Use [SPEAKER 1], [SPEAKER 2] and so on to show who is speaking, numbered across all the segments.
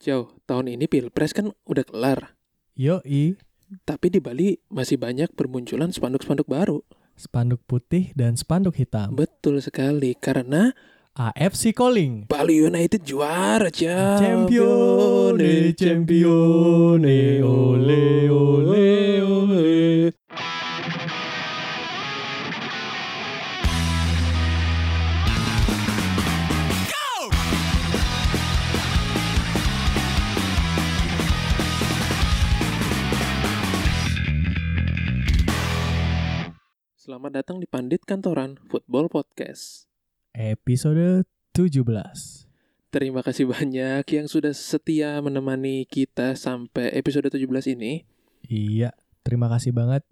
[SPEAKER 1] Jauh, tahun ini Pilpres kan udah kelar.
[SPEAKER 2] Yoi,
[SPEAKER 1] Tapi di Bali masih banyak bermunculan spanduk-spanduk baru.
[SPEAKER 2] spanduk putih dan spanduk hitam.
[SPEAKER 1] Betul sekali, karena
[SPEAKER 2] AFC Calling.
[SPEAKER 1] Bali United juara, Jauh.
[SPEAKER 2] Champione, champione, ole, ole, ole.
[SPEAKER 1] Selamat datang di Pandit Kantoran Football Podcast.
[SPEAKER 2] Episode 17.
[SPEAKER 1] Terima kasih banyak yang sudah setia menemani kita sampai episode 17 ini.
[SPEAKER 2] Iya, terima kasih banget.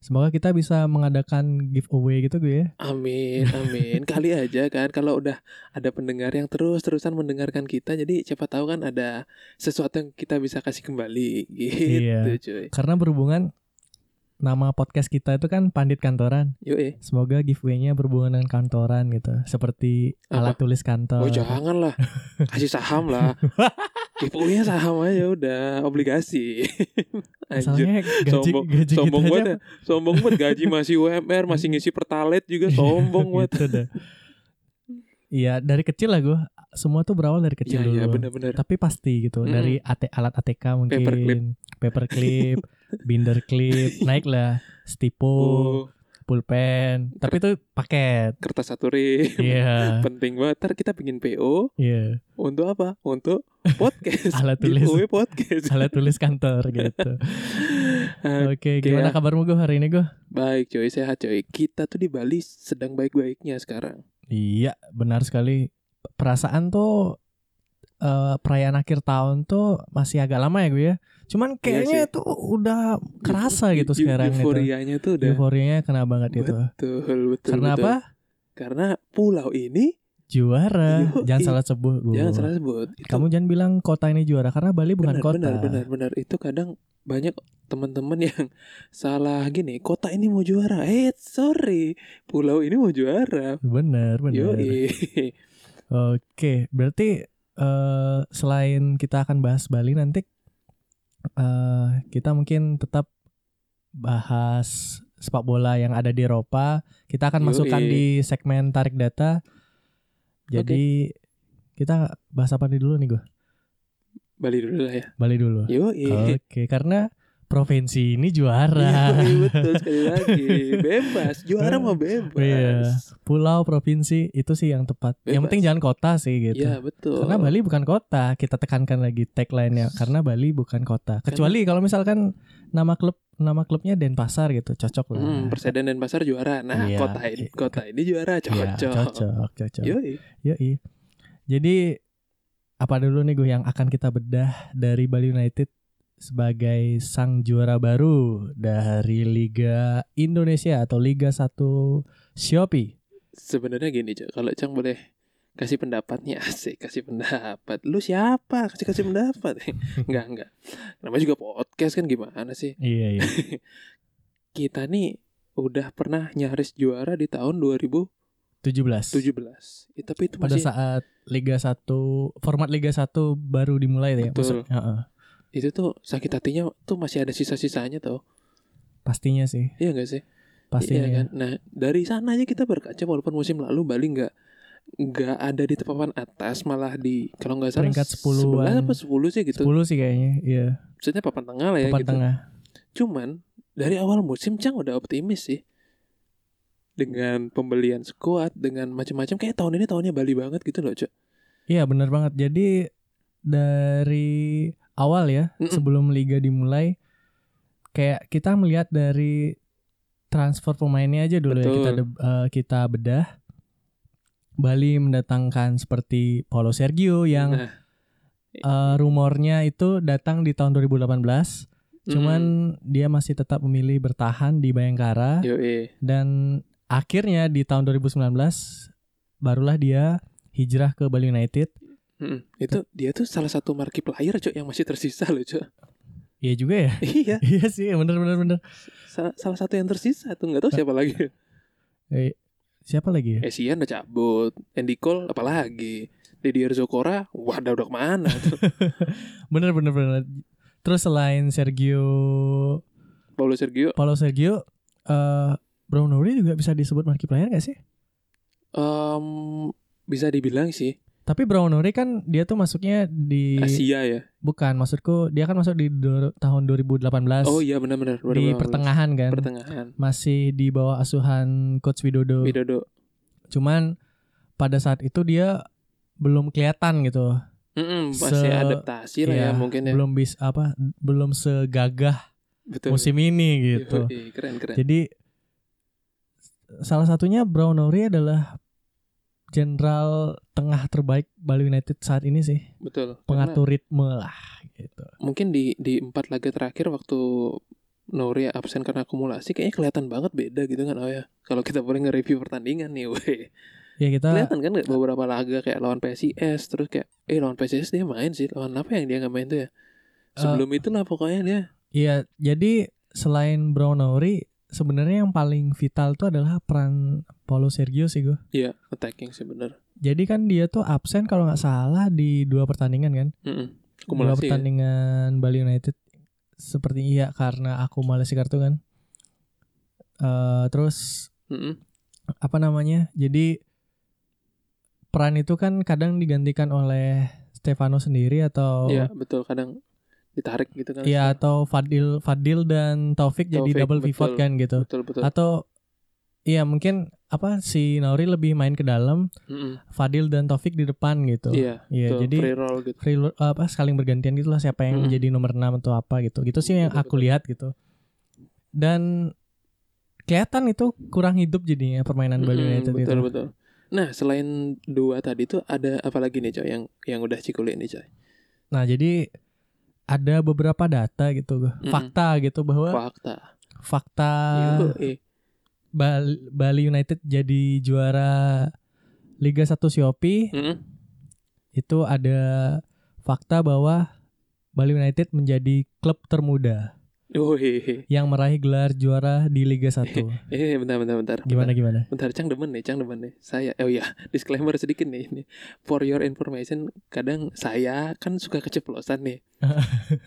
[SPEAKER 2] Semoga kita bisa mengadakan giveaway gitu gue ya.
[SPEAKER 1] Amin, amin. Kali aja kan kalau udah ada pendengar yang terus-terusan mendengarkan kita, jadi siapa tahu kan ada sesuatu yang kita bisa kasih kembali gitu,
[SPEAKER 2] Iya.
[SPEAKER 1] cuy.
[SPEAKER 2] Karena berhubungan nama podcast kita itu kan Pandit Kantoran.
[SPEAKER 1] Yuk, eh.
[SPEAKER 2] Semoga giveaway-nya berhubungan dengan kantoran gitu. Seperti
[SPEAKER 1] Apa?
[SPEAKER 2] alat tulis
[SPEAKER 1] Oh,
[SPEAKER 2] kantor.
[SPEAKER 1] jangan lah. Kasih saham lah. Giveaway-nya saham aja udah, obligasi. Anjir.
[SPEAKER 2] Masalahnya gaji,
[SPEAKER 1] Sombong-
[SPEAKER 2] gaji
[SPEAKER 1] sombong
[SPEAKER 2] kita
[SPEAKER 1] banget
[SPEAKER 2] aja
[SPEAKER 1] ya. Sombong banget gaji masih UMR, masih ngisi pertalite juga sombong banget.
[SPEAKER 2] Iya, gitu dah. Iya dari kecil lah gue Semua tuh berawal dari kecil
[SPEAKER 1] Iya,
[SPEAKER 2] dulu
[SPEAKER 1] iya, benar-benar.
[SPEAKER 2] Tapi pasti gitu
[SPEAKER 1] Mm-mm.
[SPEAKER 2] Dari AT, alat ATK mungkin
[SPEAKER 1] Paperclip.
[SPEAKER 2] Paperclip, Binder clip Naik lah Stipo
[SPEAKER 1] Oh,
[SPEAKER 2] Pulpen Tapi itu paket
[SPEAKER 1] kertas saturin.
[SPEAKER 2] Iya
[SPEAKER 1] Penting banget. Ntar kita bikin PO,
[SPEAKER 2] Iya
[SPEAKER 1] Untuk apa? Untuk podcast.
[SPEAKER 2] Alat tulis.
[SPEAKER 1] Giveaway podcast.
[SPEAKER 2] Alat tulis kantor gitu
[SPEAKER 1] Eh,
[SPEAKER 2] Oke
[SPEAKER 1] ya.
[SPEAKER 2] gimana kabarmu gue hari ini gue
[SPEAKER 1] Baik coy, sehat coy. Kita tuh di Bali sedang baik-baiknya sekarang.
[SPEAKER 2] Iya benar sekali Perasaan tuh eh, Perayaan akhir tahun tuh Masih agak lama ya gue ya Cuman
[SPEAKER 1] Iya
[SPEAKER 2] kayaknya
[SPEAKER 1] sih.
[SPEAKER 2] tuh udah kerasa gitu
[SPEAKER 1] Eu-
[SPEAKER 2] sekarang gitu.
[SPEAKER 1] Euforianya tuh udah.
[SPEAKER 2] Euforianya kena banget itu.
[SPEAKER 1] Betul, betul.
[SPEAKER 2] Karena
[SPEAKER 1] betul.
[SPEAKER 2] apa?
[SPEAKER 1] Karena pulau ini
[SPEAKER 2] Juara.
[SPEAKER 1] Yoi.
[SPEAKER 2] Jangan salah sebut. gua.
[SPEAKER 1] iya. jangan salah sebut. Itu
[SPEAKER 2] Kamu jangan bilang kota ini juara karena Bali bukan
[SPEAKER 1] benar,
[SPEAKER 2] kota.
[SPEAKER 1] Benar, benar, benar. Itu kadang banyak teman-teman yang salah gini. Kota ini mau juara. Eh, sorry. Pulau ini mau juara.
[SPEAKER 2] Benar, benar.
[SPEAKER 1] Yoi.
[SPEAKER 2] Oke, berarti eh, selain kita akan bahas Bali nanti eh, kita mungkin tetap bahas sepak bola yang ada di Eropa. Kita akan
[SPEAKER 1] Yoi.
[SPEAKER 2] masukkan di segmen tarik data. Jadi kita bahas apa nih dulu nih gue?
[SPEAKER 1] Bali dulu lah ya.
[SPEAKER 2] Bali dulu.
[SPEAKER 1] Yoi.
[SPEAKER 2] Oke, karena provinsi ini juara.
[SPEAKER 1] Iya betul sekali lagi bebas juara mau bebas
[SPEAKER 2] Iya. Pulau, provinsi itu sih yang tepat. Yang
[SPEAKER 1] Bebas.
[SPEAKER 2] penting jangan kota sih gitu.
[SPEAKER 1] Iya, betul
[SPEAKER 2] Karena Bali bukan kota, kita tekankan lagi tagline-nya karena Bali bukan kota. Kecuali kalau misalkan nama klub nama klubnya Denpasar gitu, cocok lah.
[SPEAKER 1] hmm, Perseda dan Pasar juara nah
[SPEAKER 2] Iya.
[SPEAKER 1] kota ini kota ini juara
[SPEAKER 2] Iya,
[SPEAKER 1] cocok,
[SPEAKER 2] cocok, cocok.
[SPEAKER 1] Yoi.
[SPEAKER 2] Yoi. Jadi apa dulu nih gue yang akan kita bedah dari Bali United sebagai sang juara baru dari Liga Indonesia atau Liga 1 Shopee.
[SPEAKER 1] sebenarnya gini cok kalau cang boleh kasih pendapatnya asik kasih pendapat lu siapa kasih kasih pendapat enggak enggak namanya juga podcast kan gimana sih
[SPEAKER 2] Iya, iya.
[SPEAKER 1] kita nih udah pernah nyaris juara di tahun 2017
[SPEAKER 2] 17.
[SPEAKER 1] Eh, tapi itu
[SPEAKER 2] Pada
[SPEAKER 1] masih
[SPEAKER 2] saat Liga 1 format Liga 1 baru dimulai ya.
[SPEAKER 1] Betul.
[SPEAKER 2] maksud- Heeh.
[SPEAKER 1] itu tuh sakit hatinya tuh masih ada sisa-sisanya tau
[SPEAKER 2] Pastinya sih,
[SPEAKER 1] iya enggak sih
[SPEAKER 2] pastinya. ya.
[SPEAKER 1] Iya kan? Nah dari sana aja kita berkaca walaupun musim lalu Bali nggak nggak ada di papan atas malah di kalau nggak salah
[SPEAKER 2] Peringkat
[SPEAKER 1] 11
[SPEAKER 2] 10-an.
[SPEAKER 1] apa 10 sih gitu.
[SPEAKER 2] 10 sih kayaknya, iya.
[SPEAKER 1] Maksudnya papan tengah lah ya
[SPEAKER 2] Papan
[SPEAKER 1] gitu.
[SPEAKER 2] tengah.
[SPEAKER 1] Cuman dari awal musim Cang udah optimis sih dengan pembelian skuad dengan macam-macam kayak tahun ini tahunnya Bali banget gitu loh cok.
[SPEAKER 2] Iya, benar banget. Jadi dari awal ya,
[SPEAKER 1] Mm-mm.
[SPEAKER 2] sebelum liga dimulai kayak kita melihat dari transfer pemainnya aja dulu ya
[SPEAKER 1] Betul.
[SPEAKER 2] kita de- eh, kita bedah. Bali mendatangkan seperti Paulo Sergio yang
[SPEAKER 1] Nah,
[SPEAKER 2] eh, rumornya itu datang di tahun 2018.
[SPEAKER 1] mm,
[SPEAKER 2] Cuman dia masih tetap memilih bertahan di Bayangkara
[SPEAKER 1] yoi.
[SPEAKER 2] dan akhirnya di tahun 2019 barulah dia hijrah ke Bali United.
[SPEAKER 1] Mm, itu dia tuh salah satu marquee player cok yang masih tersisa loh cok.
[SPEAKER 2] Iya juga ya.
[SPEAKER 1] iya
[SPEAKER 2] iya sih, bener bener bener.
[SPEAKER 1] salah, salah satu yang tersisa tuh nggak tahu siapa lagi.
[SPEAKER 2] Eh, siapa lagi? ya?
[SPEAKER 1] Asian udah cabut, Andy Cole apalagi. Deddy Erzokora, wah udah udah kemana tuh.
[SPEAKER 2] Bener bener bener. Terus selain Sergio
[SPEAKER 1] Paulo Sergio
[SPEAKER 2] Paulo Sergio eh Brown Nuri juga bisa disebut markiplier gak sih?
[SPEAKER 1] em, bisa dibilang sih
[SPEAKER 2] Tapi Brown Nuri kan dia tuh masuknya di
[SPEAKER 1] Asia ya.
[SPEAKER 2] bukan maksudku dia kan masuk di do- tahun 2018
[SPEAKER 1] Oh iya benar-benar
[SPEAKER 2] di
[SPEAKER 1] 2018.
[SPEAKER 2] pertengahan kan.
[SPEAKER 1] pertengahan.
[SPEAKER 2] Masih di bawah asuhan coach Widodo.
[SPEAKER 1] Widodo.
[SPEAKER 2] Cuman pada saat itu dia belum kelihatan gitu.
[SPEAKER 1] Mm-mm, masih
[SPEAKER 2] Se-
[SPEAKER 1] adaptasi lah ya
[SPEAKER 2] Iya,
[SPEAKER 1] mungkin ya.
[SPEAKER 2] Belum bis apa belum segagah
[SPEAKER 1] Betul. Iya.
[SPEAKER 2] musim ini gitu.
[SPEAKER 1] Yoi, keren keren.
[SPEAKER 2] Jadi salah satunya Brownery adalah jenderal tengah terbaik Bali United saat ini sih.
[SPEAKER 1] Betul. Karena
[SPEAKER 2] Pengatur ritme lah gitu.
[SPEAKER 1] mungkin di di empat laga terakhir waktu Nori absen karena akumulasi kayaknya kelihatan banget beda gitu kan oh ya kalau kita boleh nge-review pertandingan nih weh
[SPEAKER 2] Ya kita
[SPEAKER 1] kelihatan kan nggak beberapa laga kayak lawan PSIS terus kayak eh lawan PSIS dia main sih lawan apa yang dia nggak main tuh ya
[SPEAKER 2] Eh,
[SPEAKER 1] sebelum itulah pokoknya dia
[SPEAKER 2] Iya, jadi selain Brownery sebenarnya yang paling vital itu adalah peran Paulo Sergio sih gue.
[SPEAKER 1] ya attacking sih bener
[SPEAKER 2] Jadi kan dia tuh absen kalau nggak salah di dua pertandingan kan.
[SPEAKER 1] Mm-mm.
[SPEAKER 2] dua
[SPEAKER 1] akumulasi kan?
[SPEAKER 2] pertandingan Bali United seperti iya karena aku akumulasi kartu kan. Eh terus
[SPEAKER 1] Mm-mm.
[SPEAKER 2] apa namanya? Jadi peran itu kan kadang digantikan oleh Stefano sendiri atau
[SPEAKER 1] Iya, betul kadang ditarik gitu kan
[SPEAKER 2] ya atau Fadil Fadil dan Taufik, jadi
[SPEAKER 1] Taufik,
[SPEAKER 2] double pivot
[SPEAKER 1] betul.
[SPEAKER 2] kan gitu.
[SPEAKER 1] betul betul
[SPEAKER 2] atau iya mungkin apa si Nauri lebih main ke dalam
[SPEAKER 1] Mm-mm.
[SPEAKER 2] Fadil dan Taufik di depan gitu
[SPEAKER 1] iya
[SPEAKER 2] Iya,
[SPEAKER 1] betul.
[SPEAKER 2] jadi
[SPEAKER 1] free roll gitu
[SPEAKER 2] free lo- apa saling bergantian gitulah siapa yang
[SPEAKER 1] Mm-mm.
[SPEAKER 2] jadi nomor 6 atau apa gitu gitu sih yang
[SPEAKER 1] Betul,
[SPEAKER 2] aku
[SPEAKER 1] betul.
[SPEAKER 2] lihat gitu dan kelihatan itu kurang hidup jadinya permainan gitu. Bali
[SPEAKER 1] Mm-mm,
[SPEAKER 2] United
[SPEAKER 1] betul
[SPEAKER 2] itu
[SPEAKER 1] betul nah selain dua tadi tuh ada apa lagi nih coy yang yang udah cikuli nih coy
[SPEAKER 2] nah jadi ada beberapa data gitu
[SPEAKER 1] Mm-mm.
[SPEAKER 2] fakta gitu bahwa
[SPEAKER 1] fakta Iya,
[SPEAKER 2] fakta
[SPEAKER 1] Yoi.
[SPEAKER 2] Bal- Bali United jadi juara Liga 1 Shopee
[SPEAKER 1] Mm-mm.
[SPEAKER 2] itu ada fakta bahwa Bali United menjadi klub termuda
[SPEAKER 1] Woi.
[SPEAKER 2] yang meraih gelar juara di Liga 1.
[SPEAKER 1] eh bentar bentar bentar
[SPEAKER 2] Gimana gimana?
[SPEAKER 1] Bentar, Cang demen nih, Cang demen nih. Saya, oh ya, disclaimer sedikit nih ini. For your information, kadang saya kan suka keceplosan nih.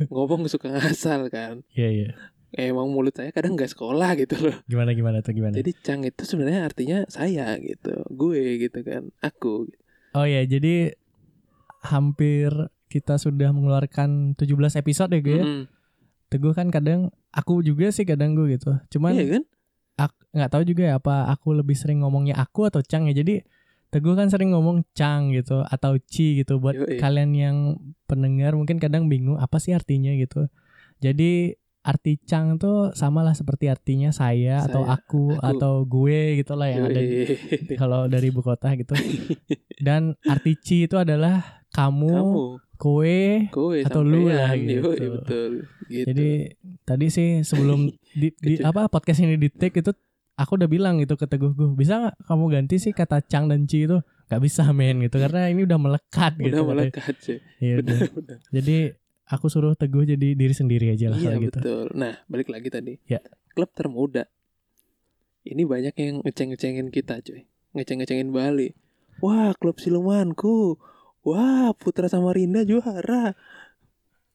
[SPEAKER 1] Ngomong suka ngasal kan.
[SPEAKER 2] Iya iya.
[SPEAKER 1] Emang mulut saya kadang nggak sekolah gitu loh.
[SPEAKER 2] Gimana gimana tuh gimana?
[SPEAKER 1] Jadi Cang itu sebenarnya artinya saya gitu, gue gitu kan, aku.
[SPEAKER 2] oh ya, jadi hampir kita sudah mengeluarkan 17 episode ya gue. ya.
[SPEAKER 1] Mm-mm.
[SPEAKER 2] Teguh kan kadang aku juga sih kadang gue gitu. Cuman
[SPEAKER 1] Iya kan?
[SPEAKER 2] ak- nggak tahu juga ya apa aku lebih sering ngomongnya aku atau Cang ya. Jadi Teguh kan sering ngomong Cang gitu atau Ci gitu buat
[SPEAKER 1] Yoi.
[SPEAKER 2] kalian yang pendengar mungkin kadang bingung apa sih artinya gitu. Jadi arti Cang tuh samalah seperti artinya saya,
[SPEAKER 1] Saya,
[SPEAKER 2] atau aku,
[SPEAKER 1] aku.
[SPEAKER 2] atau gue gitu lah yang ada di-
[SPEAKER 1] Yoi.
[SPEAKER 2] kalau dari ibu kota gitu. Dan arti Ci itu adalah kamu,
[SPEAKER 1] Kamu,
[SPEAKER 2] kue.
[SPEAKER 1] gue,
[SPEAKER 2] atau
[SPEAKER 1] sampean.
[SPEAKER 2] lu lah gitu.
[SPEAKER 1] Yoi, betul. Gitu.
[SPEAKER 2] Jadi tadi sih sebelum di, di-
[SPEAKER 1] Kecil.
[SPEAKER 2] apa podcast ini di take itu aku udah bilang gitu ke Teguh gue bisa nggak kamu ganti sih kata Cang dan Ci itu nggak bisa men gitu karena ini udah melekat
[SPEAKER 1] udah
[SPEAKER 2] gitu katanya.
[SPEAKER 1] melekat sih.
[SPEAKER 2] Iya, udah.
[SPEAKER 1] Benar-benar.
[SPEAKER 2] jadi aku suruh Teguh jadi diri sendiri aja lah
[SPEAKER 1] Iya
[SPEAKER 2] kalau gitu
[SPEAKER 1] betul. Nah balik lagi tadi.
[SPEAKER 2] Ya.
[SPEAKER 1] Klub termuda. Ini banyak yang ngeceng-ngecengin kita cuy. Ngeceng-ngecengin Bali. Wah klub silumanku. Wah Putra Samarinda juara.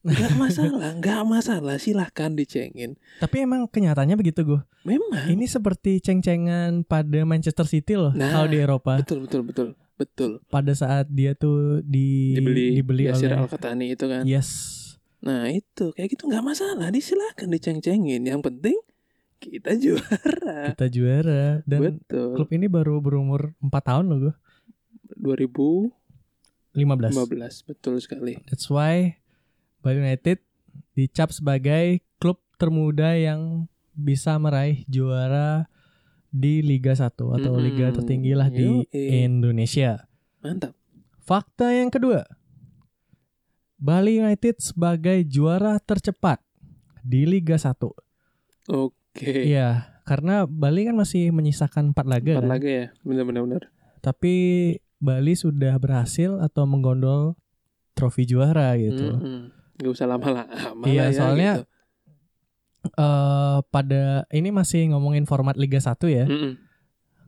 [SPEAKER 1] Gak masalah, gak masalah. Silahkan dicengin.
[SPEAKER 2] tapi emang kenyataannya begitu gue
[SPEAKER 1] Memang.
[SPEAKER 2] ini seperti ceng-cengan pada Manchester City loh
[SPEAKER 1] Nah,
[SPEAKER 2] kalau di Eropa
[SPEAKER 1] Betul betul betul betul.
[SPEAKER 2] pada saat dia tuh di
[SPEAKER 1] Dibeli, Yasir
[SPEAKER 2] oleh
[SPEAKER 1] Al Katani itu kan.
[SPEAKER 2] yes
[SPEAKER 1] Nah itu kayak gitu nggak masalah. Disilahkan diceng-cengin. Yang penting kita juara.
[SPEAKER 2] kita juara dan
[SPEAKER 1] Eh, betul.
[SPEAKER 2] klub ini baru berumur 4 tahun loh gue
[SPEAKER 1] 2015
[SPEAKER 2] 15
[SPEAKER 1] betul sekali.
[SPEAKER 2] That's why Bali United dicap sebagai klub termuda yang bisa meraih juara di Liga 1 atau
[SPEAKER 1] Mm-mm.
[SPEAKER 2] liga tertinggi lah di
[SPEAKER 1] Yoi.
[SPEAKER 2] Indonesia.
[SPEAKER 1] Mantap.
[SPEAKER 2] Fakta yang kedua. Bali United sebagai juara tercepat di Liga 1.
[SPEAKER 1] Oke.
[SPEAKER 2] Iya, karena Bali kan masih menyisakan 4 laga.
[SPEAKER 1] Empat
[SPEAKER 2] kan?
[SPEAKER 1] laga ya. Benar-benar.
[SPEAKER 2] Tapi Bali sudah berhasil atau menggondol trofi juara gitu.
[SPEAKER 1] Hmm. Gak usah lama-lama. lah
[SPEAKER 2] Iya,
[SPEAKER 1] ya,
[SPEAKER 2] soalnya
[SPEAKER 1] gitu. Hmm.
[SPEAKER 2] eh pada ini masih ngomongin format Liga 1 ya.
[SPEAKER 1] Mm-mm.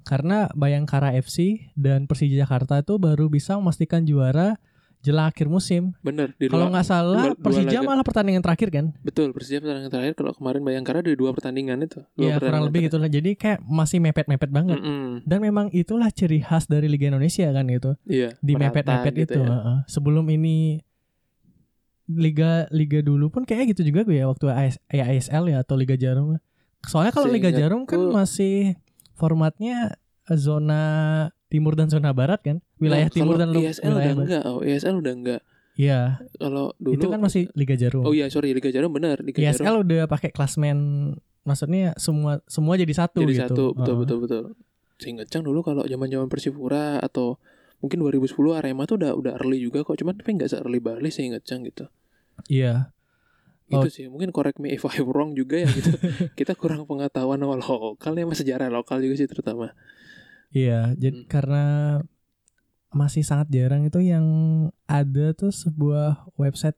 [SPEAKER 2] Karena Bayangkara FC dan Persija Jakarta itu baru bisa memastikan juara jelang akhir musim.
[SPEAKER 1] Bener di
[SPEAKER 2] Kalau
[SPEAKER 1] luar-
[SPEAKER 2] nggak salah
[SPEAKER 1] dua- dua
[SPEAKER 2] Persija
[SPEAKER 1] laga.
[SPEAKER 2] malah pertandingan terakhir kan?
[SPEAKER 1] betul Persija pertandingan terakhir kalau kemarin Bayangkara dari dua pertandingan Hmm. itu. Dua
[SPEAKER 2] Iya kurang lebih gitu lah. Jadi kayak masih mepet-mepet banget.
[SPEAKER 1] Mm-mm.
[SPEAKER 2] Dan memang itulah ciri khas dari Liga Indonesia kan itu.
[SPEAKER 1] Iya.
[SPEAKER 2] Di
[SPEAKER 1] merata
[SPEAKER 2] mepet-mepet
[SPEAKER 1] gitu
[SPEAKER 2] itu.
[SPEAKER 1] ya.
[SPEAKER 2] heeh. Sebelum ini Liga Liga dulu pun kayak gitu juga gue ya waktu AS, ya ASL ya atau Liga Jarum. Soalnya kalau Liga
[SPEAKER 1] Seingatku-
[SPEAKER 2] Jarum kan masih formatnya zona timur dan zona barat kan. Wilayah
[SPEAKER 1] Nah,
[SPEAKER 2] timur
[SPEAKER 1] kalau
[SPEAKER 2] dan lu-
[SPEAKER 1] ISL
[SPEAKER 2] wilayah
[SPEAKER 1] udah
[SPEAKER 2] barat.
[SPEAKER 1] enggak, oh ISL udah enggak.
[SPEAKER 2] Iya,
[SPEAKER 1] Kalau dulu
[SPEAKER 2] itu kan masih Liga Jarum.
[SPEAKER 1] Oh iya, sorry Liga Jarum benar, Liga
[SPEAKER 2] Ya
[SPEAKER 1] Jarum
[SPEAKER 2] kalau udah pakai klasmen maksudnya semua semua jadi satu
[SPEAKER 1] jadi
[SPEAKER 2] gitu.
[SPEAKER 1] satu, betul
[SPEAKER 2] Heeh.
[SPEAKER 1] betul betul. Seingat Cang dulu kalau zaman-zaman Persipura atau mungkin 2010 Arema tuh udah udah early juga kok, cuman tapi enggak se early Bali seingat Cang gitu.
[SPEAKER 2] Iya. Oh.
[SPEAKER 1] Itu sih, mungkin correct me if I'm wrong juga ya gitu. Kita kurang pengetahuan sama lokal ya, sama sejarah lokal juga sih terutama.
[SPEAKER 2] Iya, jadi
[SPEAKER 1] Hmm.
[SPEAKER 2] karena masih sangat jarang itu yang ada tuh sebuah website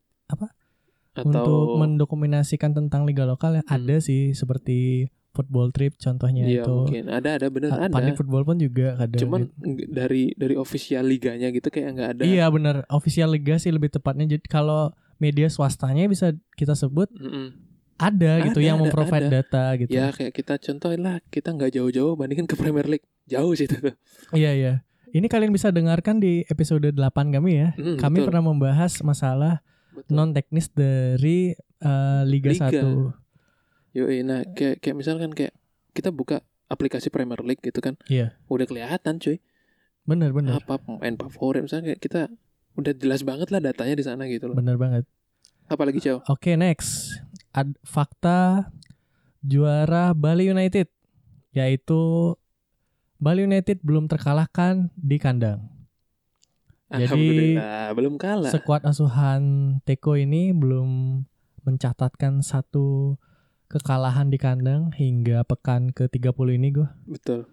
[SPEAKER 2] untuk
[SPEAKER 1] Atau
[SPEAKER 2] mendokumentasikan tentang liga lokal ya.
[SPEAKER 1] Hmm.
[SPEAKER 2] Ada sih seperti Football Trip contohnya
[SPEAKER 1] Iya
[SPEAKER 2] ya itu.
[SPEAKER 1] mungkin ada ada bener
[SPEAKER 2] Ah,
[SPEAKER 1] ada.
[SPEAKER 2] Pandit Football pun juga ada.
[SPEAKER 1] Cuman
[SPEAKER 2] gitu.
[SPEAKER 1] nggak- dari dari official liganya gitu kayak nggak ada.
[SPEAKER 2] Iya benar, official liga sih lebih tepatnya. Jadi kalau media swastanya bisa kita sebut
[SPEAKER 1] Mm-mm.
[SPEAKER 2] ada,
[SPEAKER 1] Ada,
[SPEAKER 2] gitu yang
[SPEAKER 1] ada,
[SPEAKER 2] memprovide
[SPEAKER 1] ada.
[SPEAKER 2] data gitu.
[SPEAKER 1] Ya kayak kita contohin lah kita nggak jauh-jauh bandingin ke Premier League jauh sih itu. tuh.
[SPEAKER 2] Iya, iya. Ini kalian bisa dengarkan di episode 8 kami ya.
[SPEAKER 1] Mm,
[SPEAKER 2] Kami
[SPEAKER 1] betul,
[SPEAKER 2] pernah membahas masalah
[SPEAKER 1] betul.
[SPEAKER 2] non teknis dari eh, Liga,
[SPEAKER 1] Liga.
[SPEAKER 2] 1.
[SPEAKER 1] Yoi, nah kayak kayak misalkan kayak kita buka aplikasi Premier League gitu kan.
[SPEAKER 2] Iya.
[SPEAKER 1] Udah kelihatan cuy.
[SPEAKER 2] Bener bener.
[SPEAKER 1] Apa pemain favorit misalnya kayak kita udah jelas banget lah datanya di sana gitu loh.
[SPEAKER 2] Bener banget.
[SPEAKER 1] Apalagi jauh.
[SPEAKER 2] Oke, next. Ad- fakta juara Bali United yaitu Bali United belum terkalahkan di kandang. Jadi,
[SPEAKER 1] Alhamdulillah belum kalah.
[SPEAKER 2] Skuad asuhan Teko ini belum mencatatkan satu kekalahan di kandang hingga pekan ke-30 ini, Go.
[SPEAKER 1] Betul.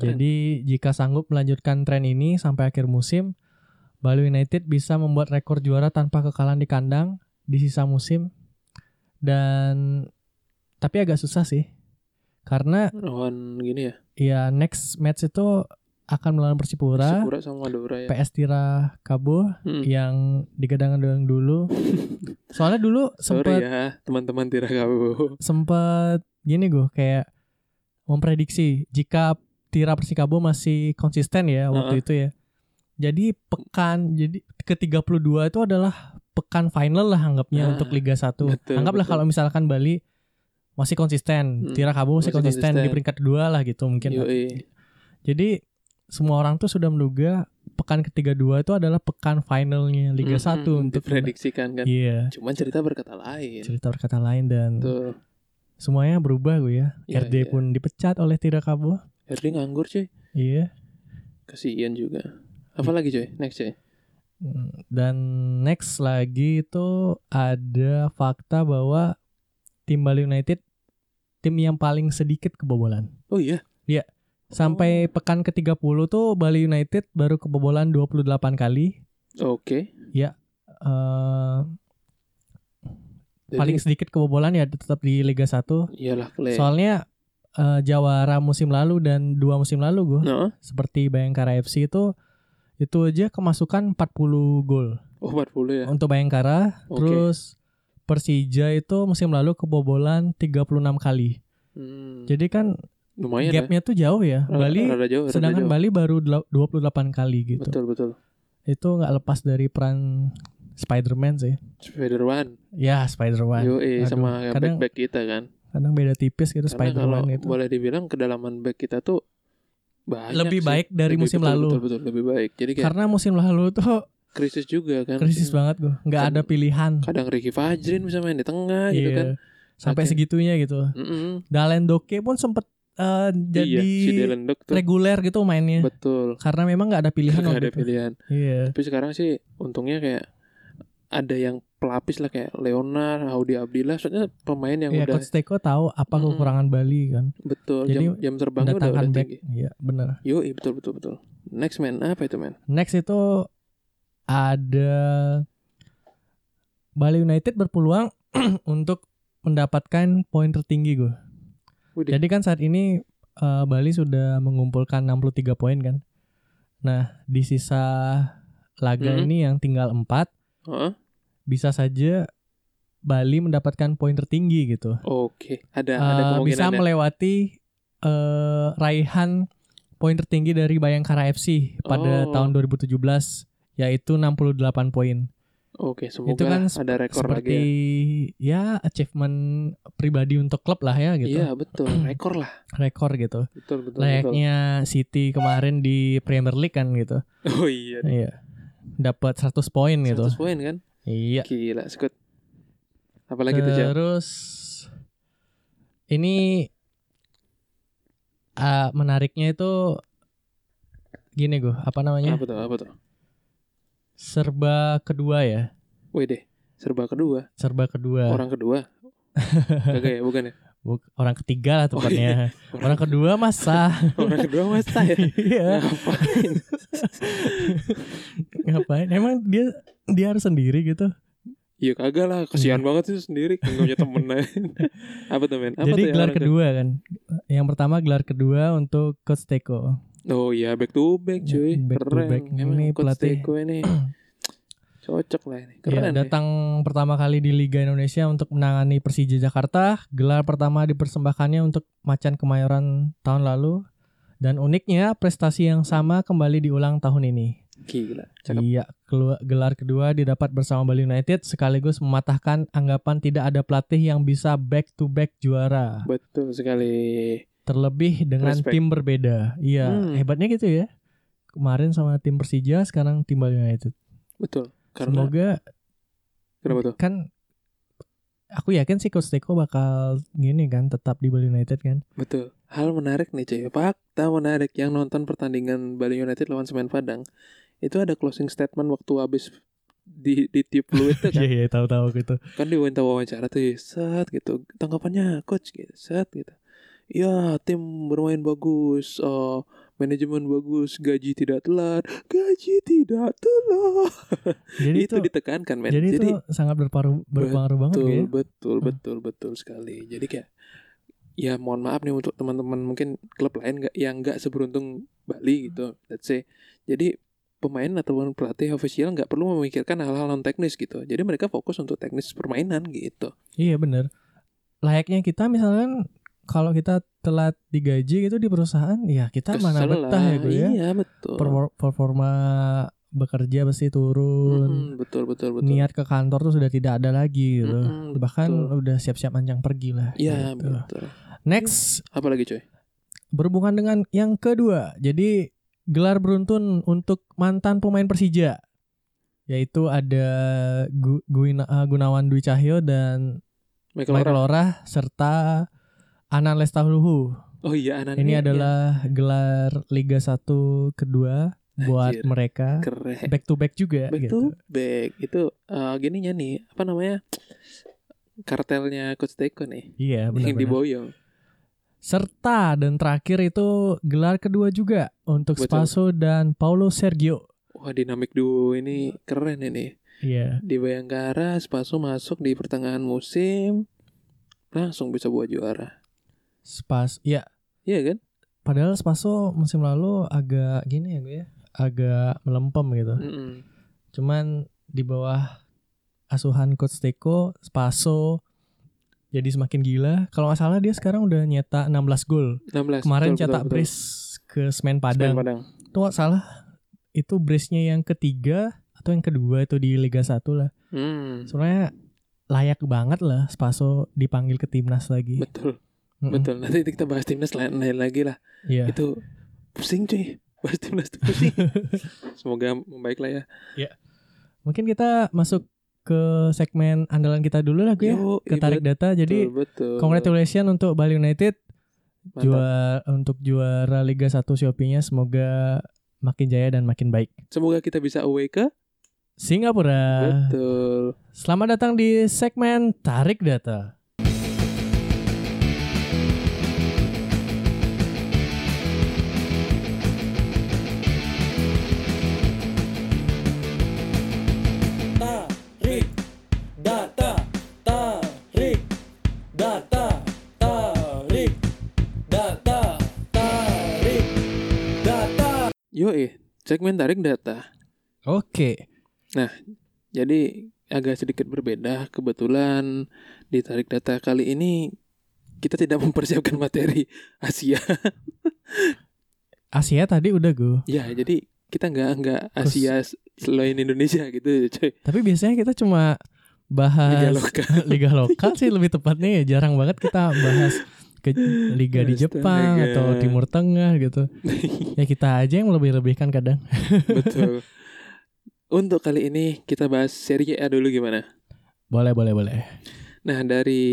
[SPEAKER 1] Keren.
[SPEAKER 2] Jadi jika sanggup melanjutkan tren ini sampai akhir musim, Bali United bisa membuat rekor juara tanpa kekalahan di kandang di sisa musim. Dan tapi agak susah sih. Karena
[SPEAKER 1] Lawan gini ya.
[SPEAKER 2] ya next match itu akan melawan Persipura,
[SPEAKER 1] Sipura sama Madura ya.
[SPEAKER 2] PS Tira Kabo
[SPEAKER 1] Mm.
[SPEAKER 2] yang digadang-gadang dulu. Soalnya dulu
[SPEAKER 1] Sorry
[SPEAKER 2] sempat
[SPEAKER 1] ya teman-teman Tirakabo.
[SPEAKER 2] sempat gini gue kayak memprediksi jika Tira Persikabo masih konsisten ya waktu
[SPEAKER 1] Heeh.
[SPEAKER 2] itu ya. Jadi pekan jadi ke-32 itu adalah pekan final lah anggapnya
[SPEAKER 1] Ah,
[SPEAKER 2] untuk Liga 1.
[SPEAKER 1] betul,
[SPEAKER 2] Anggaplah
[SPEAKER 1] betul.
[SPEAKER 2] kalau misalkan Bali masih konsisten,
[SPEAKER 1] Hmm,
[SPEAKER 2] Tira Kabo masih,
[SPEAKER 1] masih
[SPEAKER 2] konsisten, di
[SPEAKER 1] konsisten.
[SPEAKER 2] peringkat kedua lah gitu mungkin.
[SPEAKER 1] Yoi.
[SPEAKER 2] Jadi semua orang tuh sudah menduga pekan ke-32 itu adalah pekan finalnya Liga
[SPEAKER 1] Mm-mm,
[SPEAKER 2] 1
[SPEAKER 1] Hmm,
[SPEAKER 2] untuk
[SPEAKER 1] diprediksikan kan.
[SPEAKER 2] Iya,
[SPEAKER 1] Cuman cerita berkata lain.
[SPEAKER 2] cerita berkata lain dan
[SPEAKER 1] Tuh.
[SPEAKER 2] semuanya berubah gue ya.
[SPEAKER 1] Iya,
[SPEAKER 2] RD
[SPEAKER 1] iya.
[SPEAKER 2] pun dipecat oleh Tira Kabo.
[SPEAKER 1] Erdi nganggur cuy.
[SPEAKER 2] Iya.
[SPEAKER 1] Kasihan juga.
[SPEAKER 2] Hmm.
[SPEAKER 1] Apalagi cuy? Next cuy.
[SPEAKER 2] Mm, Dan next lagi itu ada fakta bahwa tim Bali United tim yang paling sedikit kebobolan.
[SPEAKER 1] Oh iya.
[SPEAKER 2] Sampai
[SPEAKER 1] Oh.
[SPEAKER 2] pekan ke-30 tuh Bali United baru kebobolan 28 kali.
[SPEAKER 1] Oke.
[SPEAKER 2] Eh,
[SPEAKER 1] Jadi-
[SPEAKER 2] paling sedikit kebobolan ya tetap di Liga 1.
[SPEAKER 1] Iyalah Clay.
[SPEAKER 2] Soalnya eh, jawara musim lalu dan dua musim lalu gue
[SPEAKER 1] No.
[SPEAKER 2] seperti Bayangkara FC itu itu aja kemasukan 40 gol
[SPEAKER 1] Oh 40 ya.
[SPEAKER 2] untuk Bayangkara
[SPEAKER 1] Oke.
[SPEAKER 2] Oh, Terus Persija itu musim lalu kebobolan 36 kali.
[SPEAKER 1] Hmm,
[SPEAKER 2] Jadi kan
[SPEAKER 1] lumayan ya.
[SPEAKER 2] gapnya tuh jauh ya.
[SPEAKER 1] Rada-
[SPEAKER 2] Bali
[SPEAKER 1] rada jauh, rada
[SPEAKER 2] sedangkan
[SPEAKER 1] jauh.
[SPEAKER 2] Bali baru dela- 28 kali gitu.
[SPEAKER 1] Betul betul.
[SPEAKER 2] Itu nggak lepas dari peran Spider-Man sih.
[SPEAKER 1] Spider-Man.
[SPEAKER 2] Ya, Spider-Man.
[SPEAKER 1] Yo
[SPEAKER 2] Aduh,
[SPEAKER 1] sama
[SPEAKER 2] kadang-
[SPEAKER 1] back-back kita kan.
[SPEAKER 2] Kadang beda tipis
[SPEAKER 1] Iya. Karena
[SPEAKER 2] gitu
[SPEAKER 1] kalau
[SPEAKER 2] Spider-Man itu.
[SPEAKER 1] boleh dibilang kedalaman back kita tuh banyak sih.
[SPEAKER 2] Lebih baik dari
[SPEAKER 1] Lebih-
[SPEAKER 2] musim
[SPEAKER 1] betul,
[SPEAKER 2] lalu.
[SPEAKER 1] Betul, Iya. betul lebih baik. Jadi kayak
[SPEAKER 2] Karena musim lalu tuh
[SPEAKER 1] krisis juga kan.
[SPEAKER 2] krisis banget gue. Nggak
[SPEAKER 1] Kan-
[SPEAKER 2] ada pilihan.
[SPEAKER 1] Kadang Ricky Fajrin bisa main di tengah gitu
[SPEAKER 2] Iya.
[SPEAKER 1] kan.
[SPEAKER 2] Sampai
[SPEAKER 1] Oke.
[SPEAKER 2] segitunya gitu.
[SPEAKER 1] Mm-mm.
[SPEAKER 2] Dalen Doke pun sempet
[SPEAKER 1] iya,
[SPEAKER 2] eh,
[SPEAKER 1] si
[SPEAKER 2] jadi
[SPEAKER 1] Dylan Duk tuh.
[SPEAKER 2] reguler gitu mainnya.
[SPEAKER 1] Betul.
[SPEAKER 2] Karena memang nggak ada
[SPEAKER 1] Gak
[SPEAKER 2] pilihan waktu
[SPEAKER 1] ada
[SPEAKER 2] itu.
[SPEAKER 1] pilihan.
[SPEAKER 2] Iya.
[SPEAKER 1] Tapi sekarang sih untungnya kayak ada yang pelapis lah kayak Leonar, Audi Abdillah, soalnya pemain yang
[SPEAKER 2] Iya,
[SPEAKER 1] udah
[SPEAKER 2] Coach Teko tahu apa
[SPEAKER 1] Mm-mm.
[SPEAKER 2] kekurangan Bali kan.
[SPEAKER 1] betul
[SPEAKER 2] Jadi,
[SPEAKER 1] jam jam terbangnya udah, udah
[SPEAKER 2] Mendatangkan back.
[SPEAKER 1] tinggi.
[SPEAKER 2] Iya, benar.
[SPEAKER 1] Yo, betul betul betul. Next man apa itu man?
[SPEAKER 2] Next itu ada Bali United berpeluang untuk mendapatkan poin tertinggi gue.
[SPEAKER 1] Widih.
[SPEAKER 2] Jadi kan saat ini eh, Bali sudah mengumpulkan 63 poin kan. Nah, di sisa laga
[SPEAKER 1] Mhm.
[SPEAKER 2] ini yang tinggal 4
[SPEAKER 1] Heeh.
[SPEAKER 2] bisa saja Bali mendapatkan poin tertinggi gitu.
[SPEAKER 1] Oke, ada ada
[SPEAKER 2] Eh,
[SPEAKER 1] kemungkinan.
[SPEAKER 2] bisa
[SPEAKER 1] ya?
[SPEAKER 2] melewati eh, raihan poin tertinggi dari Bayangkara FC pada
[SPEAKER 1] Oh.
[SPEAKER 2] tahun 2017 yaitu 68 poin.
[SPEAKER 1] Oke, semoga
[SPEAKER 2] itu kan
[SPEAKER 1] ada rekor
[SPEAKER 2] Seperti
[SPEAKER 1] lagi.
[SPEAKER 2] ya achievement pribadi untuk klub lah
[SPEAKER 1] ya.
[SPEAKER 2] ya gitu.
[SPEAKER 1] Iya, betul. Rekor lah.
[SPEAKER 2] Rekor gitu.
[SPEAKER 1] Betul, betul, betul.
[SPEAKER 2] Layaknya City kemarin di Premier League kan gitu.
[SPEAKER 1] Oh iya.
[SPEAKER 2] Iya. Dapat 100 poin gitu.
[SPEAKER 1] 100 poin kan?
[SPEAKER 2] Iya.
[SPEAKER 1] Gila, sekut. Apalagi tuh, Jam?
[SPEAKER 2] Terus ini ah, menariknya itu gini gue apa namanya
[SPEAKER 1] Apa tuh? Apa tuh?
[SPEAKER 2] serba kedua ya
[SPEAKER 1] Wih deh, serba kedua,
[SPEAKER 2] serba kedua orang,
[SPEAKER 1] orang kedua. Kagak ya, bukan ya?
[SPEAKER 2] orang ketiga lah
[SPEAKER 1] Oh,
[SPEAKER 2] tepatnya orang kedua masa
[SPEAKER 1] Orang kedua masa ya?
[SPEAKER 2] iya
[SPEAKER 1] Ngapain?
[SPEAKER 2] ngapain emang dia dia harus sendiri gitu
[SPEAKER 1] Iya kagak lah, kasihan banget sih sendiri nggak punya temen lain. Apa tuh men? Apa tuh
[SPEAKER 2] jadi
[SPEAKER 1] yang
[SPEAKER 2] gelar
[SPEAKER 1] orang
[SPEAKER 2] kedua kan yang pertama gelar kedua untuk coach Teko
[SPEAKER 1] Oh iya back to back cuy,
[SPEAKER 2] Ya, Back to
[SPEAKER 1] keren.
[SPEAKER 2] back.
[SPEAKER 1] Emang
[SPEAKER 2] Ini
[SPEAKER 1] coach
[SPEAKER 2] pelatih.
[SPEAKER 1] Teko ini cocok lah ini,
[SPEAKER 2] Ya,
[SPEAKER 1] keren. nih.
[SPEAKER 2] datang pertama kali di Liga Indonesia untuk menangani Persija Jakarta. Gelar pertama dipersembahkannya untuk Macan Kemayoran tahun lalu. Dan uniknya prestasi yang sama kembali diulang tahun ini.
[SPEAKER 1] Gila, cakep.
[SPEAKER 2] Iya, kelu- gelar kedua didapat bersama Bali United sekaligus mematahkan anggapan tidak ada pelatih yang bisa back to back juara.
[SPEAKER 1] Betul sekali.
[SPEAKER 2] Terlebih dengan
[SPEAKER 1] Respect.
[SPEAKER 2] tim berbeda. Iya,
[SPEAKER 1] Hmm.
[SPEAKER 2] hebatnya gitu ya. Kemarin sama tim Persija, sekarang tim Bali United.
[SPEAKER 1] Betul. Karena
[SPEAKER 2] Semoga
[SPEAKER 1] kenapa tuh?
[SPEAKER 2] kan aku yakin sih coach Teko bakal gini kan tetap di Bali United kan
[SPEAKER 1] Betul. Hal menarik nih cuy, fakta menarik yang nonton pertandingan Bali United lawan Semen Padang itu ada closing statement waktu habis di di tiup fluid tuh kan.
[SPEAKER 2] iya tahu-tahu gitu
[SPEAKER 1] kan diminta wawancara tuh set gitu tanggapannya coach gitu set gitu ya tim bermain bagus eh, manajemen bagus gaji tidak telat gaji tidak telat
[SPEAKER 2] jadi
[SPEAKER 1] itu,
[SPEAKER 2] itu,
[SPEAKER 1] ditekankan men jadi,
[SPEAKER 2] jadi, itu sangat berparuh berpengaruh banget
[SPEAKER 1] betul
[SPEAKER 2] ya
[SPEAKER 1] betul
[SPEAKER 2] Hmm.
[SPEAKER 1] betul betul sekali jadi kayak ya mohon maaf nih untuk teman-teman mungkin klub lain nggak yang nggak seberuntung
[SPEAKER 2] Hmm.
[SPEAKER 1] Bali gitu let's say jadi pemain ataupun pelatih official nggak perlu memikirkan hal-hal non teknis gitu jadi mereka fokus untuk teknis permainan gitu
[SPEAKER 2] iya bener layaknya kita misalkan kalau kita telat digaji gitu di perusahaan ya kita mana
[SPEAKER 1] Kesel
[SPEAKER 2] betah
[SPEAKER 1] lah.
[SPEAKER 2] ya gue ya
[SPEAKER 1] Iya betul.
[SPEAKER 2] Perfor- performa bekerja pasti
[SPEAKER 1] Mm-mm,
[SPEAKER 2] turun
[SPEAKER 1] betul betul betul.
[SPEAKER 2] niat ke kantor tuh sudah tidak ada lagi gitu
[SPEAKER 1] Mm-mm,
[SPEAKER 2] bahkan
[SPEAKER 1] betul.
[SPEAKER 2] udah siap-siap manjang pergi lah
[SPEAKER 1] Iya
[SPEAKER 2] gitu.
[SPEAKER 1] betul.
[SPEAKER 2] next
[SPEAKER 1] Apalagi coy?
[SPEAKER 2] berhubungan dengan yang kedua. Jadi gelar beruntun untuk mantan pemain Persija yaitu ada Gu- Guina- eh, Gunawan Dwi Cahyo dan
[SPEAKER 1] Michael
[SPEAKER 2] Michael
[SPEAKER 1] Ora.
[SPEAKER 2] Lorah serta Anan Lestaluhu.
[SPEAKER 1] Oh iya Anan. iya.
[SPEAKER 2] Ini adalah gelar Liga 1 kedua buat
[SPEAKER 1] Anjir.
[SPEAKER 2] mereka
[SPEAKER 1] keren.
[SPEAKER 2] back to back juga
[SPEAKER 1] Back
[SPEAKER 2] gitu.
[SPEAKER 1] to back itu eh, gininya nih apa namanya kartelnya Coach Teko nih
[SPEAKER 2] Iya,
[SPEAKER 1] yang
[SPEAKER 2] benar-benar.
[SPEAKER 1] diboyong.
[SPEAKER 2] Serta dan terakhir itu gelar kedua juga untuk
[SPEAKER 1] Betul.
[SPEAKER 2] Spaso dan Paulo Sergio.
[SPEAKER 1] Wah dinamik duo ini keren ini.
[SPEAKER 2] Iya.
[SPEAKER 1] Di Bayangkara Spaso masuk di pertengahan musim langsung bisa buat juara.
[SPEAKER 2] Spas ya
[SPEAKER 1] Iya kan?
[SPEAKER 2] Padahal Spaso musim lalu agak gini ya gue ya, agak melempem gitu.
[SPEAKER 1] Mm-mm.
[SPEAKER 2] Cuman di bawah asuhan coach Teko, Spaso jadi semakin gila. Kalau nggak salah dia sekarang udah nyetak 16 gol.
[SPEAKER 1] 16.
[SPEAKER 2] Kemarin
[SPEAKER 1] betul,
[SPEAKER 2] cetak
[SPEAKER 1] betul, betul.
[SPEAKER 2] brace ke
[SPEAKER 1] Semen
[SPEAKER 2] Semen Padang.
[SPEAKER 1] Padang.
[SPEAKER 2] Tuh nggak salah itu brace-nya yang ketiga atau yang kedua itu di Liga 1 lah.
[SPEAKER 1] Hmm,
[SPEAKER 2] Sebenarnya layak banget lah Spaso dipanggil ke timnas lagi.
[SPEAKER 1] betul.
[SPEAKER 2] Mm-mm.
[SPEAKER 1] Betul. Nanti kita bahas timnas lain, lain lagi lah.
[SPEAKER 2] Iya.
[SPEAKER 1] Itu pusing cuy. Bahas timnas tuh pusing. Semoga membaik lah ya.
[SPEAKER 2] Mungkin kita masuk ke segmen andalan kita dulu lah gue. ya.
[SPEAKER 1] Yo,
[SPEAKER 2] ketarik
[SPEAKER 1] iya,
[SPEAKER 2] data
[SPEAKER 1] betul,
[SPEAKER 2] jadi
[SPEAKER 1] betul.
[SPEAKER 2] congratulations untuk Bali United
[SPEAKER 1] Mantap.
[SPEAKER 2] juara untuk juara Liga 1 Shopee-nya semoga makin jaya dan makin baik.
[SPEAKER 1] Semoga kita bisa away ke
[SPEAKER 2] Singapura.
[SPEAKER 1] betul.
[SPEAKER 2] Selamat datang di segmen Tarik Data.
[SPEAKER 1] Segmen tarik data.
[SPEAKER 2] Oke.
[SPEAKER 1] Jadi agak sedikit berbeda. Kebetulan di tarik data kali ini kita tidak mempersiapkan materi Asia.
[SPEAKER 2] Asia tadi udah gue.
[SPEAKER 1] ya, jadi kita nggak nggak Asia selain Indonesia gitu, coy.
[SPEAKER 2] Tapi biasanya kita cuma bahas
[SPEAKER 1] Liga
[SPEAKER 2] liga,
[SPEAKER 1] lokal.
[SPEAKER 2] lokal sih lebih tepatnya ya. Jarang banget kita bahas ke liga di
[SPEAKER 1] Astaga.
[SPEAKER 2] Jepang atau
[SPEAKER 1] iya.
[SPEAKER 2] Timur Tengah gitu. Ya kita aja yang lebih-lebihkan kadang.
[SPEAKER 1] Betul. Untuk kali ini kita bahas Serie A dulu gimana?
[SPEAKER 2] Boleh, boleh, boleh.
[SPEAKER 1] Nah dari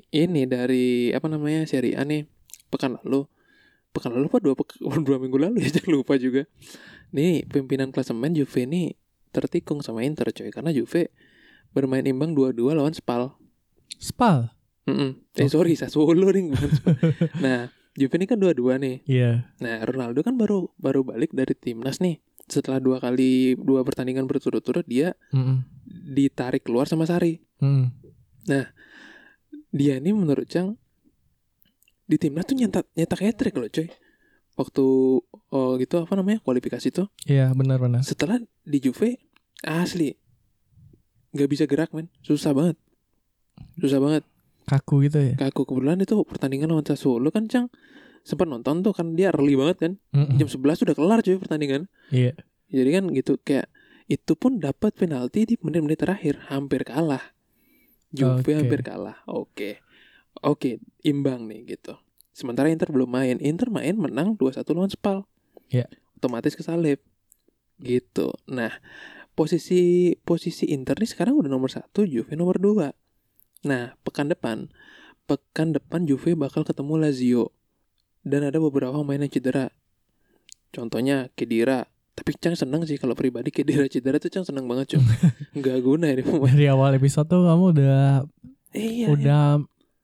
[SPEAKER 1] ini dari apa namanya seri A nih pekan lalu pekan lalu apa dua, pek- dua minggu lalu ya jangan lupa juga nih pimpinan klasemen Juve nih tertikung sama Inter coy karena Juve bermain imbang 2-2 lawan Spal
[SPEAKER 2] Spal.
[SPEAKER 1] Mm-mm. eh sorry Sassuolo nih bukan Spal. nah Juve ini kan 2-2 nih
[SPEAKER 2] Iya.
[SPEAKER 1] nah Ronaldo kan baru baru balik dari timnas nih setelah dua kali dua pertandingan berturut-turut dia
[SPEAKER 2] Mm-mm.
[SPEAKER 1] ditarik keluar sama Sari
[SPEAKER 2] Mm.
[SPEAKER 1] dia ini menurut Cang di timnas tuh nyetak nyetak hat trick loh coy waktu oh, gitu apa namanya kualifikasi tuh
[SPEAKER 2] Iya, benar-benar.
[SPEAKER 1] setelah di Juve asli nggak bisa gerak men susah banget susah banget
[SPEAKER 2] Kaku gitu ya.
[SPEAKER 1] kaku kebetulan itu pertandingan lawan Sassuolo kan Cang sempat nonton tuh kan dia early banget kan
[SPEAKER 2] Mm-mm.
[SPEAKER 1] jam 11 udah kelar coy pertandingan
[SPEAKER 2] Iya.
[SPEAKER 1] jadi kan gitu kayak itu pun dapat penalti di menit-menit terakhir hampir kalah. Juve
[SPEAKER 2] Oke.
[SPEAKER 1] hampir kalah. Oke. Oke, imbang nih gitu. Sementara Inter belum main. Inter main menang 2-1 lawan Spal.
[SPEAKER 2] Iya.
[SPEAKER 1] Otomatis kesalip. Gitu. Nah, posisi posisi Inter nih sekarang udah nomor satu, Juve nomor 2. Nah, pekan depan pekan depan Juve bakal ketemu Lazio dan ada beberapa pemain yang cedera. Contohnya Kedira. Tapi Cang seneng sih kalau pribadi Kedira cedera tuh Cang seneng banget cuy. Nggak guna ini pemain.
[SPEAKER 2] Dari awal episode tuh kamu udah
[SPEAKER 1] Iya.
[SPEAKER 2] udah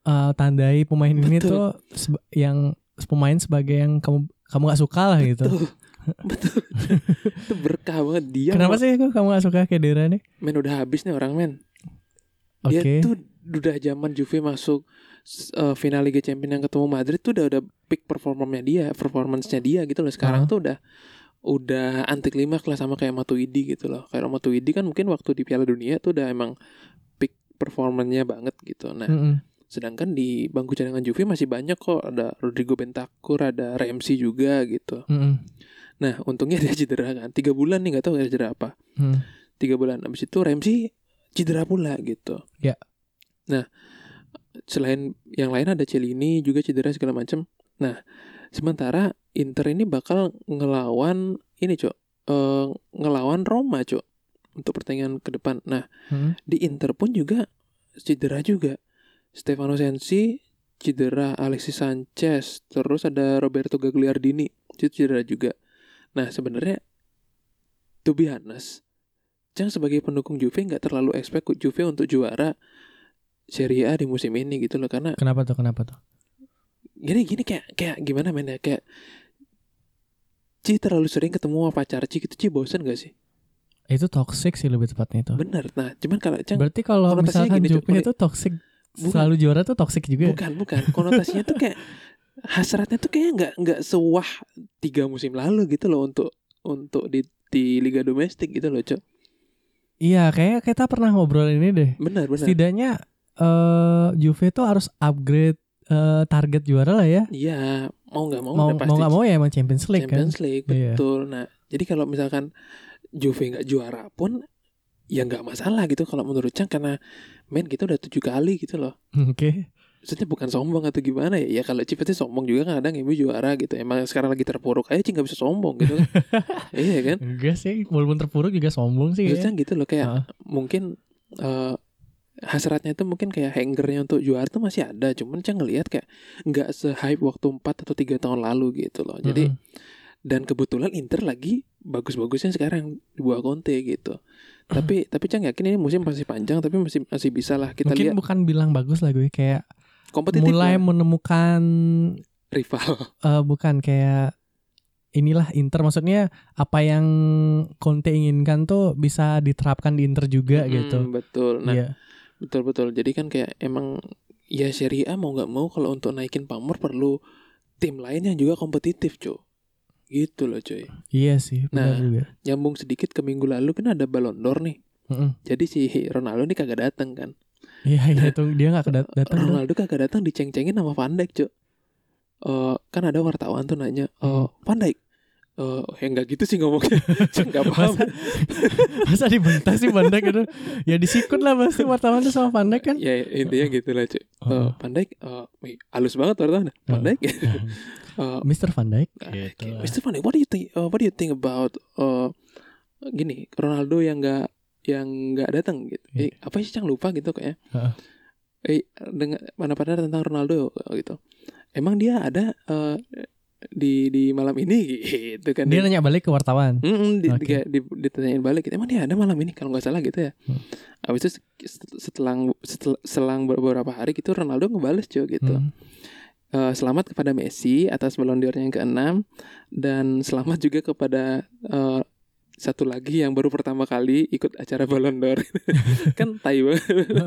[SPEAKER 2] uh, tandai pemain ini
[SPEAKER 1] Betul.
[SPEAKER 2] tuh seba- yang pemain sebagai yang kamu kamu gak suka lah gitu.
[SPEAKER 1] Betul. Iya, Betul. itu berkah banget dia. ma-
[SPEAKER 2] Kenapa sih kok kamu gak suka Kedera nih?
[SPEAKER 1] Men udah habis nih orang men.
[SPEAKER 2] Oke.
[SPEAKER 1] Dia tuh udah zaman Juve masuk s- eh, final Liga Champions yang ketemu Madrid tuh udah udah peak performanya dia, performance-nya dia gitu loh. Sekarang
[SPEAKER 2] Ah.
[SPEAKER 1] tuh udah udah anti klimaks lah sama kayak Matuidi gitu loh. Kayak Matuidi kan mungkin waktu di Piala Dunia tuh udah emang peak performanya banget gitu. Nah,
[SPEAKER 2] Mm-mm.
[SPEAKER 1] sedangkan di bangku cadangan Juve masih banyak kok ada Rodrigo Bentancur, ada Ramsey juga gitu.
[SPEAKER 2] Mm-mm.
[SPEAKER 1] Nah, untungnya dia cedera kan. Tiga bulan nih nggak tahu dia cedera apa
[SPEAKER 2] Mm.
[SPEAKER 1] tiga bulan abis itu Ramsey cedera pula gitu
[SPEAKER 2] Ya.
[SPEAKER 1] nah selain yang lain ada Celini juga cedera segala macam nah sementara Inter ini bakal ngelawan ini cok eh, ngelawan Roma cok untuk pertandingan ke depan nah
[SPEAKER 2] Mm.
[SPEAKER 1] di Inter pun juga cedera juga Stefano Sensi cedera Alexis Sanchez terus ada Roberto Gagliardini itu cedera juga nah sebenarnya to be honest Cang sebagai pendukung Juve nggak terlalu expect Juve untuk juara Serie A di musim ini gitu loh karena
[SPEAKER 2] Kenapa tuh? Kenapa tuh?
[SPEAKER 1] gini gini kayak kayak gimana men ya kayak Ci terlalu sering ketemu sama pacar Ci gitu Ci bosen gak sih?
[SPEAKER 2] Itu toxic sih lebih tepatnya itu.
[SPEAKER 1] Bener Nah cuman kalau Cang
[SPEAKER 2] Berarti kalau
[SPEAKER 1] konotasinya
[SPEAKER 2] misalkan
[SPEAKER 1] gini, Cuk.
[SPEAKER 2] Juve
[SPEAKER 1] Boleh.
[SPEAKER 2] itu toxic
[SPEAKER 1] Bukan.
[SPEAKER 2] selalu juara tuh toxic juga. ya?
[SPEAKER 1] Bukan, bukan. Konotasinya tuh kayak hasratnya tuh kayak nggak nggak sewah tiga musim lalu gitu loh untuk untuk di di liga domestik gitu loh, Cok.
[SPEAKER 2] Iya, kayak kita pernah ngobrol ini deh.
[SPEAKER 1] Benar, benar.
[SPEAKER 2] Setidaknya eh Juve tuh harus upgrade eh, target juara lah ya.
[SPEAKER 1] Iya, mau nggak mau,
[SPEAKER 2] mau
[SPEAKER 1] udah
[SPEAKER 2] mau nggak mau ya emang Champions League
[SPEAKER 1] Champions League,
[SPEAKER 2] Iya.
[SPEAKER 1] betul. Nah, jadi kalau misalkan Juve nggak juara pun ya nggak masalah gitu kalau menurut Cang karena main kita udah tujuh kali gitu loh.
[SPEAKER 2] kan. Oke.
[SPEAKER 1] Maksudnya bukan sombong atau gimana ya? Ya kalau Ci pasti sombong juga kadang ibu juara gitu. Emang sekarang lagi terpuruk aja Ci nggak bisa sombong gitu kan? iya kan?
[SPEAKER 2] Enggak sih, walaupun terpuruk juga sombong sih.
[SPEAKER 1] Maksudnya
[SPEAKER 2] kayaknya.
[SPEAKER 1] gitu loh kayak
[SPEAKER 2] Iya. Heeh.
[SPEAKER 1] mungkin eh, hasratnya itu mungkin kayak hangernya untuk juara tuh masih ada cuman Cang ngelihat kayak nggak se-hype waktu 4 atau tiga tahun lalu gitu loh jadi
[SPEAKER 2] Mm-mm.
[SPEAKER 1] dan kebetulan Inter lagi bagus-bagusnya sekarang di bawah Conte gitu tapi tapi Cang yakin ini musim masih panjang tapi masih masih bisa lah kita
[SPEAKER 2] mungkin
[SPEAKER 1] lihat
[SPEAKER 2] bukan bilang bagus lah gue kayak
[SPEAKER 1] kompetitif
[SPEAKER 2] mulai
[SPEAKER 1] lah,
[SPEAKER 2] menemukan
[SPEAKER 1] rival
[SPEAKER 2] eh, bukan kayak inilah Inter maksudnya apa yang Conte inginkan tuh bisa diterapkan di Inter juga
[SPEAKER 1] Mm,
[SPEAKER 2] gitu.
[SPEAKER 1] betul nah
[SPEAKER 2] Iya.
[SPEAKER 1] betul betul jadi kan kayak emang ya Serie A mau nggak mau kalau untuk naikin pamor perlu tim lain yang juga kompetitif cuy Gitu loh cuy.
[SPEAKER 2] Iya sih,
[SPEAKER 1] Nah.
[SPEAKER 2] benar juga.
[SPEAKER 1] Nyambung sedikit ke minggu lalu kan ada Ballon d'Or nih.
[SPEAKER 2] Mm-mm.
[SPEAKER 1] Jadi si Ronaldo nih kagak datang kan.
[SPEAKER 2] Iya, iya itu dia nggak kedat- datang. tuh.
[SPEAKER 1] Ronaldo kagak datang diceng-cengin sama Van Dijk, Cuk. Eh, kan ada wartawan tuh nanya, eh
[SPEAKER 2] Hmm.
[SPEAKER 1] Van Dijk eh ya nggak gitu sih ngomongnya. Saya nggak paham.
[SPEAKER 2] Masa, kan? masa dibentak sih Pandek itu? Ya disikut lah pasti wartawan tuh sama Pandek kan.
[SPEAKER 1] Ya intinya gitu lah, Cuk. Eh,
[SPEAKER 2] Oh.
[SPEAKER 1] Van Dijk eh, wih, halus banget wartawan. Van
[SPEAKER 2] Oh.
[SPEAKER 1] Dijk. Eh,
[SPEAKER 2] Mr. Van Dijk.
[SPEAKER 1] Kayak,
[SPEAKER 2] Gitu lah.
[SPEAKER 1] Mr. Van Dijk, what do you think? uh, what do you think about uh, gini Ronaldo yang nggak yang nggak datang gitu? Eh, apa sih cang lupa gitu kayaknya.
[SPEAKER 2] Iya. Heeh.
[SPEAKER 1] Eh dengan mana-mana tentang Ronaldo uh, gitu. Emang dia ada uh, di di malam ini gitu kan?
[SPEAKER 2] Dia nanya balik ke wartawan.
[SPEAKER 1] Mm-mm, di,
[SPEAKER 2] Oke.
[SPEAKER 1] di- di- ditanyain balik gitu. Emang dia ada malam ini kalau nggak salah gitu ya.
[SPEAKER 2] Hmm.
[SPEAKER 1] Habis itu set- setelang setel- selang beberapa hari gitu Ronaldo ngebales cuy gitu.
[SPEAKER 2] Hmm.
[SPEAKER 1] Eh, selamat kepada Messi atas Ballon d'Or yang keenam dan selamat juga kepada eh, satu lagi yang baru pertama kali ikut acara Ballon d'Or. kan tai banget.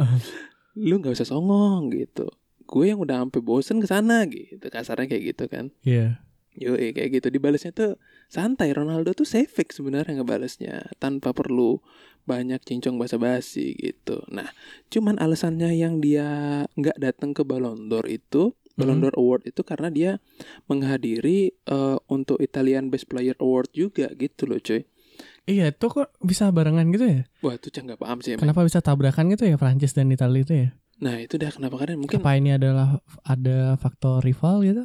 [SPEAKER 1] Lu nggak usah songong gitu. Gue yang udah sampai bosen ke sana gitu. Kasarnya kayak gitu kan.
[SPEAKER 2] Iya.
[SPEAKER 1] Yo kayak gitu dibalasnya tuh santai Ronaldo tuh savik sebenarnya ngebalasnya tanpa perlu banyak cincong basa-basi gitu. Nah, cuman alasannya yang dia nggak datang ke Ballon d'Or itu
[SPEAKER 2] Hmm.
[SPEAKER 1] Ballon d'Or Award itu karena dia menghadiri eh, untuk Italian Best Player Award juga gitu loh cuy.
[SPEAKER 2] Iya, itu kok bisa barengan gitu ya?
[SPEAKER 1] Wah itu cah nggak paham sih. emang.
[SPEAKER 2] Kenapa bisa tabrakan gitu ya Prancis dan Italia itu ya?
[SPEAKER 1] Nah itu dah kenapa kadang mungkin
[SPEAKER 2] Apa ini adalah ada faktor rival gitu?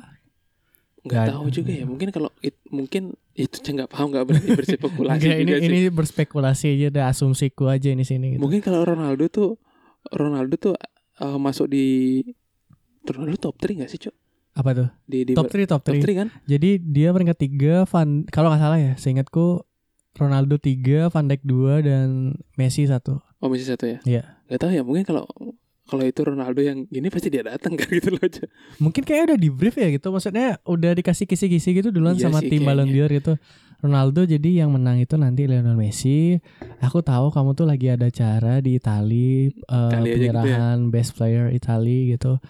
[SPEAKER 1] nggak
[SPEAKER 2] nggak-
[SPEAKER 1] tahu juga ya. Mungkin kalau it- mungkin itu cah nggak paham nggak berarti berspekulasi
[SPEAKER 2] Enggak, ini
[SPEAKER 1] juga sih.
[SPEAKER 2] ini berspekulasi aja ada asumsiku aja ini sini gitu.
[SPEAKER 1] Mungkin kalau Ronaldo tuh Ronaldo tuh uh, masuk di Ronaldo top 3 gak sih, Cok?
[SPEAKER 2] Apa tuh?
[SPEAKER 1] Di di
[SPEAKER 2] Top 3
[SPEAKER 1] Iya,
[SPEAKER 2] top
[SPEAKER 1] top 3
[SPEAKER 2] 3.
[SPEAKER 1] kan?
[SPEAKER 2] Jadi dia peringkat 3 Van kalau nggak salah ya, seingatku Ronaldo 3, Van Dijk 2 dan Messi 1.
[SPEAKER 1] Oh, masih satu ya.
[SPEAKER 2] Iya.
[SPEAKER 1] Gak tahu ya, mungkin kalau kalau itu Ronaldo yang gini pasti dia datang kan gitu loh, Cok.
[SPEAKER 2] Mungkin kayak udah di brief ya gitu, maksudnya udah dikasih kisi-kisi gitu duluan
[SPEAKER 1] Iya
[SPEAKER 2] sama
[SPEAKER 1] sih,
[SPEAKER 2] tim Ballon
[SPEAKER 1] kayaknya.
[SPEAKER 2] d'Or gitu. Ronaldo jadi yang menang itu nanti Lionel Messi. Aku tahu kamu tuh lagi ada acara di Itali, eh,
[SPEAKER 1] Itali aja gitu ya.
[SPEAKER 2] penyerahan best player Itali gitu.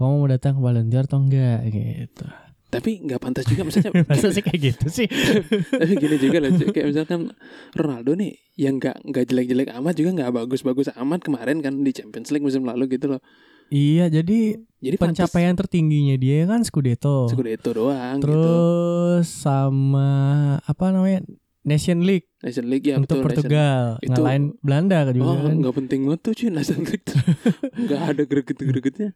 [SPEAKER 2] Kamu mau datang ke Ballon d'Or atau enggak gitu.
[SPEAKER 1] Tapi nggak pantas juga misalnya.
[SPEAKER 2] Masa sih kayak gitu sih?
[SPEAKER 1] tapi gini juga loh, Cok. Kayak misalkan Ronaldo nih yang nggak nggak jelek-jelek amat juga nggak bagus-bagus amat kemarin kan di Champions League musim lalu gitu loh.
[SPEAKER 2] iya, jadi
[SPEAKER 1] Jadi pantas
[SPEAKER 2] pencapaian tertingginya dia kan Scudetto.
[SPEAKER 1] kan Scudetto doang gitu.
[SPEAKER 2] Terus sama apa namanya? Nation League
[SPEAKER 1] Nation League ya betul
[SPEAKER 2] untuk
[SPEAKER 1] Nation
[SPEAKER 2] Portugal,
[SPEAKER 1] Itu-
[SPEAKER 2] ngalahin Belanda kan juga
[SPEAKER 1] Oh,
[SPEAKER 2] kan.
[SPEAKER 1] nggak penting banget tuh cuy Nation League tuh. Nggak ada greget-gregetnya.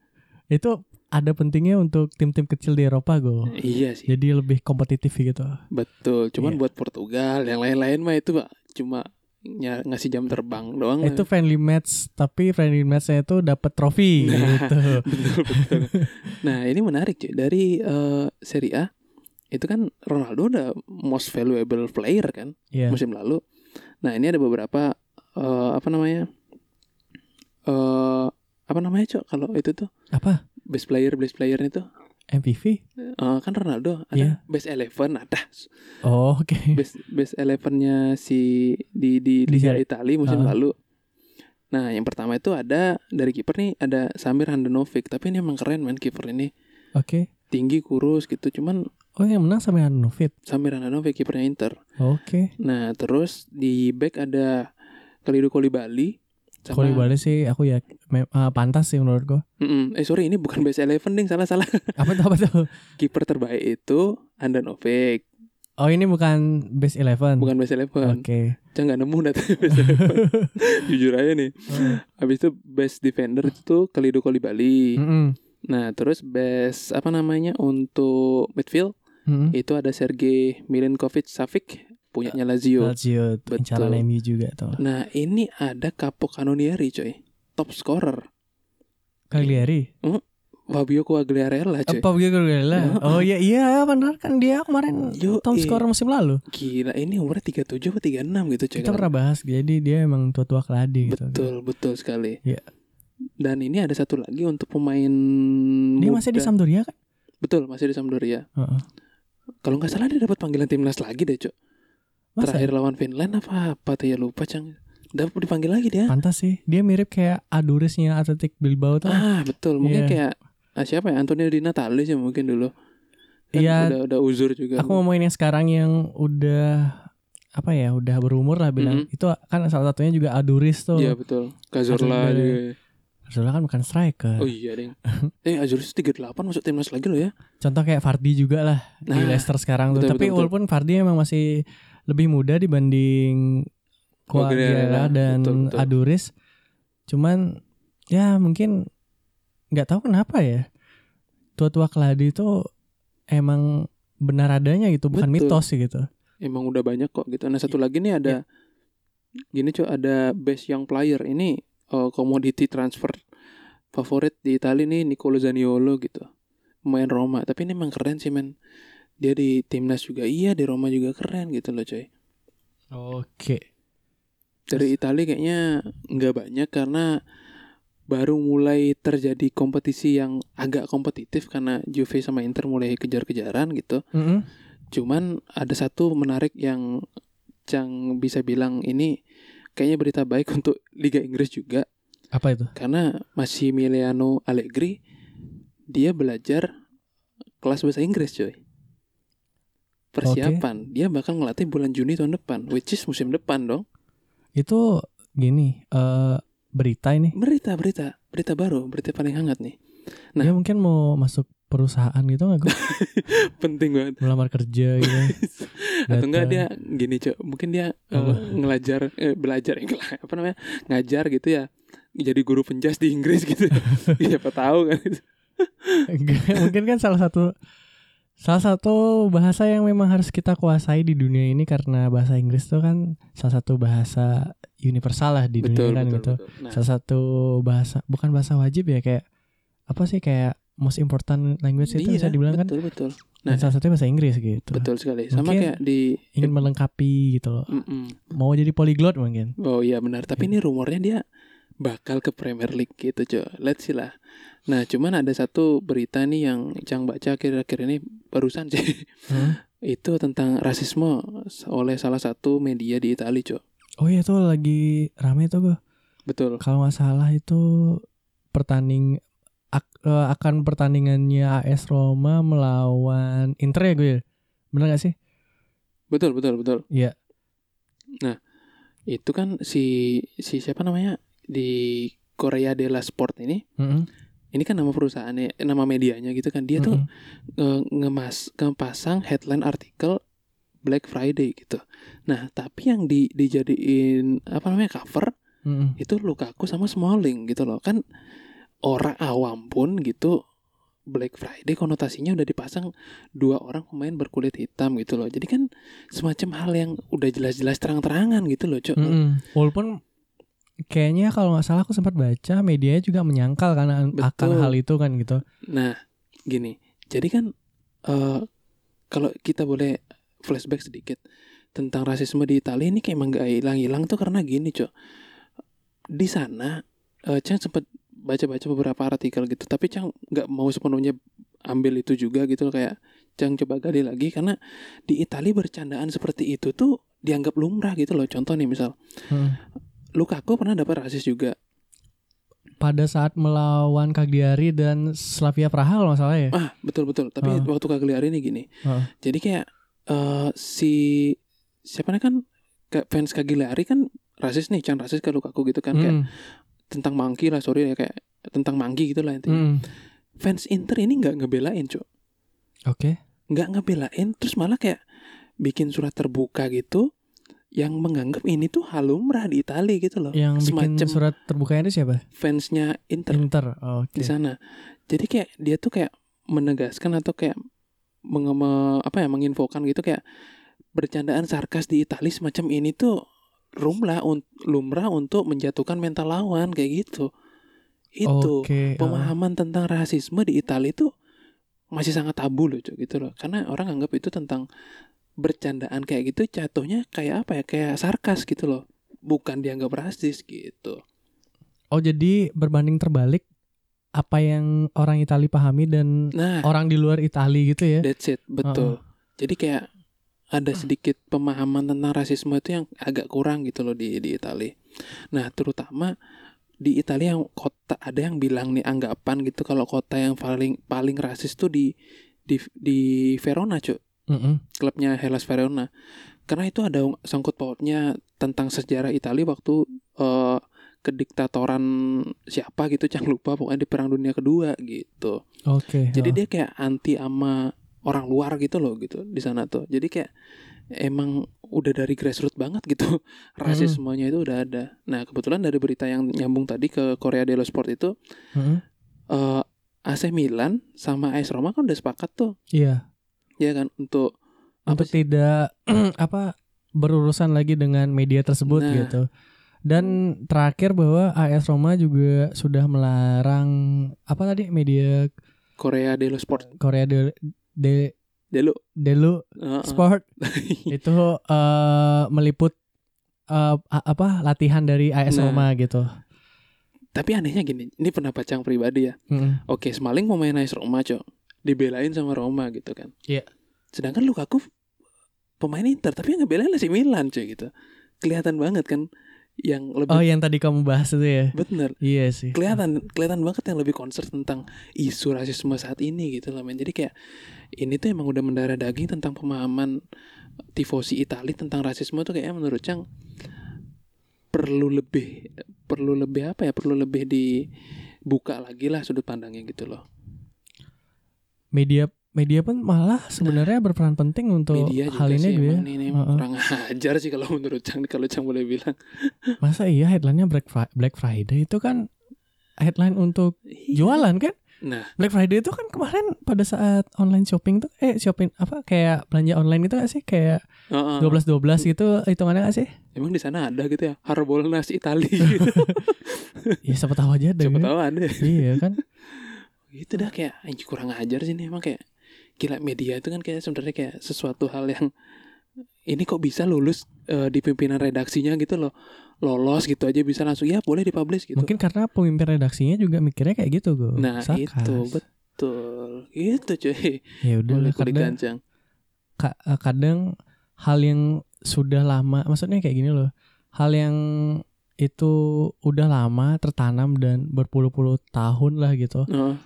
[SPEAKER 2] Itu ada pentingnya untuk tim-tim kecil di Eropa go.
[SPEAKER 1] Iya Oh, sih.
[SPEAKER 2] Jadi lebih kompetitif gitu.
[SPEAKER 1] Betul, cuman
[SPEAKER 2] Iya.
[SPEAKER 1] buat Portugal, yang lain-lain mah itu Pak cuma ny- ngasih jam terbang doang.
[SPEAKER 2] Itu friendly match, tapi friendly matchnya itu dapat trofi
[SPEAKER 1] Iya.
[SPEAKER 2] gitu.
[SPEAKER 1] betul betul. nah, ini menarik cuy dari eh, Serie A. Itu kan Ronaldo udah most valuable player kan
[SPEAKER 2] Iya.
[SPEAKER 1] musim lalu. Nah, ini ada beberapa eh, apa namanya? eh apa namanya, Cok? Kalau itu tuh
[SPEAKER 2] Apa?
[SPEAKER 1] best player best player itu
[SPEAKER 2] MPV?
[SPEAKER 1] eh, kan Ronaldo ada
[SPEAKER 2] Iya.
[SPEAKER 1] best eleven ada
[SPEAKER 2] Oh, oke.
[SPEAKER 1] best best elevennya si di di
[SPEAKER 2] Di
[SPEAKER 1] Liga
[SPEAKER 2] Ah. seri-
[SPEAKER 1] Itali musim
[SPEAKER 2] Heeh.
[SPEAKER 1] lalu. Nah, yang pertama itu ada dari kiper nih ada Samir Handanovic, tapi ini emang keren main kiper ini.
[SPEAKER 2] Oke.
[SPEAKER 1] Tinggi, kurus gitu, cuman
[SPEAKER 2] Oh, yang menang sama Novit.
[SPEAKER 1] Samir Handanovic kipernya Inter.
[SPEAKER 2] Oke.
[SPEAKER 1] Nah, terus di back ada Kalidou Koulibaly sama
[SPEAKER 2] Kalau dibalik sih aku ya mem- ah, pantas sih menurut gua.
[SPEAKER 1] Mm-mm. Eh, sorry, ini bukan best eleven ding, salah-salah.
[SPEAKER 2] Apa tuh apa tuh?
[SPEAKER 1] kiper terbaik itu Handanovic,
[SPEAKER 2] Oh, ini bukan base 11.
[SPEAKER 1] bukan best eleven.
[SPEAKER 2] Oke.
[SPEAKER 1] Jangan nggak nemu nanti best eleven. Jujur aja nih. Habis itu best defender itu Kalidou Koulibaly.
[SPEAKER 2] Mm-mm.
[SPEAKER 1] Nah, terus best apa namanya untuk midfield
[SPEAKER 2] Mm-mm.
[SPEAKER 1] itu ada Sergei Milinkovic Savic punyanya Lazio.
[SPEAKER 2] Ah, Lazio
[SPEAKER 1] Betul.
[SPEAKER 2] incaran MU juga tuh.
[SPEAKER 1] Nah, ini ada Capo Canonieri, coy. Top scorer.
[SPEAKER 2] Cagliari.
[SPEAKER 1] Fabio Quagliarella, coy.
[SPEAKER 2] Apa begitu Cagliari? Oh iya iya benar kan dia kemarin
[SPEAKER 1] Yo,
[SPEAKER 2] top
[SPEAKER 1] iya.
[SPEAKER 2] scorer musim lalu.
[SPEAKER 1] Gila, ini umurnya 37 atau 36 gitu, coy.
[SPEAKER 2] Kita pernah bahas jadi dia emang tua-tua keladi gitu.
[SPEAKER 1] Betul, betul sekali.
[SPEAKER 2] Iya.
[SPEAKER 1] Dan ini ada satu lagi untuk pemain
[SPEAKER 2] Dia masih di
[SPEAKER 1] muda.
[SPEAKER 2] Sampdoria kan?
[SPEAKER 1] Betul, masih di Sampdoria.
[SPEAKER 2] Heeh.
[SPEAKER 1] Kalau nggak salah dia dapat panggilan timnas lagi deh, coy.
[SPEAKER 2] Masa?
[SPEAKER 1] Terakhir lawan Finland apa apa tuh ya lupa, Cang. Dapat dipanggil lagi dia.
[SPEAKER 2] Pantas sih. Dia mirip kayak Adurisnya Athletic Bilbao tuh.
[SPEAKER 1] Ah betul mungkin
[SPEAKER 2] Iya.
[SPEAKER 1] kayak ah, siapa ya Antonio Di Natale sih mungkin dulu Kan
[SPEAKER 2] Iya.
[SPEAKER 1] udah, udah uzur juga.
[SPEAKER 2] Aku ngomongin yang sekarang yang udah apa ya udah berumur lah bilang itu kan salah satunya juga Aduris tuh.
[SPEAKER 1] Iya betul. Cazorla
[SPEAKER 2] Cazorla.
[SPEAKER 1] juga.
[SPEAKER 2] Soalnya kan bukan striker.
[SPEAKER 1] Oh iya deng. eh Azuris 38 masuk timnas lagi loh ya.
[SPEAKER 2] Contoh kayak Fardi juga lah di
[SPEAKER 1] Nah,
[SPEAKER 2] Leicester sekarang tuh.
[SPEAKER 1] betul,
[SPEAKER 2] Tapi
[SPEAKER 1] betul, betul.
[SPEAKER 2] walaupun Fardi emang masih lebih muda dibanding Kuagliarella
[SPEAKER 1] Kuagliarella, ya,
[SPEAKER 2] dan
[SPEAKER 1] betul, betul.
[SPEAKER 2] Aduris. Cuman ya mungkin nggak tahu kenapa ya. Tua-tua keladi itu emang benar adanya gitu, bukan
[SPEAKER 1] Betul.
[SPEAKER 2] mitos gitu.
[SPEAKER 1] Emang udah banyak kok gitu. Nah satu lagi nih ada gini cuy ada best young player ini eh, komoditi transfer favorit di Italia nih Nicolo Zaniolo gitu. Pemain Roma, tapi ini emang keren sih men. Dia di timnas juga iya, di Roma juga keren gitu loh coy.
[SPEAKER 2] Oke.
[SPEAKER 1] Dari Italia kayaknya nggak banyak karena baru mulai terjadi kompetisi yang agak kompetitif karena Juve sama Inter mulai kejar-kejaran gitu.
[SPEAKER 2] Mm-mm.
[SPEAKER 1] Cuman ada satu menarik yang Cang bisa bilang ini kayaknya berita baik untuk Liga Inggris juga
[SPEAKER 2] Apa itu?
[SPEAKER 1] karena Massimiliano Allegri dia belajar kelas bahasa Inggris coy. Persiapan, dia bakal ngelatih bulan Juni tahun depan, which is musim depan dong.
[SPEAKER 2] Itu gini, eh berita ini.
[SPEAKER 1] Berita, berita, berita baru, berita paling hangat nih. Nah.
[SPEAKER 2] Dia mungkin mau masuk perusahaan gitu nggak gue
[SPEAKER 1] Penting banget.
[SPEAKER 2] melamar kerja gitu.
[SPEAKER 1] atau enggak
[SPEAKER 2] Data.
[SPEAKER 1] dia gini cok mungkin dia eh,
[SPEAKER 2] Apa?
[SPEAKER 1] ngelajar eh, belajar eh, ngela- apa namanya ngajar gitu ya jadi guru penjas di Inggris gitu siapa tahu kan
[SPEAKER 2] Enggak, mungkin kan salah satu salah satu bahasa yang memang harus kita kuasai di dunia ini karena bahasa Inggris tuh kan salah satu bahasa universal lah di dunia kan gitu.
[SPEAKER 1] Nah,
[SPEAKER 2] Salah satu bahasa bukan bahasa wajib ya kayak apa sih kayak most important language itu
[SPEAKER 1] iya,
[SPEAKER 2] bisa dibilang kan
[SPEAKER 1] betul betul Nah.
[SPEAKER 2] Dan salah satunya bahasa Inggris gitu.
[SPEAKER 1] betul sekali sama
[SPEAKER 2] Mungkin-
[SPEAKER 1] kayak di
[SPEAKER 2] Ingin melengkapi gitu loh.
[SPEAKER 1] Mm-mm.
[SPEAKER 2] Mau jadi polyglot mungkin.
[SPEAKER 1] oh iya benar tapi ini rumornya dia bakal ke Premier League gitu cok let's see lah nah cuman ada satu berita nih yang cang baca akhir-akhir ini barusan sih
[SPEAKER 2] Heeh.
[SPEAKER 1] itu tentang rasisme oleh salah satu media di Italia cok
[SPEAKER 2] Oh iya tuh lagi rame tuh gue.
[SPEAKER 1] betul
[SPEAKER 2] Kalau nggak salah itu pertanding ak- eh, akan pertandingannya AS Roma melawan Inter ya gue. ya? Bener gak sih?
[SPEAKER 1] Betul, betul, betul.
[SPEAKER 2] Iya.
[SPEAKER 1] Nah, itu kan si si siapa namanya di Korea Della Sport ini, ini kan nama perusahaannya, eh, nama medianya gitu kan. Dia tuh
[SPEAKER 2] Mm-mm.
[SPEAKER 1] eh, ngemas ngepasang headline artikel Black Friday gitu. Nah, tapi yang di dijadiin apa namanya cover
[SPEAKER 2] Mm-mm.
[SPEAKER 1] itu Lukaku sama Smalling gitu loh. Kan orang awam pun gitu Black Friday konotasinya udah dipasang dua orang pemain berkulit hitam gitu loh. Jadi kan semacam hal yang udah jelas-jelas terang-terangan gitu loh, Cok.
[SPEAKER 2] Mm-mm. Walaupun kayaknya kalau nggak salah aku sempat baca medianya juga menyangkal karena
[SPEAKER 1] Betul.
[SPEAKER 2] akan hal itu kan gitu.
[SPEAKER 1] Nah, gini. Jadi kan eh, kalau kita boleh flashback sedikit tentang rasisme di Italia ini kayak emang gak hilang-hilang tuh karena gini, Cok. Di sana eh, Cang sempat baca-baca beberapa artikel gitu, tapi Cang nggak mau sepenuhnya ambil itu juga gitu loh, kayak Cang coba gali lagi karena di Italia bercandaan seperti itu tuh dianggap lumrah gitu loh. Contoh nih misal
[SPEAKER 2] Mm.
[SPEAKER 1] Lukaku pernah dapat rasis juga.
[SPEAKER 2] Pada saat melawan Cagliari dan Slavia Praha kalau nggak salah ya.
[SPEAKER 1] Ah, betul-betul. Tapi
[SPEAKER 2] Ah.
[SPEAKER 1] waktu Cagliari ini gini.
[SPEAKER 2] Heeh.
[SPEAKER 1] Jadi kayak eh, si siapa nih kan kayak fans Cagliari kan rasis nih, jangan rasis ke Lukaku gitu kan kayak
[SPEAKER 2] Mm-mm.
[SPEAKER 1] tentang Mangki lah, sorry ya kayak tentang Mangki gitu lah intinya.
[SPEAKER 2] Mm-mm.
[SPEAKER 1] Fans Inter ini nggak ngebelain, Cuk.
[SPEAKER 2] Oke.
[SPEAKER 1] Nggak ngebelain, terus malah kayak bikin surat terbuka gitu yang menganggap ini tuh hal lumrah di Italia gitu loh.
[SPEAKER 2] Yang bikin
[SPEAKER 1] Semacam
[SPEAKER 2] surat terbukanya itu siapa?
[SPEAKER 1] fansnya Inter
[SPEAKER 2] Inter. Oke.
[SPEAKER 1] di sana. Jadi kayak dia tuh kayak menegaskan atau kayak mengema apa ya menginfokan gitu kayak bercandaan sarkas di Itali semacam ini tuh lumrah un- lumrah untuk menjatuhkan mental lawan kayak gitu. Itu
[SPEAKER 2] Oke, ah.
[SPEAKER 1] gitu. pemahaman tentang rasisme di Itali itu masih sangat tabu loh Cuk, gitu loh. Karena orang anggap itu tentang bercandaan kayak gitu jatuhnya kayak apa ya kayak sarkas gitu loh. Bukan dianggap rasis gitu.
[SPEAKER 2] Oh jadi berbanding terbalik apa yang orang Itali pahami dan
[SPEAKER 1] Nah,
[SPEAKER 2] orang di luar Itali gitu ya?
[SPEAKER 1] That's it, betul. Jadi kayak ada sedikit pemahaman tentang rasisme itu yang agak kurang gitu loh di di Italia. Nah, terutama di Italia yang kota ada yang bilang nih anggapan gitu kalau kota yang paling paling rasis tuh di di di Verona cuy
[SPEAKER 2] Mm-mm.
[SPEAKER 1] klubnya Hellas Verona karena itu ada sangkut pautnya tentang sejarah Italia waktu eh, kediktatoran siapa gitu jangan lupa pokoknya di perang dunia kedua gitu
[SPEAKER 2] Oke.
[SPEAKER 1] jadi
[SPEAKER 2] heeh.
[SPEAKER 1] dia kayak anti sama orang luar gitu loh gitu di sana tuh jadi kayak emang udah dari grassroots banget gitu rasismenya itu udah ada nah kebetulan dari berita yang nyambung tadi ke Korea Dello Sport itu
[SPEAKER 2] Mm-mm.
[SPEAKER 1] eh, AC Milan sama AS Roma kan udah sepakat tuh
[SPEAKER 2] Iya.
[SPEAKER 1] ya kan untuk apa
[SPEAKER 2] Untuk tidak apa berurusan lagi dengan media tersebut
[SPEAKER 1] Nah.
[SPEAKER 2] gitu. Dan terakhir bahwa AS Roma juga sudah melarang apa tadi media
[SPEAKER 1] Korea Dello Sport
[SPEAKER 2] Korea de, de
[SPEAKER 1] Delo
[SPEAKER 2] Delu
[SPEAKER 1] Heeh. Iya.
[SPEAKER 2] Sport itu eh, meliput eh, a- apa latihan dari AS
[SPEAKER 1] Nah.
[SPEAKER 2] Roma gitu.
[SPEAKER 1] tapi anehnya gini ini pendapat yang pribadi ya
[SPEAKER 2] Mm-mm.
[SPEAKER 1] oke Smalling mau main AS Roma cok dibelain sama Roma gitu kan
[SPEAKER 2] Iya.
[SPEAKER 1] sedangkan Lukaku pemain Inter tapi yang ngebelain si Milan cuy gitu kelihatan banget kan yang
[SPEAKER 2] Oh
[SPEAKER 1] lebih
[SPEAKER 2] yang tadi kamu bahas itu ya.
[SPEAKER 1] bener
[SPEAKER 2] Iya sih.
[SPEAKER 1] kelihatan kelihatan banget yang lebih concern tentang isu rasisme saat ini gitu loh men jadi kayak ini tuh emang udah mendarah daging tentang pemahaman tifosi Itali tentang rasisme tuh kayaknya menurut Cang perlu lebih perlu lebih apa ya perlu lebih dibuka lagi lah sudut pandangnya gitu loh
[SPEAKER 2] Media media pun malah sebenarnya berperan penting untuk
[SPEAKER 1] media juga
[SPEAKER 2] hal ini gitu ya.
[SPEAKER 1] sih
[SPEAKER 2] gue.
[SPEAKER 1] emang ini
[SPEAKER 2] Heeh.
[SPEAKER 1] kurang ajar sih kalau menurut Cang kalau Cang boleh bilang
[SPEAKER 2] Masa iya headline-nya Black, Fri- Black Friday itu kan headline untuk jualan kan?
[SPEAKER 1] Iya. Nah.
[SPEAKER 2] Black Friday itu kan kemarin pada saat online shopping tuh eh shopping apa kayak belanja online gitu gak sih? Kayak
[SPEAKER 1] Heeh.
[SPEAKER 2] 12 12 gitu hitungannya gak sih?
[SPEAKER 1] emang di sana ada gitu ya Harbolnas Itali gitu
[SPEAKER 2] Ya siapa tahu aja ada.
[SPEAKER 1] siapa
[SPEAKER 2] gitu.
[SPEAKER 1] tahu ada
[SPEAKER 2] Iya kan?
[SPEAKER 1] gitu dah kayak anjir kurang ajar sih nih emang kayak gila media itu kan kayak sebenarnya kayak sesuatu hal yang ini kok bisa lulus eh, di pimpinan redaksinya gitu loh lolos gitu aja bisa langsung ya boleh dipublish gitu
[SPEAKER 2] Mungkin karena pemimpin redaksinya juga mikirnya kayak gitu, gue.
[SPEAKER 1] nah itu betul gitu cuy
[SPEAKER 2] Ya udah
[SPEAKER 1] boleh
[SPEAKER 2] lah,
[SPEAKER 1] kulit
[SPEAKER 2] kadang
[SPEAKER 1] gancang
[SPEAKER 2] ka- eh, kadang hal yang sudah lama, maksudnya kayak gini loh. Hal yang itu udah lama tertanam dan berpuluh-puluh tahun lah gitu.
[SPEAKER 1] Heeh.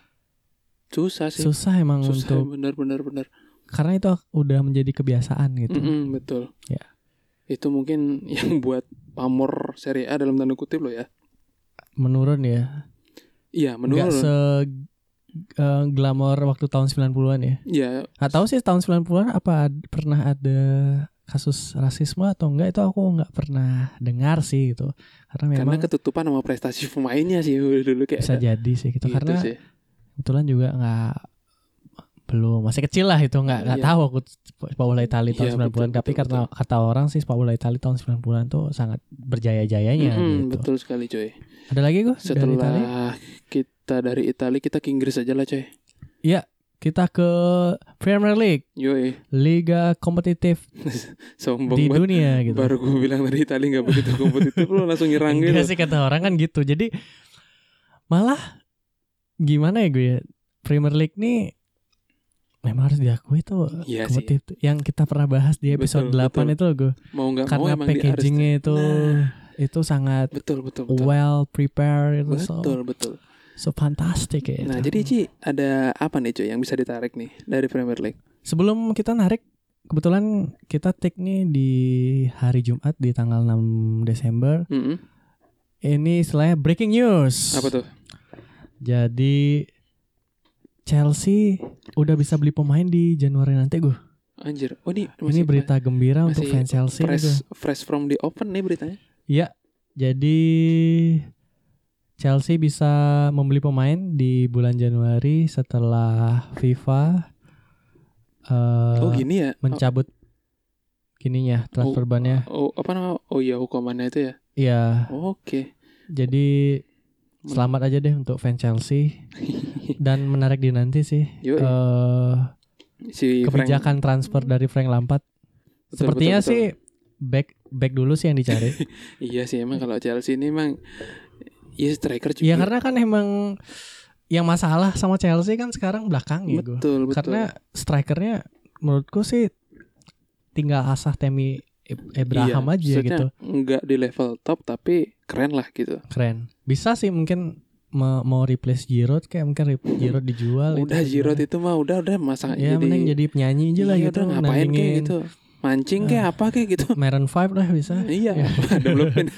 [SPEAKER 1] susah sih
[SPEAKER 2] Susah emang
[SPEAKER 1] susah
[SPEAKER 2] untuk
[SPEAKER 1] bener bener bener
[SPEAKER 2] karena itu udah menjadi kebiasaan gitu.
[SPEAKER 1] Mm-mm, betul
[SPEAKER 2] Ya.
[SPEAKER 1] itu mungkin yang buat pamor Serie A dalam tanda kutip loh ya
[SPEAKER 2] Menurun ya.
[SPEAKER 1] iya
[SPEAKER 2] Enggak
[SPEAKER 1] menurun
[SPEAKER 2] se eh, glamor waktu tahun 90-an ya.
[SPEAKER 1] ya
[SPEAKER 2] Nggak tahu sih tahun 90-an apa ad- pernah ada kasus rasisme atau enggak itu aku nggak pernah dengar sih gitu. Karena
[SPEAKER 1] karena
[SPEAKER 2] memang
[SPEAKER 1] ketutupan sama prestasi pemainnya sih dulu, dulu kayak
[SPEAKER 2] bisa
[SPEAKER 1] ada-
[SPEAKER 2] jadi sih gitu,
[SPEAKER 1] gitu
[SPEAKER 2] karena
[SPEAKER 1] sih.
[SPEAKER 2] kebetulan juga nggak belum masih kecil lah itu nggak nggak
[SPEAKER 1] Iya.
[SPEAKER 2] tahu aku sepak bola Italia tahun
[SPEAKER 1] Iya,
[SPEAKER 2] 90-an
[SPEAKER 1] betul,
[SPEAKER 2] tapi
[SPEAKER 1] betul,
[SPEAKER 2] karena kata orang sih sepak bola Italia tahun 90-an tuh sangat berjaya-jayanya
[SPEAKER 1] Mm-mm,
[SPEAKER 2] gitu.
[SPEAKER 1] betul sekali coy
[SPEAKER 2] Ada lagi gue dari Italia?
[SPEAKER 1] setelah kita dari Itali kita ke Inggris aja lah coy
[SPEAKER 2] Kita ke Premier League,
[SPEAKER 1] yoi
[SPEAKER 2] liga kompetitif
[SPEAKER 1] sombong
[SPEAKER 2] di
[SPEAKER 1] banget
[SPEAKER 2] dunia gitu.
[SPEAKER 1] baru gue bilang dari Itali nggak begitu kompetitif lo langsung nyerang
[SPEAKER 2] Enggak
[SPEAKER 1] gitu
[SPEAKER 2] sih kata orang kan gitu. Jadi malah gimana ya gue ya, Premier League nih memang harus diakui tuh
[SPEAKER 1] Iya sih.
[SPEAKER 2] kompetitif yang kita pernah bahas di episode
[SPEAKER 1] Betul,
[SPEAKER 2] 8 itu loh gue.
[SPEAKER 1] mau nggak mau
[SPEAKER 2] karena
[SPEAKER 1] emang dia harus
[SPEAKER 2] packagingnya itu
[SPEAKER 1] Nah.
[SPEAKER 2] itu sangat
[SPEAKER 1] betul betul betul
[SPEAKER 2] well prepared itu so
[SPEAKER 1] betul betul
[SPEAKER 2] so fantastic ya
[SPEAKER 1] nah
[SPEAKER 2] itu.
[SPEAKER 1] jadi Ci ada apa nih coy yang bisa ditarik nih dari Premier League
[SPEAKER 2] sebelum kita narik kebetulan kita take nih di hari Jumat di tanggal 6 Desember
[SPEAKER 1] Mm-mm.
[SPEAKER 2] ini istilahnya breaking news
[SPEAKER 1] apa tuh
[SPEAKER 2] jadi Chelsea udah bisa beli pemain di Januari nanti gue
[SPEAKER 1] anjir oh ini masih-
[SPEAKER 2] ini berita gembira untuk
[SPEAKER 1] masih
[SPEAKER 2] fans Chelsea gitu. nih, Gu.
[SPEAKER 1] fresh fresh from the open nih beritanya
[SPEAKER 2] Iya, jadi Chelsea bisa membeli pemain di bulan Januari setelah FIFA eh,
[SPEAKER 1] oh gini ya Oh,
[SPEAKER 2] mencabut gininya transfer bannya.
[SPEAKER 1] oh, apa nama oh iya hukumannya itu ya
[SPEAKER 2] Iya,
[SPEAKER 1] oke
[SPEAKER 2] jadi selamat aja deh untuk fans Chelsea dan menarik di nanti sih
[SPEAKER 1] Yoi.
[SPEAKER 2] eh,
[SPEAKER 1] si Frank-
[SPEAKER 2] kebijakan transfer dari Frank Lampard.
[SPEAKER 1] betul,
[SPEAKER 2] Sepertinya
[SPEAKER 1] betul, betul.
[SPEAKER 2] sih back back dulu sih yang dicari.
[SPEAKER 1] Iya sih emang kalau Chelsea ini emang Iya striker juga
[SPEAKER 2] Iya karena kan emang yang masalah sama Chelsea kan sekarang belakang ya gue.
[SPEAKER 1] Betul betul Iya,
[SPEAKER 2] Karena strikernya menurutku sih tinggal asah Temi Ib- Abraham
[SPEAKER 1] Iya,
[SPEAKER 2] aja
[SPEAKER 1] maksudnya
[SPEAKER 2] gitu.
[SPEAKER 1] Nggak di level top tapi keren lah gitu
[SPEAKER 2] Keren. Bisa sih mungkin ma- mau replace Giroud kayak mungkin rep- Giroud dijual gitu.
[SPEAKER 1] udah Giroud itu mah udah udah masang
[SPEAKER 2] ya
[SPEAKER 1] jadi
[SPEAKER 2] mending jadi penyanyi aja lah
[SPEAKER 1] Iya,
[SPEAKER 2] gitu Eh.
[SPEAKER 1] udah ngapain kayak
[SPEAKER 2] nandingin
[SPEAKER 1] gitu mancing kayak apa kayak gitu
[SPEAKER 2] Maroon 5 lah bisa
[SPEAKER 1] iya
[SPEAKER 2] Ya.
[SPEAKER 1] development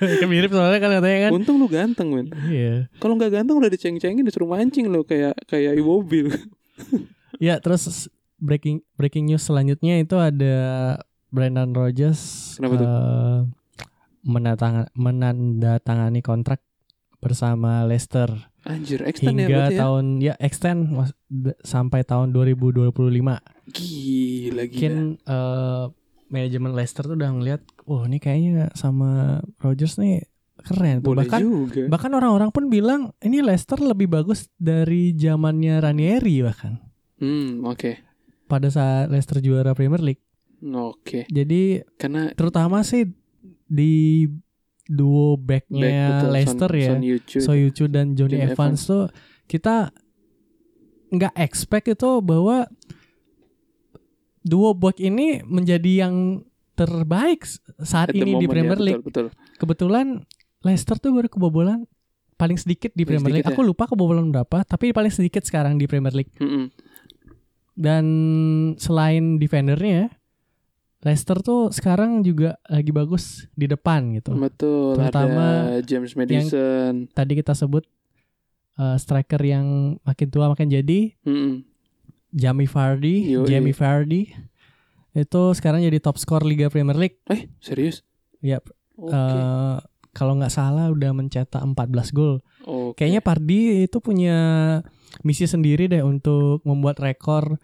[SPEAKER 2] Kan mirip soalnya kan katanya kan
[SPEAKER 1] untung lu ganteng men
[SPEAKER 2] iya
[SPEAKER 1] kalau nggak ganteng udah diceng-cengin disuruh mancing lo kayak kayak iwobil
[SPEAKER 2] ya terus breaking breaking news selanjutnya itu ada Brendan Rodgers
[SPEAKER 1] Kenapa tuh?
[SPEAKER 2] eh, menatang- menandatangani kontrak bersama Leicester
[SPEAKER 1] anjir extend ya
[SPEAKER 2] hingga
[SPEAKER 1] berarti ya
[SPEAKER 2] tahun ya extend mas- d- sampai tahun 2025
[SPEAKER 1] gila gila
[SPEAKER 2] mungkin eh, manajemen Leicester tuh udah ngeliat wah ini kayaknya sama Rodgers nih keren tuh.
[SPEAKER 1] boleh
[SPEAKER 2] bahkan
[SPEAKER 1] juga ya.
[SPEAKER 2] bahkan orang-orang pun bilang ini Leicester lebih bagus dari zamannya Ranieri bahkan
[SPEAKER 1] hmm oke
[SPEAKER 2] pada saat Leicester juara Premier League
[SPEAKER 1] Hmm, oke
[SPEAKER 2] jadi
[SPEAKER 1] karena
[SPEAKER 2] terutama sih di duo
[SPEAKER 1] betul,
[SPEAKER 2] backnya
[SPEAKER 1] Son-
[SPEAKER 2] Leicester ya
[SPEAKER 1] Son Heung-ju.
[SPEAKER 2] Soyucu dan Johnny
[SPEAKER 1] Johnny
[SPEAKER 2] Evans,
[SPEAKER 1] Evans.
[SPEAKER 2] tuh kita nggak expect itu bahwa duo back ini menjadi yang terbaik s-
[SPEAKER 1] At
[SPEAKER 2] saat
[SPEAKER 1] the
[SPEAKER 2] ini di
[SPEAKER 1] moment ya,
[SPEAKER 2] Premier League.
[SPEAKER 1] betul, betul.
[SPEAKER 2] Kebetulan Leicester tuh baru kebobolan paling sedikit
[SPEAKER 1] Paling
[SPEAKER 2] di Premier League.
[SPEAKER 1] sedikit ya.
[SPEAKER 2] Aku lupa kebobolan berapa, tapi paling sedikit sekarang di Premier League.
[SPEAKER 1] Mm-mm.
[SPEAKER 2] Dan selain defendernya, Leicester tuh sekarang juga lagi bagus di depan gitu.
[SPEAKER 1] Hmm. Betul,
[SPEAKER 2] Terutama
[SPEAKER 1] ada James Madison.
[SPEAKER 2] tadi kita sebut uh, striker yang makin tua makin jadi
[SPEAKER 1] Mm-mm.
[SPEAKER 2] Jamie Vardy,
[SPEAKER 1] Yoi.
[SPEAKER 2] Jamie Vardy itu sekarang jadi top skor Liga Premier League.
[SPEAKER 1] Eh, serius?
[SPEAKER 2] Ya,
[SPEAKER 1] Oke.
[SPEAKER 2] uh, kalau nggak salah udah mencetak 14 gol.
[SPEAKER 1] Oke.
[SPEAKER 2] Kayaknya Vardy itu punya misi sendiri deh untuk membuat rekor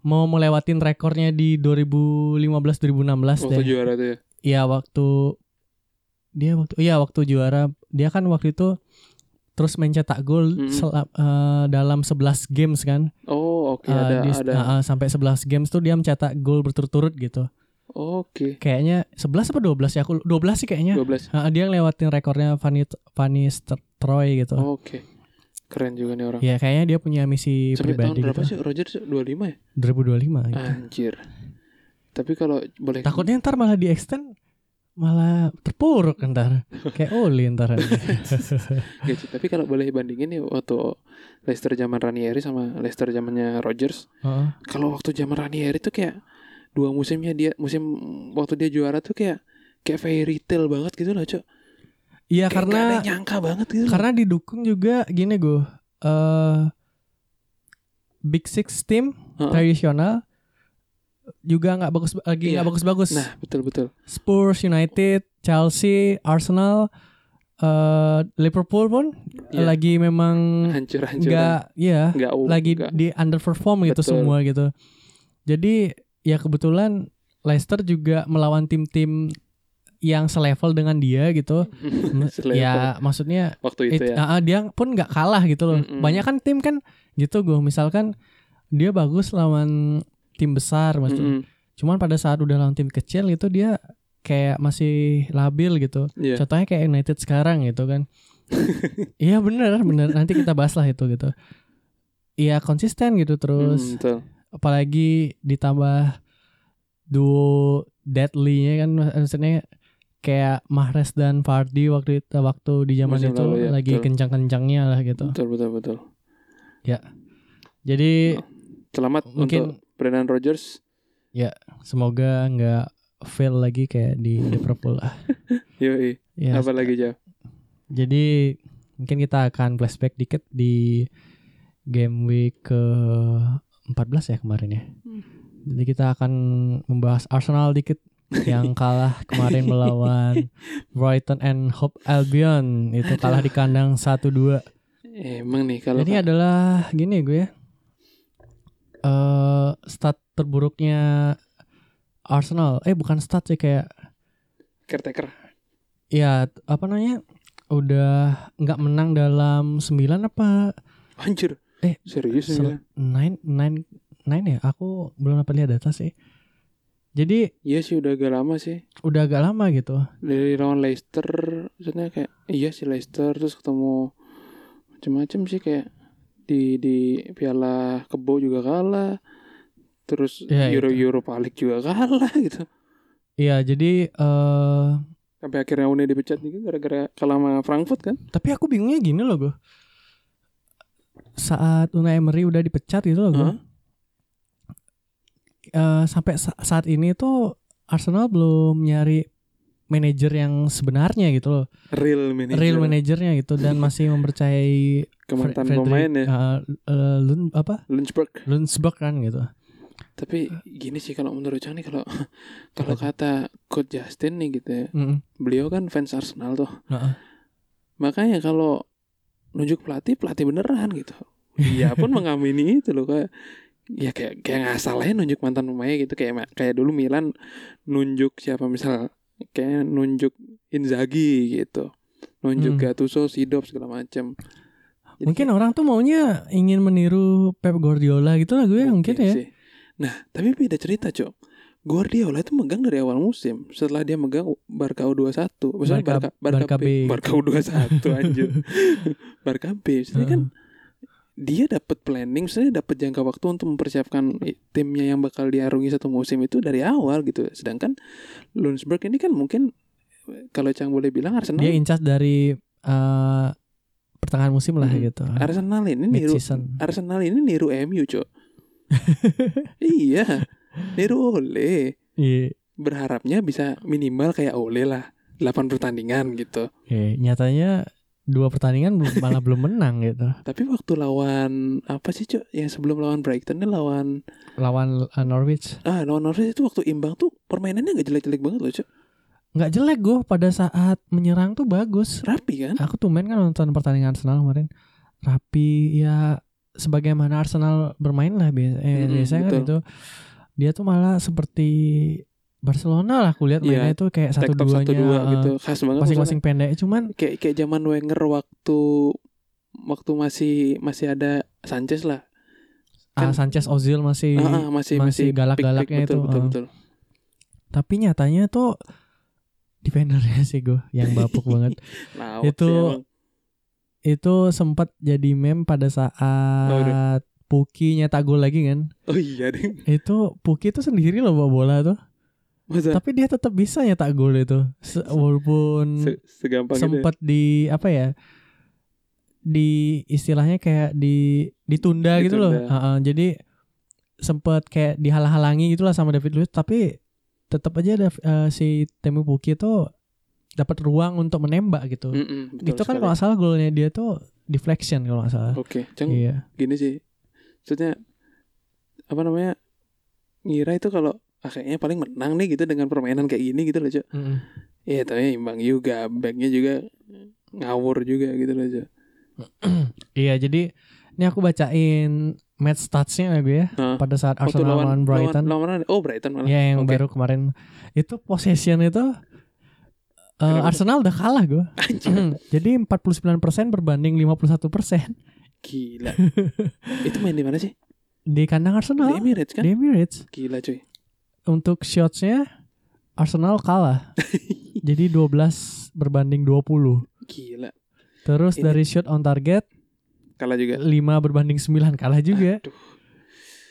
[SPEAKER 2] mau melewatin rekornya di 2015-2016
[SPEAKER 1] waktu
[SPEAKER 2] deh.
[SPEAKER 1] juara tuh ya.
[SPEAKER 2] Iya waktu dia waktu iya waktu juara dia kan waktu itu terus mencetak gol
[SPEAKER 1] Mm-mm.
[SPEAKER 2] sela- eh, dalam 11 games kan.
[SPEAKER 1] Oh, oke
[SPEAKER 2] Eh,
[SPEAKER 1] ada
[SPEAKER 2] di-
[SPEAKER 1] ada.
[SPEAKER 2] eh, eh, sampai 11 games tuh dia mencetak gol berturut-turut gitu.
[SPEAKER 1] Oke.
[SPEAKER 2] Kayaknya 11 apa 12 ya aku 12 sih kayaknya.
[SPEAKER 1] 12.
[SPEAKER 2] Eh, dia ngelewatin rekornya Fanny Fanny Ster- Troy gitu.
[SPEAKER 1] Oke. Keren juga nih orang.
[SPEAKER 2] Ya kayaknya dia punya misi
[SPEAKER 1] Sampai tahun
[SPEAKER 2] pribadi
[SPEAKER 1] berapa
[SPEAKER 2] gitu.
[SPEAKER 1] sih Eh. Roger? 25 ya?
[SPEAKER 2] 2025 gitu.
[SPEAKER 1] Anjir. Tapi kalau boleh
[SPEAKER 2] Takutnya ntar malah di extend malah terpuruk ntar kayak Oli ntar
[SPEAKER 1] Nggak Iya sih, Tapi kalau boleh bandingin nih waktu Leicester zaman Ranieri sama Leicester zamannya Rogers.
[SPEAKER 2] Heeh.
[SPEAKER 1] Kalau waktu zaman Ranieri tuh kayak dua musimnya dia musim waktu dia juara tuh kayak kayak fairy tale banget gitu loh, Cok.
[SPEAKER 2] Iya
[SPEAKER 1] Kayak nggak ada
[SPEAKER 2] Ya, karena
[SPEAKER 1] yang nyangka banget gitu. loh.
[SPEAKER 2] karena didukung juga gini gue eh Big Six team
[SPEAKER 1] Heeh.
[SPEAKER 2] tradisional juga nggak bagus lagi
[SPEAKER 1] Iya.
[SPEAKER 2] nggak bagus-bagus
[SPEAKER 1] Nah, betul betul.
[SPEAKER 2] Spurs United Chelsea Arsenal eh Liverpool pun
[SPEAKER 1] Iya.
[SPEAKER 2] lagi memang
[SPEAKER 1] hancur hancur
[SPEAKER 2] Hmm, nggak ya
[SPEAKER 1] nggak um,
[SPEAKER 2] lagi
[SPEAKER 1] nggak.
[SPEAKER 2] di underperform gitu
[SPEAKER 1] Betul.
[SPEAKER 2] semua gitu jadi ya kebetulan Leicester juga melawan tim-tim yang selevel dengan dia gitu
[SPEAKER 1] Selevel.
[SPEAKER 2] ya maksudnya
[SPEAKER 1] waktu itu
[SPEAKER 2] It-
[SPEAKER 1] ya
[SPEAKER 2] ah, ah, dia pun nggak kalah gitu loh.
[SPEAKER 1] Mm-mm.
[SPEAKER 2] Banyak kan tim kan gitu gue misalkan dia bagus lawan tim besar maksudnya.
[SPEAKER 1] Mm-mm.
[SPEAKER 2] Cuman pada saat udah lawan tim kecil itu dia kayak masih labil gitu.
[SPEAKER 1] Iya.
[SPEAKER 2] Contohnya kayak United sekarang gitu kan. Iya bener bener nanti kita bahas lah itu gitu. Iya konsisten gitu
[SPEAKER 1] Mm,
[SPEAKER 2] terus
[SPEAKER 1] betul.
[SPEAKER 2] apalagi ditambah duo deadly-nya kan maksudnya kayak Mahrez dan Fardi waktu itu waktu di zaman
[SPEAKER 1] Musim
[SPEAKER 2] itu
[SPEAKER 1] lalu, ya,
[SPEAKER 2] lagi
[SPEAKER 1] betul.
[SPEAKER 2] kencang-kencangnya lah gitu.
[SPEAKER 1] betul betul betul
[SPEAKER 2] Jadi
[SPEAKER 1] selamat untuk
[SPEAKER 2] mungkin
[SPEAKER 1] Brendan Rodgers
[SPEAKER 2] semoga nggak fail lagi kayak di Liverpool lah.
[SPEAKER 1] yoi
[SPEAKER 2] Ya.
[SPEAKER 1] apa lagi ya
[SPEAKER 2] Jadi mungkin kita akan flashback dikit di game week ke 14 ya kemarin ya. Jadi kita akan membahas Arsenal dikit yang kalah kemarin melawan Brighton and Hope Albion itu kalah di kandang 1-2.
[SPEAKER 1] emang nih kalau
[SPEAKER 2] Ini adalah gini gue ya. Eh stat terburuknya Arsenal. Eh bukan stat sih kayak
[SPEAKER 1] caretaker
[SPEAKER 2] ya t- apa namanya? Udah nggak menang dalam 9 apa
[SPEAKER 1] hancur
[SPEAKER 2] Eh,
[SPEAKER 1] serius
[SPEAKER 2] sel-
[SPEAKER 1] sembilan
[SPEAKER 2] 9 9 9 ya? Aku belum dapat lihat data sih. Jadi
[SPEAKER 1] iya sih udah agak lama sih
[SPEAKER 2] udah agak lama gitu.
[SPEAKER 1] dari lawan Leicester maksudnya kayak iya sih Leicester terus ketemu macam-macam sih kayak di di Piala Kebo juga kalah terus
[SPEAKER 2] Ya,
[SPEAKER 1] Euro
[SPEAKER 2] itu.
[SPEAKER 1] Europa League juga kalah gitu
[SPEAKER 2] Iya, jadi eh
[SPEAKER 1] Sampai akhirnya Une dipecat juga gara-gara kalah sama Frankfurt kan?
[SPEAKER 2] Tapi aku bingungnya gini loh gue. Saat Unai Emery udah dipecat gitu loh gue.
[SPEAKER 1] Heeh.
[SPEAKER 2] Eh, sampai sa- saat ini tuh Arsenal belum nyari manajer yang sebenarnya gitu loh.
[SPEAKER 1] Real manager.
[SPEAKER 2] Real manajernya gitu dan masih mempercayai
[SPEAKER 1] Ke mantan
[SPEAKER 2] Fre- Frederick,
[SPEAKER 1] pemain ya.
[SPEAKER 2] eh, eh, Lund apa?
[SPEAKER 1] Lunchberg.
[SPEAKER 2] Lundsberg kan gitu.
[SPEAKER 1] Tapi gini sih kalau menurut Chan nih kalau kalau kata Coach Justin nih gitu ya.
[SPEAKER 2] Mm-mm.
[SPEAKER 1] Beliau kan fans Arsenal tuh.
[SPEAKER 2] Heeh.
[SPEAKER 1] Makanya kalau nunjuk pelatih, pelatih beneran gitu. Dia pun mengamini itu loh kayak ya kayak kayak nggak salah ya nunjuk mantan pemainnya gitu kayak kayak dulu Milan nunjuk siapa misal kayak nunjuk Inzaghi gitu. Nunjuk
[SPEAKER 2] Hmm.
[SPEAKER 1] Gattuso, Sidop segala macem Jadi
[SPEAKER 2] Mungkin orang tuh maunya ingin meniru Pep Guardiola gitu lah gue mungkin ya.
[SPEAKER 1] sih. Nah, tapi beda cerita, Cok. Guardiola itu megang dari awal musim. Setelah dia megang Barca U21, maksudnya Barca
[SPEAKER 2] Barca- Barca B.
[SPEAKER 1] Barca U21 anjir. Barca B. Maksudnya kan dia dapat planning, maksudnya dapat jangka waktu untuk mempersiapkan i- timnya yang bakal diarungi satu musim itu dari awal gitu. Sedangkan Lundsberg ini kan mungkin eh, kalau Cang boleh bilang Arsenal
[SPEAKER 2] Dia incas dari eh, pertengahan musim lah
[SPEAKER 1] Mm-mm.
[SPEAKER 2] gitu.
[SPEAKER 1] Arsenal ini Hmm.
[SPEAKER 2] Mid
[SPEAKER 1] niru
[SPEAKER 2] season.
[SPEAKER 1] Arsenal ini niru MU, Cok. iya. Niru oleh
[SPEAKER 2] Iya.
[SPEAKER 1] berharapnya bisa minimal kayak Ole lah 8 pertandingan gitu
[SPEAKER 2] Iya, nyatanya dua pertandingan belum- malah belum menang gitu.
[SPEAKER 1] tapi waktu lawan apa sih cok yang sebelum lawan Brighton nih lawan
[SPEAKER 2] Lawan eh, Norwich
[SPEAKER 1] ah lawan Norwich itu waktu imbang tuh permainannya nggak jelek-jelek banget loh cok
[SPEAKER 2] nggak jelek gue pada saat menyerang tuh bagus.
[SPEAKER 1] rapi kan
[SPEAKER 2] Aku tumben kan nonton pertandingan Arsenal kemarin. Rapi ya sebagaimana Arsenal bermain lah biasa, eh,
[SPEAKER 1] Mm-mm,
[SPEAKER 2] biasanya kan
[SPEAKER 1] betul.
[SPEAKER 2] itu. Dia tuh malah seperti Barcelona lah aku lihat
[SPEAKER 1] Iya,
[SPEAKER 2] mainnya tuh kayak satu
[SPEAKER 1] Tek-tek
[SPEAKER 2] duanya
[SPEAKER 1] satu dua
[SPEAKER 2] eh,
[SPEAKER 1] gitu khas banget
[SPEAKER 2] masing-masing
[SPEAKER 1] masing-masing
[SPEAKER 2] pendek cuman
[SPEAKER 1] kayak kayak zaman Wenger waktu waktu masih masih ada Sanchez lah Kan-
[SPEAKER 2] ah, Sanchez Ozil masih
[SPEAKER 1] Ah, ah, masih
[SPEAKER 2] Iya, masih galak-galaknya
[SPEAKER 1] pick-pick, betul,
[SPEAKER 2] itu,
[SPEAKER 1] betul,
[SPEAKER 2] ah.
[SPEAKER 1] betul.
[SPEAKER 2] tapi nyatanya tuh defendernya sih gue yang bapuk banget
[SPEAKER 1] Nah,
[SPEAKER 2] Itu-
[SPEAKER 1] sih emang.
[SPEAKER 2] itu sempat jadi meme pada saat Puki nyetak gol lagi kan
[SPEAKER 1] oh iya deh
[SPEAKER 2] itu Puki itu sendiri loh bawa bola tuh
[SPEAKER 1] masa
[SPEAKER 2] tapi dia tetap bisa nyetak gol itu Se- walaupun
[SPEAKER 1] se- segampang itu ya?
[SPEAKER 2] sempat di apa ya di istilahnya kayak di ditunda, gitu loh
[SPEAKER 1] Ditunda.
[SPEAKER 2] Heeh, jadi sempat kayak dihalang-halangi gitulah sama David Luiz tapi tetap aja Dav- eh, si Temu Puki itu dapat ruang untuk menembak gitu
[SPEAKER 1] Mm-mm, Hmm, betul
[SPEAKER 2] itu kan
[SPEAKER 1] sekali.
[SPEAKER 2] kalau nggak salah golnya dia tuh deflection kalau nggak salah
[SPEAKER 1] oke Ceng,
[SPEAKER 2] iya
[SPEAKER 1] gini sih maksudnya apa namanya ngira itu kalau ah, kayaknya paling menang nih gitu dengan permainan kayak gini gitu loh cok
[SPEAKER 2] Mm-mm.
[SPEAKER 1] iya tapi imbang juga backnya juga ngawur juga gitu loh cok
[SPEAKER 2] iya jadi ini aku bacain match statsnya ya gue ya
[SPEAKER 1] Heeh.
[SPEAKER 2] pada saat
[SPEAKER 1] Waktu
[SPEAKER 2] Arsenal lawan Brighton
[SPEAKER 1] lawan, lawan- oh Brighton malah
[SPEAKER 2] Ya yang
[SPEAKER 1] Oke.
[SPEAKER 2] baru kemarin itu possession itu eh,
[SPEAKER 1] Kenapa?
[SPEAKER 2] Arsenal udah kalah gue.
[SPEAKER 1] Anjir,
[SPEAKER 2] Jadi 49% berbanding 51%
[SPEAKER 1] gila itu main di mana sih
[SPEAKER 2] di kandang
[SPEAKER 1] di
[SPEAKER 2] Arsenal.
[SPEAKER 1] Emirates kan
[SPEAKER 2] Di Emirates.
[SPEAKER 1] gila cuy
[SPEAKER 2] Untuk shotsnya Arsenal kalah. Jadi 12 berbanding 20.
[SPEAKER 1] gila
[SPEAKER 2] Terus
[SPEAKER 1] Ini-
[SPEAKER 2] dari shot on target
[SPEAKER 1] kalah juga
[SPEAKER 2] 5 berbanding 9 kalah juga.
[SPEAKER 1] Aduh,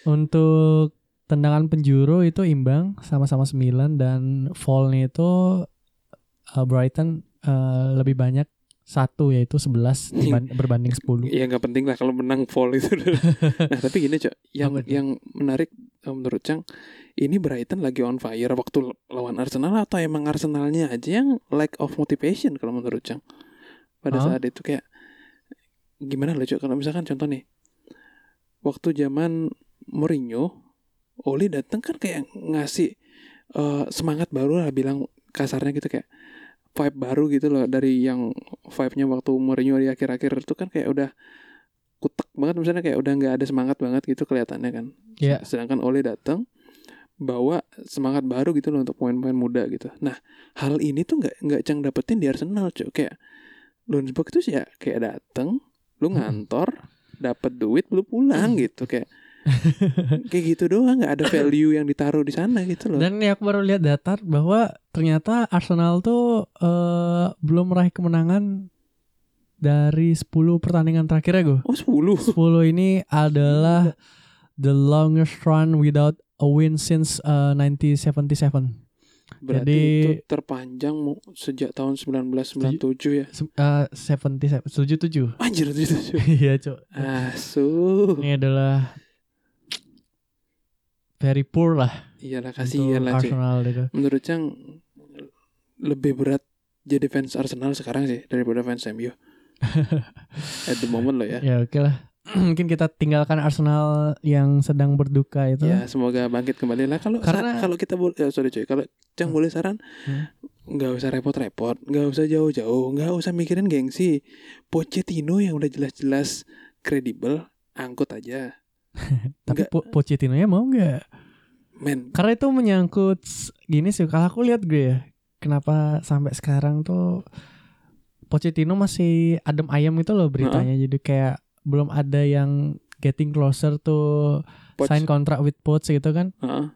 [SPEAKER 2] Untuk tendangan penjuru itu imbang sama-sama 9 dan foulnya itu eh, Brighton eh, lebih banyak satu yaitu 11 diban- berbanding 10.
[SPEAKER 1] ya nggak penting lah kalau menang fall itu nah tapi gini cok yang
[SPEAKER 2] Apa tuh?
[SPEAKER 1] yang menarik eh, menurut Cang ini Brighton lagi on fire waktu lawan Arsenal atau emang Arsenalnya aja yang lack of motivation kalau menurut Cang pada
[SPEAKER 2] Hah?
[SPEAKER 1] saat itu kayak gimana loh cok kalau misalkan contoh nih waktu zaman Mourinho Oli datang kan kayak ngasih eh, semangat baru lah bilang kasarnya gitu kayak vibe baru gitu loh dari yang vibe-nya waktu Mourinho di akhir-akhir itu kan kayak udah kutek banget misalnya kayak udah nggak ada semangat banget gitu kelihatannya kan.
[SPEAKER 2] Iya.
[SPEAKER 1] Sedangkan Ole datang bawa semangat baru gitu loh untuk pemain-pemain muda gitu. Nah, hal ini tuh nggak nggak cang dapetin di Arsenal, cuy. Kayak Lundsberg itu sih ya kayak dateng,
[SPEAKER 2] Hmm.
[SPEAKER 1] lu ngantor, dapet duit lu pulang gitu kayak kayak gitu doang nggak ada value yang ditaruh di sana gitu loh.
[SPEAKER 2] Dan ini aku baru lihat data bahwa ternyata Arsenal tuh eh, belum meraih kemenangan dari 10 pertandingan terakhir ya gue.
[SPEAKER 1] oh, 10.
[SPEAKER 2] 10 ini adalah the longest run without a win since eh, 1977.
[SPEAKER 1] Berarti
[SPEAKER 2] Jadi-
[SPEAKER 1] itu terpanjang mu- sejak tahun 1997 ya.
[SPEAKER 2] Se- eh, 77 77.
[SPEAKER 1] Anjir Ah, itu.
[SPEAKER 2] Iya, Cok.
[SPEAKER 1] Eh, Asu.
[SPEAKER 2] Ini adalah very poor lah
[SPEAKER 1] Iyalah
[SPEAKER 2] untuk
[SPEAKER 1] kasihan lah cuy.
[SPEAKER 2] Arsenal gitu.
[SPEAKER 1] Menurut Cang lebih berat jadi fans Arsenal sekarang sih daripada fans MU. At the moment loh ya.
[SPEAKER 2] Ya oke lah. Mungkin kita tinggalkan Arsenal yang sedang berduka itu.
[SPEAKER 1] Ya, semoga bangkit kembali lah. Kalau
[SPEAKER 2] Iya. Karena-
[SPEAKER 1] sa- kalau kita boleh, ya, sorry cuy, kalau Cang boleh saran,
[SPEAKER 2] Hmm.
[SPEAKER 1] nggak usah repot-repot, nggak usah jauh-jauh, nggak usah mikirin gengsi. Pochettino yang udah jelas-jelas kredibel, angkut aja.
[SPEAKER 2] Tapi
[SPEAKER 1] Nggak.
[SPEAKER 2] po Pochettino nya mau nggak?
[SPEAKER 1] Men,
[SPEAKER 2] Karena itu menyangkut s- gini sih. Kalau aku lihat gue ya, kenapa sampai sekarang tuh Pochettino masih adem ayem itu loh beritanya. Jadi kayak belum ada yang getting closer tuh
[SPEAKER 1] Poch-
[SPEAKER 2] sign contract with Poch gitu kan.
[SPEAKER 1] Heeh.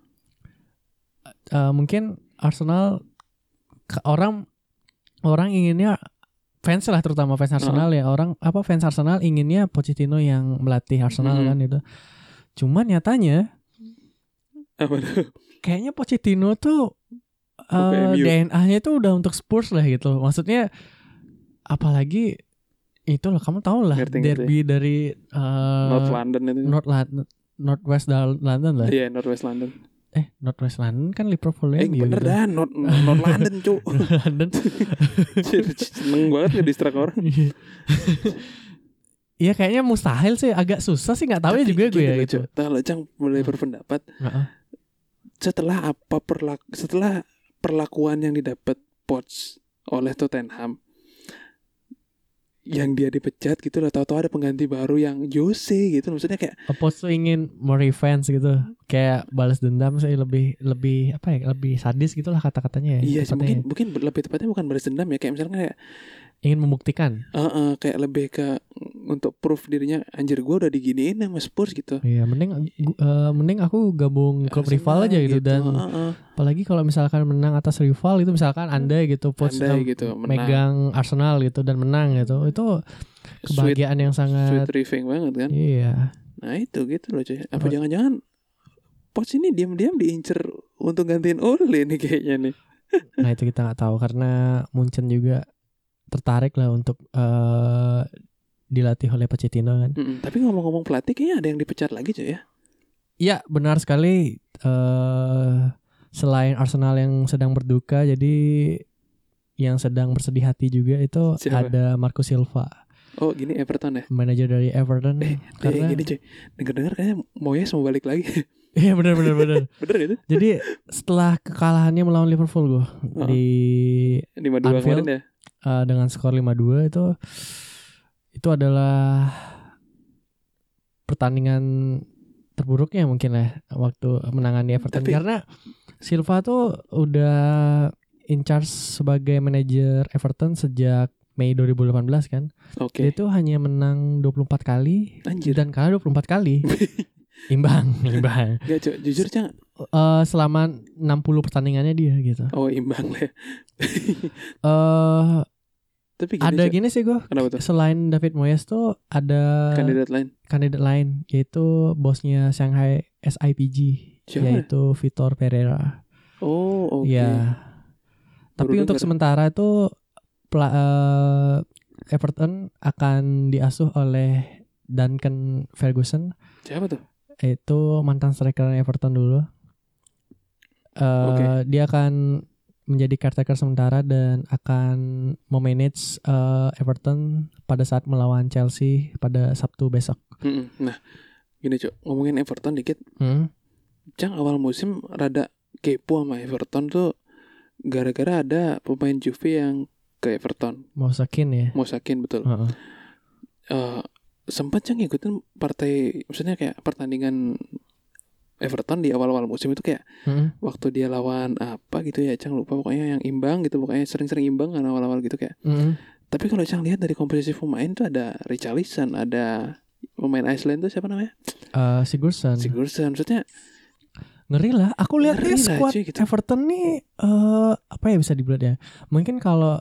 [SPEAKER 2] Eh, mungkin Arsenal ke- orang orang inginnya fans lah terutama fans Arsenal ya orang apa fans Arsenal inginnya Pochettino yang melatih Arsenal
[SPEAKER 1] Mm-mm.
[SPEAKER 2] kan itu. Cuman nyatanya
[SPEAKER 1] apa tuh?
[SPEAKER 2] kayaknya Pochettino tuh eh,
[SPEAKER 1] PMU.
[SPEAKER 2] DNA-nya tuh udah untuk Spurs lah gitu. Maksudnya apalagi itu loh kamu tahu lah
[SPEAKER 1] Ngerti, ngerti.
[SPEAKER 2] derby dari eh,
[SPEAKER 1] North London itu.
[SPEAKER 2] North Lon- Northwest Dal- London lah.
[SPEAKER 1] Iya, Northwest London.
[SPEAKER 2] Eh, Northwest London kan Liverpool
[SPEAKER 1] Eh,
[SPEAKER 2] ya
[SPEAKER 1] bener dah, North, North London, cu.
[SPEAKER 2] London.
[SPEAKER 1] Seneng banget ngedistract orang.
[SPEAKER 2] Iya kayaknya mustahil sih agak susah sih nggak tahu ya
[SPEAKER 1] Tapi
[SPEAKER 2] juga gue
[SPEAKER 1] gini
[SPEAKER 2] ya
[SPEAKER 1] loh,
[SPEAKER 2] gitu. Hmm.
[SPEAKER 1] Cuk. Tahu loh, Cang boleh berpendapat
[SPEAKER 2] Heeh.
[SPEAKER 1] setelah apa perlaku setelah perlakuan yang didapat Potts oleh Tottenham yang dia dipecat gitu loh tahu-tahu ada pengganti baru yang Jose gitu maksudnya kayak
[SPEAKER 2] Apos tuh ingin more revenge gitu kayak balas dendam sih lebih lebih apa ya lebih sadis gitulah kata-katanya ya.
[SPEAKER 1] iya sih,
[SPEAKER 2] tepatnya
[SPEAKER 1] mungkin mungkin lebih tepatnya bukan balas dendam ya kayak misalnya kayak
[SPEAKER 2] ya. ingin membuktikan.
[SPEAKER 1] eh, eh, kayak lebih ke untuk proof dirinya anjir gue udah diginiin sama Spurs gitu
[SPEAKER 2] Iya mending gu- eh, mending aku gabung klub
[SPEAKER 1] Arsenal
[SPEAKER 2] rival aja gitu, dan
[SPEAKER 1] eh, eh.
[SPEAKER 2] apalagi kalau misalkan menang atas rival itu misalkan andai gitu Poch
[SPEAKER 1] Andai
[SPEAKER 2] eh,
[SPEAKER 1] Hmm. gitu, menang.
[SPEAKER 2] megang Arsenal gitu dan menang gitu itu
[SPEAKER 1] sweet
[SPEAKER 2] kebahagiaan yang sangat
[SPEAKER 1] sweet riffing banget kan
[SPEAKER 2] iya
[SPEAKER 1] Nah itu gitu loh cuy. Apa
[SPEAKER 2] Apa-
[SPEAKER 1] jangan-jangan Poch ini diam-diam diincer untuk gantiin Ole nih kayaknya nih.
[SPEAKER 2] Nah itu kita nggak tahu karena Munchen juga tertarik lah untuk eh, dilatih oleh Pochettino kan.
[SPEAKER 1] Mm-mm. Tapi ngomong-ngomong pelatih kayaknya ada yang dipecat lagi cuy ya.
[SPEAKER 2] Iya benar sekali. eh selain Arsenal yang sedang berduka, jadi yang sedang bersedih hati juga itu
[SPEAKER 1] Siapa?
[SPEAKER 2] ada Marco Silva,
[SPEAKER 1] Oh gini Everton ya.
[SPEAKER 2] manajer dari Everton.
[SPEAKER 1] Eh,
[SPEAKER 2] Hmm, karena
[SPEAKER 1] Eh, gini cuy. Dengar-dengar kayaknya Moyes mau balik lagi.
[SPEAKER 2] iya benar benar benar.
[SPEAKER 1] Bener gitu?
[SPEAKER 2] jadi setelah kekalahannya melawan Liverpool gue
[SPEAKER 1] Heeh.
[SPEAKER 2] di
[SPEAKER 1] 5-2
[SPEAKER 2] Anfield.
[SPEAKER 1] kemarin ya.
[SPEAKER 2] eh, dengan skor 5-2 itu itu adalah pertandingan terburuknya mungkin lah waktu menangani Everton
[SPEAKER 1] Tapi-
[SPEAKER 2] karena Silva tuh udah in charge sebagai manajer Everton sejak Mei 2018 kan.
[SPEAKER 1] Oke.
[SPEAKER 2] Dia itu hanya menang 24 kali
[SPEAKER 1] Anjir.
[SPEAKER 2] dan kalah 24 kali. imbang, imbang.
[SPEAKER 1] Gak cuy. Jujur cang.
[SPEAKER 2] Eh, selama 60 pertandingannya dia gitu.
[SPEAKER 1] Oh imbang lah. ya.
[SPEAKER 2] Eh
[SPEAKER 1] Tapi gini
[SPEAKER 2] ada gitu.
[SPEAKER 1] cuy.
[SPEAKER 2] gini sih gue
[SPEAKER 1] Kenapa tuh?
[SPEAKER 2] selain David Moyes tuh ada
[SPEAKER 1] Kandidat lain.
[SPEAKER 2] kandidat lain yaitu bosnya Shanghai SIPG
[SPEAKER 1] Siapa?
[SPEAKER 2] yaitu Vitor Pereira.
[SPEAKER 1] Oh oke.
[SPEAKER 2] Ya. Tapi
[SPEAKER 1] Baru
[SPEAKER 2] untuk
[SPEAKER 1] dengar.
[SPEAKER 2] sementara itu pela- eh, Everton akan diasuh oleh Duncan Ferguson
[SPEAKER 1] Siapa tuh?
[SPEAKER 2] yaitu mantan striker Everton dulu. Eh,
[SPEAKER 1] Oke.
[SPEAKER 2] Dia akan menjadi caretaker sementara dan akan memanage eh, Everton pada saat melawan Chelsea pada Sabtu besok.
[SPEAKER 1] Mm-mm. Nah gini cuy. Ngomongin Everton dikit.
[SPEAKER 2] Hmm.
[SPEAKER 1] Cang awal musim rada kepo sama Everton tuh gara-gara ada pemain Juve yang ke Everton.
[SPEAKER 2] Mau sakin ya.
[SPEAKER 1] Mosakin betul.
[SPEAKER 2] Heeh.
[SPEAKER 1] Eh sempat Cang ngikutin partai maksudnya kayak pertandingan Everton di awal-awal musim itu kayak
[SPEAKER 2] Heeh.
[SPEAKER 1] waktu dia lawan apa gitu ya Cang lupa pokoknya yang imbang gitu pokoknya sering-sering imbang kan awal-awal gitu kayak.
[SPEAKER 2] Heeh.
[SPEAKER 1] Tapi kalau Cang lihat dari komposisi pemain tuh ada Richarlison, ada pemain Iceland tuh siapa namanya?
[SPEAKER 2] Eh, Sigurdsson.
[SPEAKER 1] Sigurdsson. Maksudnya
[SPEAKER 2] Ngeri lah. Aku
[SPEAKER 1] Ngeri
[SPEAKER 2] lihatnya
[SPEAKER 1] lah,
[SPEAKER 2] squad
[SPEAKER 1] cuy, gitu.
[SPEAKER 2] Everton nih eh apa ya bisa dibilang ya? Mungkin kalau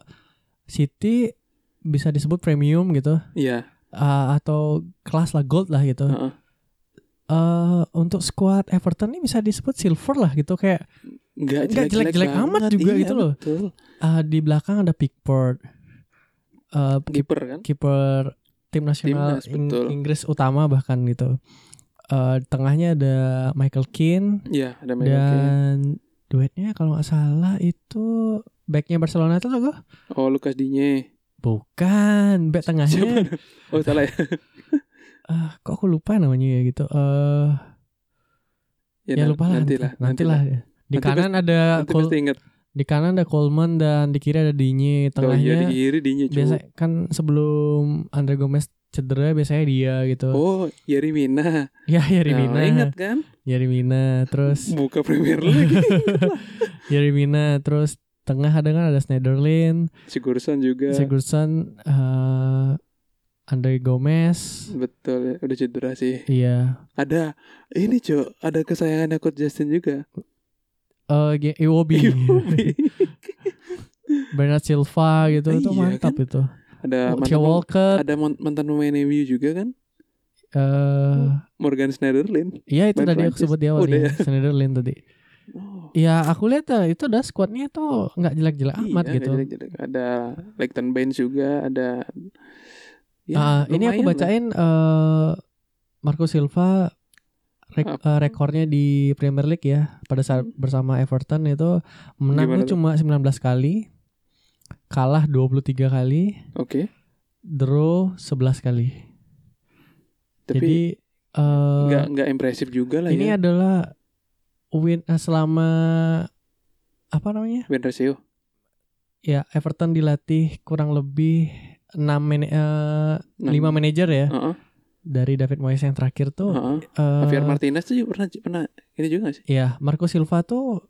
[SPEAKER 2] City bisa disebut premium gitu
[SPEAKER 1] ya
[SPEAKER 2] eh, atau kelas lah gold lah gitu.
[SPEAKER 1] Heeh.
[SPEAKER 2] Eh, untuk squad Everton ini bisa disebut silver lah gitu kayak
[SPEAKER 1] nggak
[SPEAKER 2] Nggak
[SPEAKER 1] jelek-jelek
[SPEAKER 2] jelek-jelek amat
[SPEAKER 1] banget.
[SPEAKER 2] juga
[SPEAKER 1] Iya,
[SPEAKER 2] gitu loh.
[SPEAKER 1] betul.
[SPEAKER 2] Ah, di belakang ada Pickford. Eh,
[SPEAKER 1] Kiper kan
[SPEAKER 2] kiper tim nasional
[SPEAKER 1] Timnas,
[SPEAKER 2] Ing-
[SPEAKER 1] betul.
[SPEAKER 2] Inggris utama bahkan gitu. Eh, di tengahnya ada Michael Keane
[SPEAKER 1] Iya ada Michael Keane.
[SPEAKER 2] dan duetnya kalau nggak salah itu backnya Barcelona itu loh
[SPEAKER 1] oh Lukas Digne
[SPEAKER 2] bukan back tengahnya
[SPEAKER 1] oh salah ya
[SPEAKER 2] Ah, kok aku lupa namanya ya gitu eh ya, lupa
[SPEAKER 1] Iya,
[SPEAKER 2] lah
[SPEAKER 1] nanti lah
[SPEAKER 2] nanti lah di
[SPEAKER 1] Nanti
[SPEAKER 2] kanan ada
[SPEAKER 1] nanti
[SPEAKER 2] Col-
[SPEAKER 1] pasti ingat
[SPEAKER 2] di kanan ada Coleman dan di kiri ada Digne
[SPEAKER 1] oh iya di
[SPEAKER 2] tengahnya
[SPEAKER 1] kiri Digne cuy.
[SPEAKER 2] biasa kan sebelum Andre Gomez cedera biasanya dia gitu
[SPEAKER 1] oh Yerimina
[SPEAKER 2] ya
[SPEAKER 1] Nah,
[SPEAKER 2] Yerimina
[SPEAKER 1] ingat kan
[SPEAKER 2] Yerimina terus
[SPEAKER 1] buka Premier League
[SPEAKER 2] Yerimina terus tengah ada kan ada Schneiderlin
[SPEAKER 1] si Gurson juga
[SPEAKER 2] Sigurdsson eh, Andre Gomez
[SPEAKER 1] betul ya, udah cedera sih
[SPEAKER 2] iya
[SPEAKER 1] ada ini cuy ada kesayangannya coach Justin juga
[SPEAKER 2] eh Ge- Iwobi
[SPEAKER 1] Iwobi.
[SPEAKER 2] Bernard Silva gitu itu
[SPEAKER 1] Iya,
[SPEAKER 2] mantap
[SPEAKER 1] kan?
[SPEAKER 2] itu
[SPEAKER 1] ada mantan
[SPEAKER 2] Kyle Walker
[SPEAKER 1] ada mon- mantan pemain MU juga kan Hmm.
[SPEAKER 2] eh
[SPEAKER 1] Morgan Schneiderlin
[SPEAKER 2] Iya itu
[SPEAKER 1] Main
[SPEAKER 2] tadi aku
[SPEAKER 1] Prancis.
[SPEAKER 2] sebut di awal
[SPEAKER 1] Udah
[SPEAKER 2] ya. Schneiderlin tadi.
[SPEAKER 1] oh.
[SPEAKER 2] Ya aku lihat ya, itu udah squadnya tuh nggak jelek-jelek amat
[SPEAKER 1] Iya, nggak
[SPEAKER 2] gitu.
[SPEAKER 1] jelek-jelek. ada Leighton Baines juga ada ya,
[SPEAKER 2] Ah, ini
[SPEAKER 1] Iya, lumayan
[SPEAKER 2] aku
[SPEAKER 1] lah.
[SPEAKER 2] bacain eh Marco Silva rek-
[SPEAKER 1] Apa? Hmm.
[SPEAKER 2] eh, rekornya di Premier League ya pada saat bersama Everton itu menang
[SPEAKER 1] Gimana
[SPEAKER 2] tuh cuma 19 kali, kalah 23 kali,
[SPEAKER 1] oke
[SPEAKER 2] draw 11 kali. Jadi
[SPEAKER 1] tapi
[SPEAKER 2] eh,
[SPEAKER 1] nggak nggak impresif juga lah
[SPEAKER 2] ini
[SPEAKER 1] ya
[SPEAKER 2] adalah win eh, selama apa namanya?
[SPEAKER 1] win ratio
[SPEAKER 2] Ya, Everton dilatih kurang lebih 6 man eh,
[SPEAKER 1] Enam.
[SPEAKER 2] lima manajer ya.
[SPEAKER 1] Nah, Heeh,
[SPEAKER 2] Dari David Moyes yang terakhir tuh
[SPEAKER 1] heeh.
[SPEAKER 2] eh,
[SPEAKER 1] Javier Martinez tuh juga pernah pernah ini juga nggak sih
[SPEAKER 2] ya, Marco Silva tuh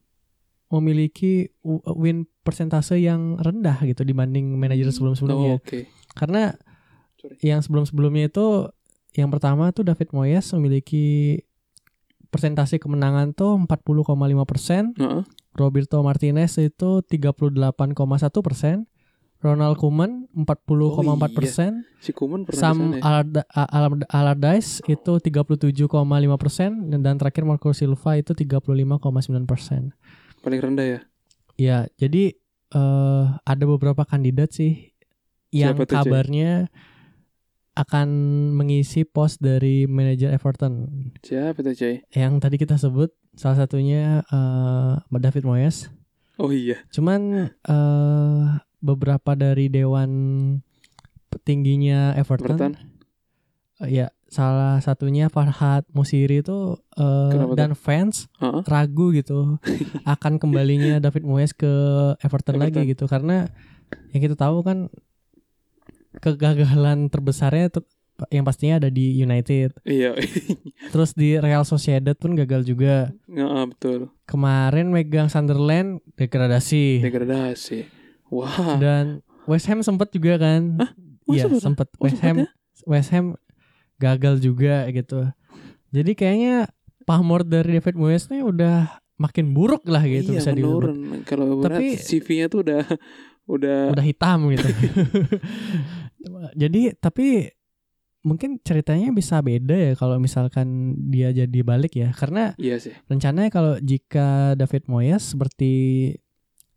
[SPEAKER 2] memiliki w- win persentase yang rendah gitu dibanding manajer
[SPEAKER 1] oh,
[SPEAKER 2] sebelum-sebelumnya.
[SPEAKER 1] oke
[SPEAKER 2] Karena
[SPEAKER 1] Sorry.
[SPEAKER 2] yang sebelum-sebelumnya itu yang pertama tuh David Moyes memiliki persentase kemenangan tuh 40,5 persen
[SPEAKER 1] Heeh.
[SPEAKER 2] Roberto Martinez itu 38,1 persen, Ronald Koeman 40,4 persen,
[SPEAKER 1] si Kuman Oh iya, pernah di
[SPEAKER 2] Sam
[SPEAKER 1] sana ya?
[SPEAKER 2] Allarda- Allard- Allardyce itu 37,5 persen, dan, dan terakhir Marco Silva itu 35,9 persen.
[SPEAKER 1] paling rendah ya
[SPEAKER 2] Ya, jadi eh, ada beberapa kandidat sih yang
[SPEAKER 1] Siapa tuh, Cuy?
[SPEAKER 2] kabarnya akan mengisi pos dari manajer Everton
[SPEAKER 1] siapa tuh cuy
[SPEAKER 2] yang tadi kita sebut salah satunya eh, David Moyes
[SPEAKER 1] oh iya
[SPEAKER 2] Cuman eh beberapa dari dewan petingginya Everton,
[SPEAKER 1] Everton
[SPEAKER 2] eh, ya salah satunya Farhad Musiri itu eh,
[SPEAKER 1] Kenapa tuh?
[SPEAKER 2] dan fans
[SPEAKER 1] Heeh.
[SPEAKER 2] ragu gitu akan kembalinya David Moyes ke Everton, lagi
[SPEAKER 1] Everton.
[SPEAKER 2] gitu karena yang kita tahu kan kegagalan terbesarnya tuh yang pastinya ada di United,
[SPEAKER 1] iya
[SPEAKER 2] terus di Real Sociedad pun gagal juga.
[SPEAKER 1] Heeh, betul
[SPEAKER 2] Kemarin megang Sunderland degradasi.
[SPEAKER 1] degradasi wah
[SPEAKER 2] dan West Ham sempat juga kan
[SPEAKER 1] Masa
[SPEAKER 2] iya
[SPEAKER 1] baru-
[SPEAKER 2] sempat
[SPEAKER 1] oh,
[SPEAKER 2] West Ham
[SPEAKER 1] sempet
[SPEAKER 2] West Ham gagal juga gitu jadi kayaknya pamor dari David Moyes nih udah makin buruk lah gitu
[SPEAKER 1] iya,
[SPEAKER 2] bisa dibilang
[SPEAKER 1] menurun. Kalau berat
[SPEAKER 2] Tapi-
[SPEAKER 1] CV-nya tuh udah udah
[SPEAKER 2] udah hitam gitu jadi tapi mungkin ceritanya bisa beda ya kalau misalkan dia jadi balik ya karena
[SPEAKER 1] iya sih.
[SPEAKER 2] rencananya kalau jika David Moyes seperti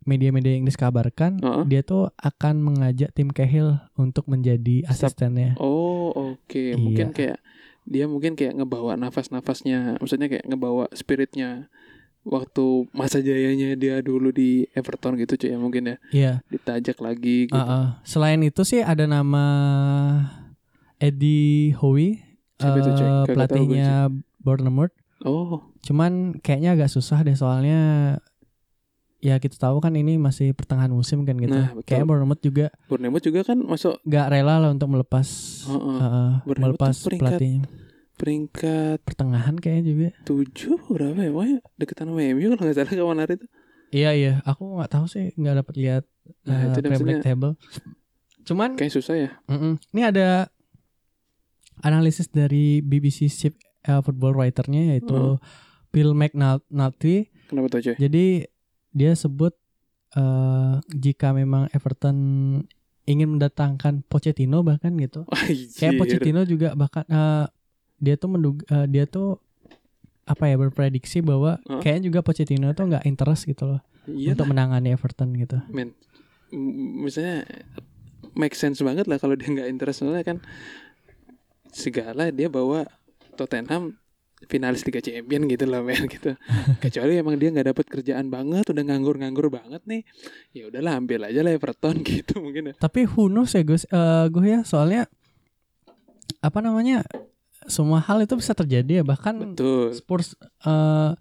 [SPEAKER 2] media-media Inggris kabarkan
[SPEAKER 1] Heeh.
[SPEAKER 2] dia tuh akan mengajak tim Cahill untuk menjadi
[SPEAKER 1] Sub-
[SPEAKER 2] asistennya.
[SPEAKER 1] Oh, oke.
[SPEAKER 2] Iya.
[SPEAKER 1] Mungkin kayak dia mungkin kayak ngebawa nafas-nafasnya, maksudnya kayak ngebawa spiritnya waktu masa jayanya dia dulu di Everton gitu cuy ya mungkin ya
[SPEAKER 2] Iya.
[SPEAKER 1] ditajak lagi gitu.
[SPEAKER 2] Heeh. Selain itu sih ada nama Eddie Howe,
[SPEAKER 1] Siapa itu, Jack?
[SPEAKER 2] eh,
[SPEAKER 1] Kagak tahu gue,
[SPEAKER 2] pelatihnya Bournemouth.
[SPEAKER 1] Oh,
[SPEAKER 2] Cuman kayaknya agak susah deh soalnya ya kita tahu kan ini masih pertengahan musim kan gitu.
[SPEAKER 1] Nah, betul.
[SPEAKER 2] Kayaknya Bournemouth juga
[SPEAKER 1] Bournemouth juga kan masuk
[SPEAKER 2] nggak rela lah untuk melepas
[SPEAKER 1] Heeh.
[SPEAKER 2] heeh,
[SPEAKER 1] Bournemouth
[SPEAKER 2] melepas
[SPEAKER 1] tuh peringkat-
[SPEAKER 2] pelatihnya.
[SPEAKER 1] peringkat
[SPEAKER 2] Pertengahan kayaknya juga.
[SPEAKER 1] 7 apa berapa ya? Pokoknya deketan sama MU kalau nggak salah kawan hari itu.
[SPEAKER 2] Iya iya, aku nggak tahu sih nggak dapat lihat
[SPEAKER 1] Nah,
[SPEAKER 2] eh,
[SPEAKER 1] itu dia
[SPEAKER 2] Premier
[SPEAKER 1] maksudnya.
[SPEAKER 2] League table. Cuman
[SPEAKER 1] Kayak susah ya.
[SPEAKER 2] Mm-mm. Ini ada analisis dari BBC Chief eh, Football Writer-nya yaitu
[SPEAKER 1] Mm.
[SPEAKER 2] Bill McNulty.
[SPEAKER 1] Kenapa tuh cuy?
[SPEAKER 2] Jadi dia sebut eh, jika memang Everton ingin mendatangkan Pochettino bahkan gitu.
[SPEAKER 1] Anjir.
[SPEAKER 2] Kayak Pochettino juga bahkan eh, dia tuh menduga eh, dia tuh apa ya berprediksi bahwa
[SPEAKER 1] Heeh.
[SPEAKER 2] kayaknya juga Pochettino tuh nggak interest gitu loh
[SPEAKER 1] Iya
[SPEAKER 2] untuk menangani Everton gitu.
[SPEAKER 1] men M- misalnya make sense banget lah kalau dia nggak interest soalnya kan segala dia bawa Tottenham finalis Liga Champion gitu lah men gitu kecuali emang dia nggak dapat kerjaan banget udah nganggur-nganggur banget nih ya udahlah ambil aja lah Everton gitu mungkin ya
[SPEAKER 2] Tapi who knows ya Gus, Eh, gue ya soalnya apa namanya semua hal itu bisa terjadi ya bahkan
[SPEAKER 1] betul
[SPEAKER 2] Spurs eh,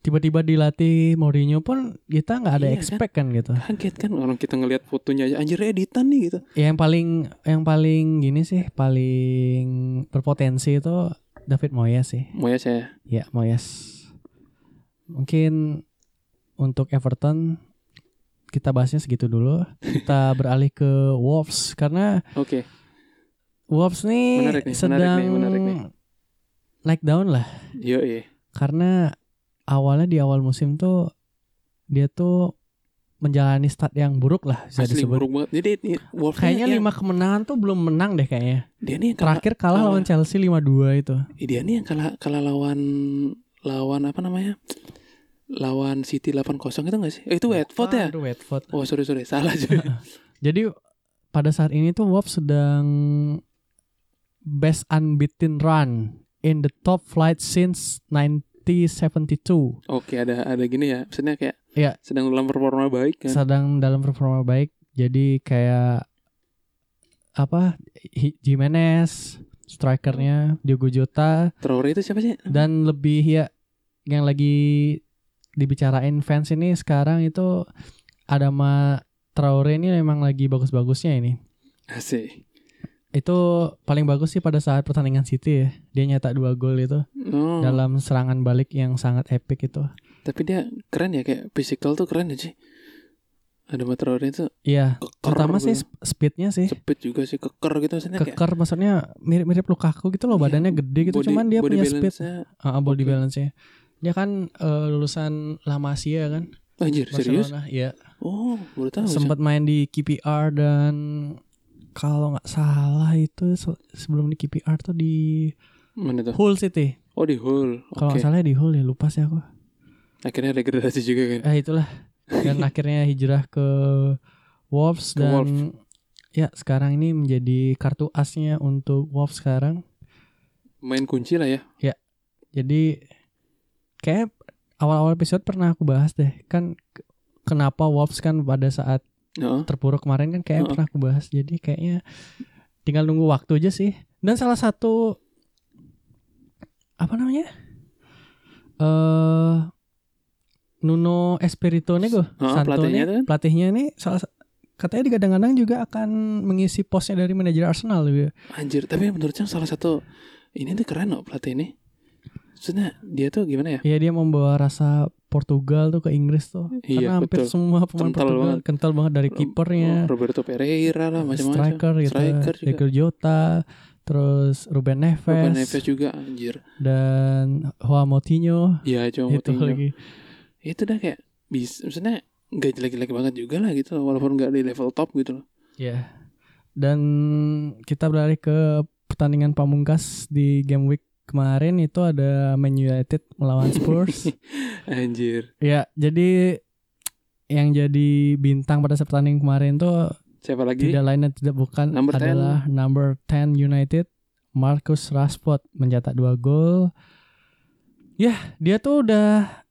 [SPEAKER 2] tiba-tiba dilatih Mourinho pun kita nggak ada
[SPEAKER 1] Iya, kan?
[SPEAKER 2] expect kan gitu.
[SPEAKER 1] kaget kan orang kita ngelihat fotonya aja anjir editan nih gitu
[SPEAKER 2] Ya, yang paling yang paling gini sih paling berpotensi itu David Moyes sih.
[SPEAKER 1] mau ya saya
[SPEAKER 2] Ya, Moyes. Mungkin untuk Everton kita bahasnya segitu dulu. Kita beralih ke Wolves karena
[SPEAKER 1] oke
[SPEAKER 2] Wolves nih,
[SPEAKER 1] Menarik nih, menarik
[SPEAKER 2] sedang
[SPEAKER 1] nih, menarik nih.
[SPEAKER 2] like down lah
[SPEAKER 1] yo iya
[SPEAKER 2] karena awalnya di awal musim tuh dia tuh menjalani start yang buruk lah bisa
[SPEAKER 1] asli
[SPEAKER 2] disebut.
[SPEAKER 1] buruk Iya. banget jadi ini Wolves
[SPEAKER 2] Kayaknya
[SPEAKER 1] yang-
[SPEAKER 2] lima kemenangan tuh belum menang deh kayaknya.
[SPEAKER 1] dia nih yang kalah-
[SPEAKER 2] Terakhir kalah
[SPEAKER 1] kalah.
[SPEAKER 2] lawan Chelsea 5-2 itu.
[SPEAKER 1] dia nih Iya, yang kalah kalah lawan lawan apa namanya lawan City 8-0 itu gak sih Eh, itu Watford ya
[SPEAKER 2] Aduh, Watford.
[SPEAKER 1] oh sorry sorry salah juga
[SPEAKER 2] Jadi pada saat ini tuh Wolves sedang best unbeaten run in the top flight since 1972.
[SPEAKER 1] oke ada ada gini ya maksudnya kayak
[SPEAKER 2] Iya.
[SPEAKER 1] sedang dalam performa baik kan
[SPEAKER 2] Sedang dalam performa baik. Jadi kayak apa Hi- Jimenez strikernya Diogo Jota
[SPEAKER 1] Traore itu siapa sih
[SPEAKER 2] dan lebih ya yang lagi dibicarain fans ini sekarang itu Adama Traore ini memang lagi bagus-bagusnya ini.
[SPEAKER 1] asik
[SPEAKER 2] itu paling bagus sih pada saat pertandingan City ya. Dia nyetak dua gol itu
[SPEAKER 1] no
[SPEAKER 2] dalam serangan balik yang sangat epic itu.
[SPEAKER 1] Oh, tapi dia keren ya kayak physical tuh keren ya sih ada Traore itu
[SPEAKER 2] Iya,
[SPEAKER 1] keker
[SPEAKER 2] terutama sih
[SPEAKER 1] gitu.
[SPEAKER 2] sp- speednya sih.
[SPEAKER 1] cepet juga sih keker gitu maksudnya kayak
[SPEAKER 2] Keker maksudnya mirip-mirip Lukaku gitu loh,
[SPEAKER 1] Iya,
[SPEAKER 2] badannya gede gitu cuman dia punya speed.
[SPEAKER 1] balance-nya-
[SPEAKER 2] Ah, ah, body
[SPEAKER 1] oke.
[SPEAKER 2] balance-nya. Dia kan eh, lulusan La Masia kan?
[SPEAKER 1] anjir serius
[SPEAKER 2] Barcelona, Iya.
[SPEAKER 1] oh baru tahu Sam.
[SPEAKER 2] Sempat main di KPR dan kalau nggak salah itu se- sebelum di KPR tuh di
[SPEAKER 1] mana tuh
[SPEAKER 2] Hull City.
[SPEAKER 1] oh di Hull
[SPEAKER 2] Kalau
[SPEAKER 1] oke
[SPEAKER 2] nggak salah di Hull ya, lupa sih aku.
[SPEAKER 1] akhirnya degradasi juga kan
[SPEAKER 2] eh itulah dan akhirnya hijrah ke Wolves
[SPEAKER 1] Ke
[SPEAKER 2] dan
[SPEAKER 1] Wolves.
[SPEAKER 2] ya sekarang ini menjadi kartu asnya untuk Wolves sekarang
[SPEAKER 1] main kunci lah ya
[SPEAKER 2] jadi kayak awal-awal episode pernah aku bahas deh kan ke- kenapa Wolves kan pada saat
[SPEAKER 1] Heeh.
[SPEAKER 2] terpuruk kemarin kan kayak
[SPEAKER 1] Heeh.
[SPEAKER 2] pernah aku bahas jadi kayaknya tinggal nunggu waktu aja sih dan salah satu apa namanya eh Nuno Espirito nih gue
[SPEAKER 1] Heeh, pelatihnya tuh kan.
[SPEAKER 2] pelatihnya nih salah sa- katanya digadang-gadang juga akan mengisi posnya dari manajer Arsenal gitu.
[SPEAKER 1] Anjir, tapi menurut saya salah satu ini tuh keren loh pelatih ini. Maksudnya dia tuh gimana ya?
[SPEAKER 2] Iya dia membawa rasa Portugal tuh ke Inggris tuh
[SPEAKER 1] Iya,
[SPEAKER 2] karena hampir
[SPEAKER 1] betul.
[SPEAKER 2] semua pemain
[SPEAKER 1] Kental
[SPEAKER 2] Portugal
[SPEAKER 1] banget.
[SPEAKER 2] kental banget dari kipernya
[SPEAKER 1] Roberto Pereira lah macam-macam.
[SPEAKER 2] striker gitu,
[SPEAKER 1] Striker juga.
[SPEAKER 2] Diogo Jota, terus Ruben Neves,
[SPEAKER 1] Ruben Neves juga anjir.
[SPEAKER 2] dan Juan Moutinho,
[SPEAKER 1] Iya, cuma
[SPEAKER 2] itu
[SPEAKER 1] itu
[SPEAKER 2] lagi.
[SPEAKER 1] Itu dah kayak bis maksudnya nggak jelek-jelek banget juga lah gitu loh, walaupun nggak di level top gitu loh.
[SPEAKER 2] Ya. Dan kita beralih ke pertandingan pamungkas di game week kemarin itu ada Man United melawan Spurs.
[SPEAKER 1] Anjir.
[SPEAKER 2] ya, jadi yang jadi bintang pada saat pertandingan kemarin tuh
[SPEAKER 1] Siapa lagi?
[SPEAKER 2] tidak lain dan tidak bukan
[SPEAKER 1] Number 10.
[SPEAKER 2] adalah number 10 United Marcus Rashford mencetak dua gol. Ya, dia tuh udah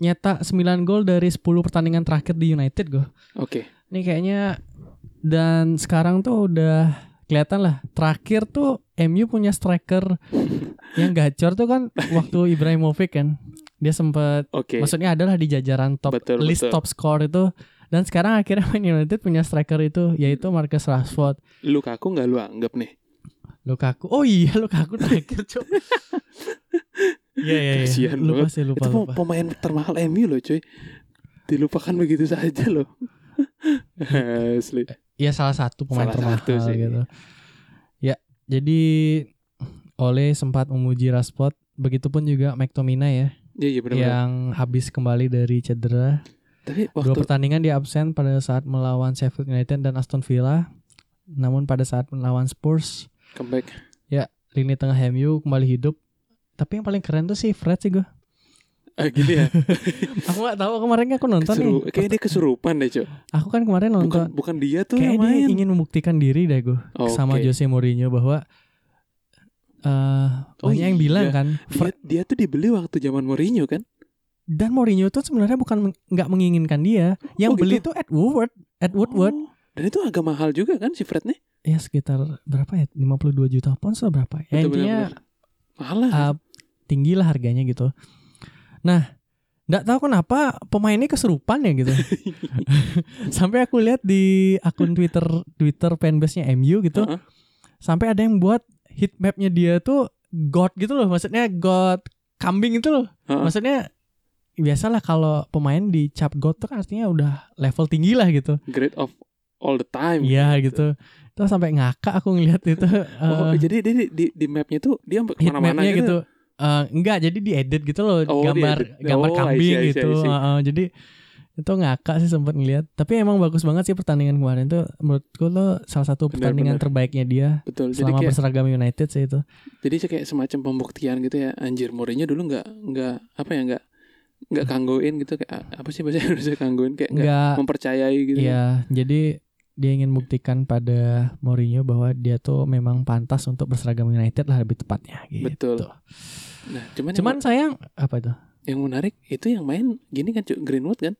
[SPEAKER 2] nyetak 9 gol dari 10 pertandingan terakhir di United gue.
[SPEAKER 1] Oke.
[SPEAKER 2] Ini kayaknya dan sekarang tuh udah kelihatan lah. Terakhir tuh MU punya striker yang gacor tuh kan waktu Ibrahimovic kan. Dia sempat
[SPEAKER 1] Oke.
[SPEAKER 2] maksudnya adalah di jajaran top
[SPEAKER 1] Betul,
[SPEAKER 2] list
[SPEAKER 1] betul.
[SPEAKER 2] top score itu dan sekarang akhirnya Man United punya striker itu yaitu Marcus Rashford.
[SPEAKER 1] Lukaku nggak lu anggap nih.
[SPEAKER 2] Lukaku. Oh iya Lukaku terakhir cuy. Iya iya iya.
[SPEAKER 1] Kasihan
[SPEAKER 2] Lupa
[SPEAKER 1] banget.
[SPEAKER 2] sih lupa
[SPEAKER 1] itu
[SPEAKER 2] lupa.
[SPEAKER 1] pemain termahal MU loh, cuy. Dilupakan begitu saja loh. Asli.
[SPEAKER 2] Iya salah satu pemain
[SPEAKER 1] Salah
[SPEAKER 2] termahal
[SPEAKER 1] satu sih.
[SPEAKER 2] gitu. Ya, jadi Ole sempat memuji Rashford, begitupun juga McTominay ya
[SPEAKER 1] Iya, iya benar.
[SPEAKER 2] yang habis kembali dari cedera.
[SPEAKER 1] Tapi
[SPEAKER 2] Dua
[SPEAKER 1] waktu
[SPEAKER 2] pertandingan dia absen pada saat melawan Sheffield United dan Aston Villa. Namun pada saat melawan Spurs,
[SPEAKER 1] comeback
[SPEAKER 2] lini tengah MU kembali hidup Tapi yang paling keren tuh si Fred sih gue.
[SPEAKER 1] Ah, gitu ya.
[SPEAKER 2] Aku gak tahu kemarin kan aku nonton
[SPEAKER 1] Kesuru-
[SPEAKER 2] nih.
[SPEAKER 1] Kayaknya dia kesurupan deh, Cok.
[SPEAKER 2] Aku kan kemarin
[SPEAKER 1] Bukan
[SPEAKER 2] nonton.
[SPEAKER 1] bukan dia tuh yang
[SPEAKER 2] Kayaknya
[SPEAKER 1] main. Oh,
[SPEAKER 2] dia ingin membuktikan diri deh gue
[SPEAKER 1] Oke.
[SPEAKER 2] sama Jose Mourinho bahwa eh
[SPEAKER 1] Oh
[SPEAKER 2] banyak yang
[SPEAKER 1] iya.
[SPEAKER 2] bilang kan
[SPEAKER 1] Dia,
[SPEAKER 2] Fred-
[SPEAKER 1] dia tuh dibeli waktu zaman Mourinho kan?
[SPEAKER 2] dan Mourinho tuh sebenarnya bukan meng- nggak menginginkan dia. Yang
[SPEAKER 1] Oh, gitu?
[SPEAKER 2] beli tuh Ed Woodward. Ed Woodward
[SPEAKER 1] Oh, Dan itu agak mahal juga kan si Fred nih?
[SPEAKER 2] ya sekitar berapa ya? 52 juta pound atau berapa? Ya,
[SPEAKER 1] Itu
[SPEAKER 2] intinya
[SPEAKER 1] benar-benar. Mahal lah.
[SPEAKER 2] tinggilah Eh, tinggi lah harganya gitu. Nah, nggak tahu kenapa pemainnya keserupan ya gitu. sampai aku lihat di akun Twitter Twitter fanbase-nya MU gitu,
[SPEAKER 1] Heeh.
[SPEAKER 2] sampai ada yang buat heat map-nya dia tuh god gitu loh, maksudnya god kambing itu loh.
[SPEAKER 1] Heeh.
[SPEAKER 2] Maksudnya biasalah kalau pemain dicap god tuh kan artinya udah level tinggi lah gitu.
[SPEAKER 1] Great of all the time.
[SPEAKER 2] Iya gitu. Terus sampai ngakak aku ngelihat itu.
[SPEAKER 1] Oh,
[SPEAKER 2] eh,
[SPEAKER 1] jadi dia di, di, di mapnya tuh dia sampai
[SPEAKER 2] heat
[SPEAKER 1] kemana-mana
[SPEAKER 2] mapnya
[SPEAKER 1] gitu.
[SPEAKER 2] gitu. Eh, enggak jadi diedit gitu loh
[SPEAKER 1] Oh,
[SPEAKER 2] gambar
[SPEAKER 1] diedit.
[SPEAKER 2] gambar
[SPEAKER 1] Oh, I see, I
[SPEAKER 2] kambing
[SPEAKER 1] see, I
[SPEAKER 2] gitu
[SPEAKER 1] see.
[SPEAKER 2] Heeh, jadi itu ngakak sih sempat ngeliat tapi emang bagus banget sih pertandingan kemarin tuh menurutku lo salah satu
[SPEAKER 1] Benar,
[SPEAKER 2] pertandingan
[SPEAKER 1] benar.
[SPEAKER 2] terbaiknya dia
[SPEAKER 1] Betul. Jadi
[SPEAKER 2] selama
[SPEAKER 1] kayak
[SPEAKER 2] berseragam United sih itu
[SPEAKER 1] jadi kayak semacam pembuktian gitu ya. Anjir Mourinho dulu nggak nggak apa ya nggak nggak kanggoin gitu kayak a- apa sih bahasa Indonesia kanggoin kayak nggak
[SPEAKER 2] enggak
[SPEAKER 1] mempercayai gitu.
[SPEAKER 2] ya jadi dia ingin buktikan pada Mourinho bahwa dia tuh memang pantas untuk berseragam United lah lebih tepatnya gitu
[SPEAKER 1] Betul. Nah, cuman, yang-
[SPEAKER 2] cuman sayang apa itu
[SPEAKER 1] yang, menarik itu yang main gini kan Cuk, Greenwood kan.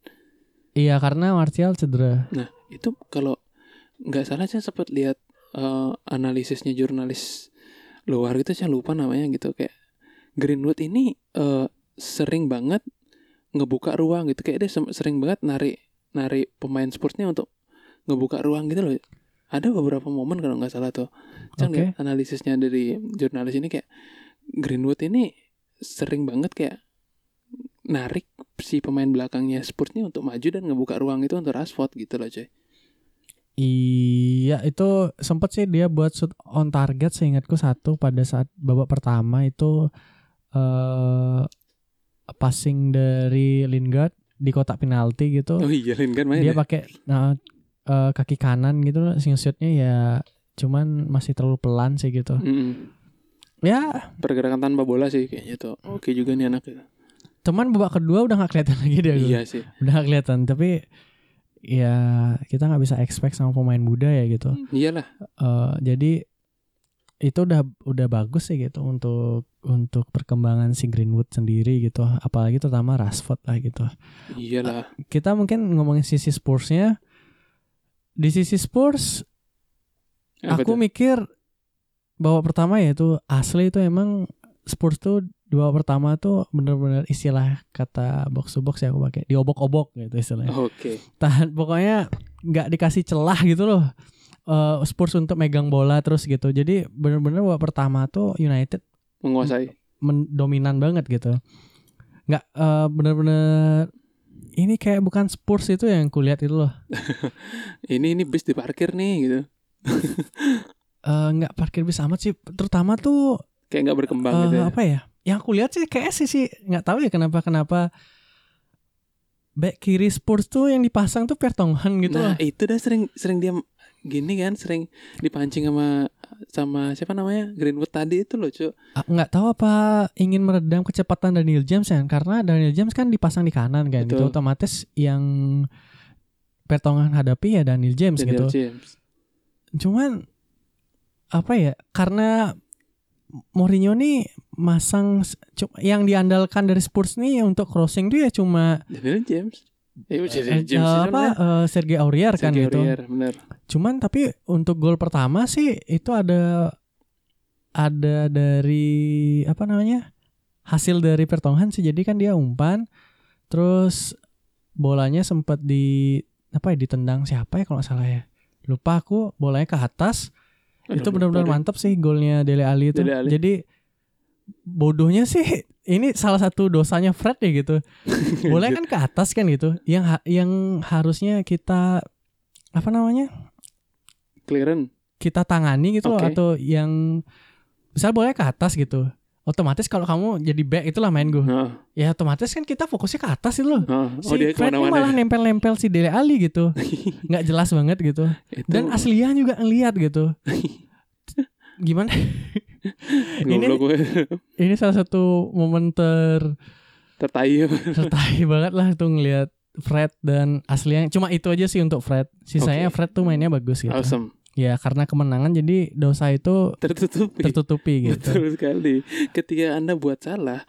[SPEAKER 2] iya karena Martial cedera
[SPEAKER 1] Nah, itu kalau nggak salah saya sempat lihat eh, analisisnya jurnalis luar gitu saya lupa namanya gitu kayak Greenwood ini eh, sering banget ngebuka ruang gitu kayak dia sem- sering banget narik narik pemain sportnya untuk ngebuka ruang gitu loh. Ada beberapa momen kalau nggak salah tuh. Saya
[SPEAKER 2] Oke.
[SPEAKER 1] lihat analisisnya dari jurnalis ini kayak Greenwood ini sering banget kayak narik si pemain belakangnya sportnya untuk maju dan ngebuka ruang itu untuk Rashford gitu loh coy.
[SPEAKER 2] Iya itu sempet sih dia buat shoot on target seingatku satu pada saat babak pertama itu eh passing dari Lingard di kotak penalti gitu
[SPEAKER 1] Oh iya Lingard main
[SPEAKER 2] dia
[SPEAKER 1] ya?
[SPEAKER 2] pakai nah, eh, kaki kanan gitu sing shootnya ya cuman masih terlalu pelan sih gitu
[SPEAKER 1] Mm-mm.
[SPEAKER 2] ya
[SPEAKER 1] Pergerakan tanpa bola sih kayaknya tuh.
[SPEAKER 2] Oh.
[SPEAKER 1] Oke juga nih anak. gitu.
[SPEAKER 2] cuman babak kedua udah nggak kelihatan lagi dia gitu.
[SPEAKER 1] Iya sih.
[SPEAKER 2] udah nggak kelihatan tapi ya kita nggak bisa expect sama pemain muda ya gitu
[SPEAKER 1] Iyalah.
[SPEAKER 2] Eh, jadi itu udah udah bagus sih gitu untuk untuk perkembangan si Greenwood sendiri gitu apalagi terutama Rashford lah gitu
[SPEAKER 1] Iyalah.
[SPEAKER 2] kita mungkin ngomongin sisi Spursnya di sisi Spurs
[SPEAKER 1] Apa
[SPEAKER 2] aku
[SPEAKER 1] tuh?
[SPEAKER 2] mikir bahwa pertama yaitu asli itu emang Spurs tuh dua pertama tuh bener-bener istilah kata box to box ya aku pakai diobok-obok gitu istilahnya
[SPEAKER 1] Oke.
[SPEAKER 2] tahan pokoknya nggak dikasih celah gitu loh eh, Spurs untuk megang bola terus gitu jadi bener-bener babak pertama tuh United
[SPEAKER 1] Menguasai.
[SPEAKER 2] mendominan banget gitu nggak eh, bener-bener ini kayak bukan Spurs itu yang kulihat itu loh
[SPEAKER 1] Ini ini bis diparkir nih gitu.
[SPEAKER 2] Eh, nggak parkir bis amat sih terutama tuh
[SPEAKER 1] Kayak nggak berkembang
[SPEAKER 2] eh,
[SPEAKER 1] gitu. ya.
[SPEAKER 2] apa ya yang aku lihat sih kayak sih sih nggak tahu ya kenapa kenapa back kiri Spurs tuh yang dipasang tuh Vertonghen gitu
[SPEAKER 1] nah
[SPEAKER 2] loh
[SPEAKER 1] itu dah sering sering dia gini kan sering dipancing sama sama siapa namanya Greenwood tadi itu loh cuy.
[SPEAKER 2] Ah, nggak tahu apa ingin meredam kecepatan Daniel James kan karena Daniel James kan dipasang di kanan kan
[SPEAKER 1] Betul.
[SPEAKER 2] itu otomatis yang pertongan hadapi ya Daniel James gitu
[SPEAKER 1] James.
[SPEAKER 2] cuman apa ya karena Mourinho nih masang cu- yang diandalkan dari Spurs nih untuk crossing tuh ya cuma
[SPEAKER 1] Daniel James. Eh,
[SPEAKER 2] eh,
[SPEAKER 1] James James
[SPEAKER 2] apa eh, Sergei Aurier kan gitu
[SPEAKER 1] benar.
[SPEAKER 2] Cuman tapi untuk gol pertama sih itu ada ada dari apa namanya? hasil dari Pertonghan sih. Jadi kan dia umpan terus bolanya sempat di apa ya ditendang siapa ya kalau nggak salah ya. Lupa aku, bolanya ke atas. itu benar-benar mantap sih golnya Dele Alli itu.
[SPEAKER 1] Dele Alli.
[SPEAKER 2] Jadi bodohnya sih ini salah satu dosanya Fred ya gitu boleh kan ke atas kan gitu yang ha- yang harusnya kita apa namanya
[SPEAKER 1] Clearan.
[SPEAKER 2] kita tangani gitu loh
[SPEAKER 1] Oke.
[SPEAKER 2] atau yang misal boleh ke atas gitu otomatis kalau kamu jadi back itulah main gue
[SPEAKER 1] Heeh.
[SPEAKER 2] ya otomatis kan kita fokusnya ke atas itu loh
[SPEAKER 1] heeh. Hmm.
[SPEAKER 2] si
[SPEAKER 1] Oh dia
[SPEAKER 2] Fred ini
[SPEAKER 1] kemana-mana.
[SPEAKER 2] malah nempel-nempel si Dele Ali gitu nggak jelas banget gitu
[SPEAKER 1] Itu-
[SPEAKER 2] dan aslian juga ngelihat gitu gimana Ini-
[SPEAKER 1] Goblok gue
[SPEAKER 2] Ini salah satu momen ter
[SPEAKER 1] tertayem.
[SPEAKER 2] tertarik banget lah tuh ngelihat Fred dan aslinya cuma itu aja sih untuk Fred. Sisanya
[SPEAKER 1] Oke.
[SPEAKER 2] Fred tuh mainnya bagus gitu.
[SPEAKER 1] Awesome.
[SPEAKER 2] Ya karena kemenangan jadi dosa itu
[SPEAKER 1] Tertutupi.
[SPEAKER 2] tertutupi gitu.
[SPEAKER 1] Betul sekali. Ketika Anda buat salah,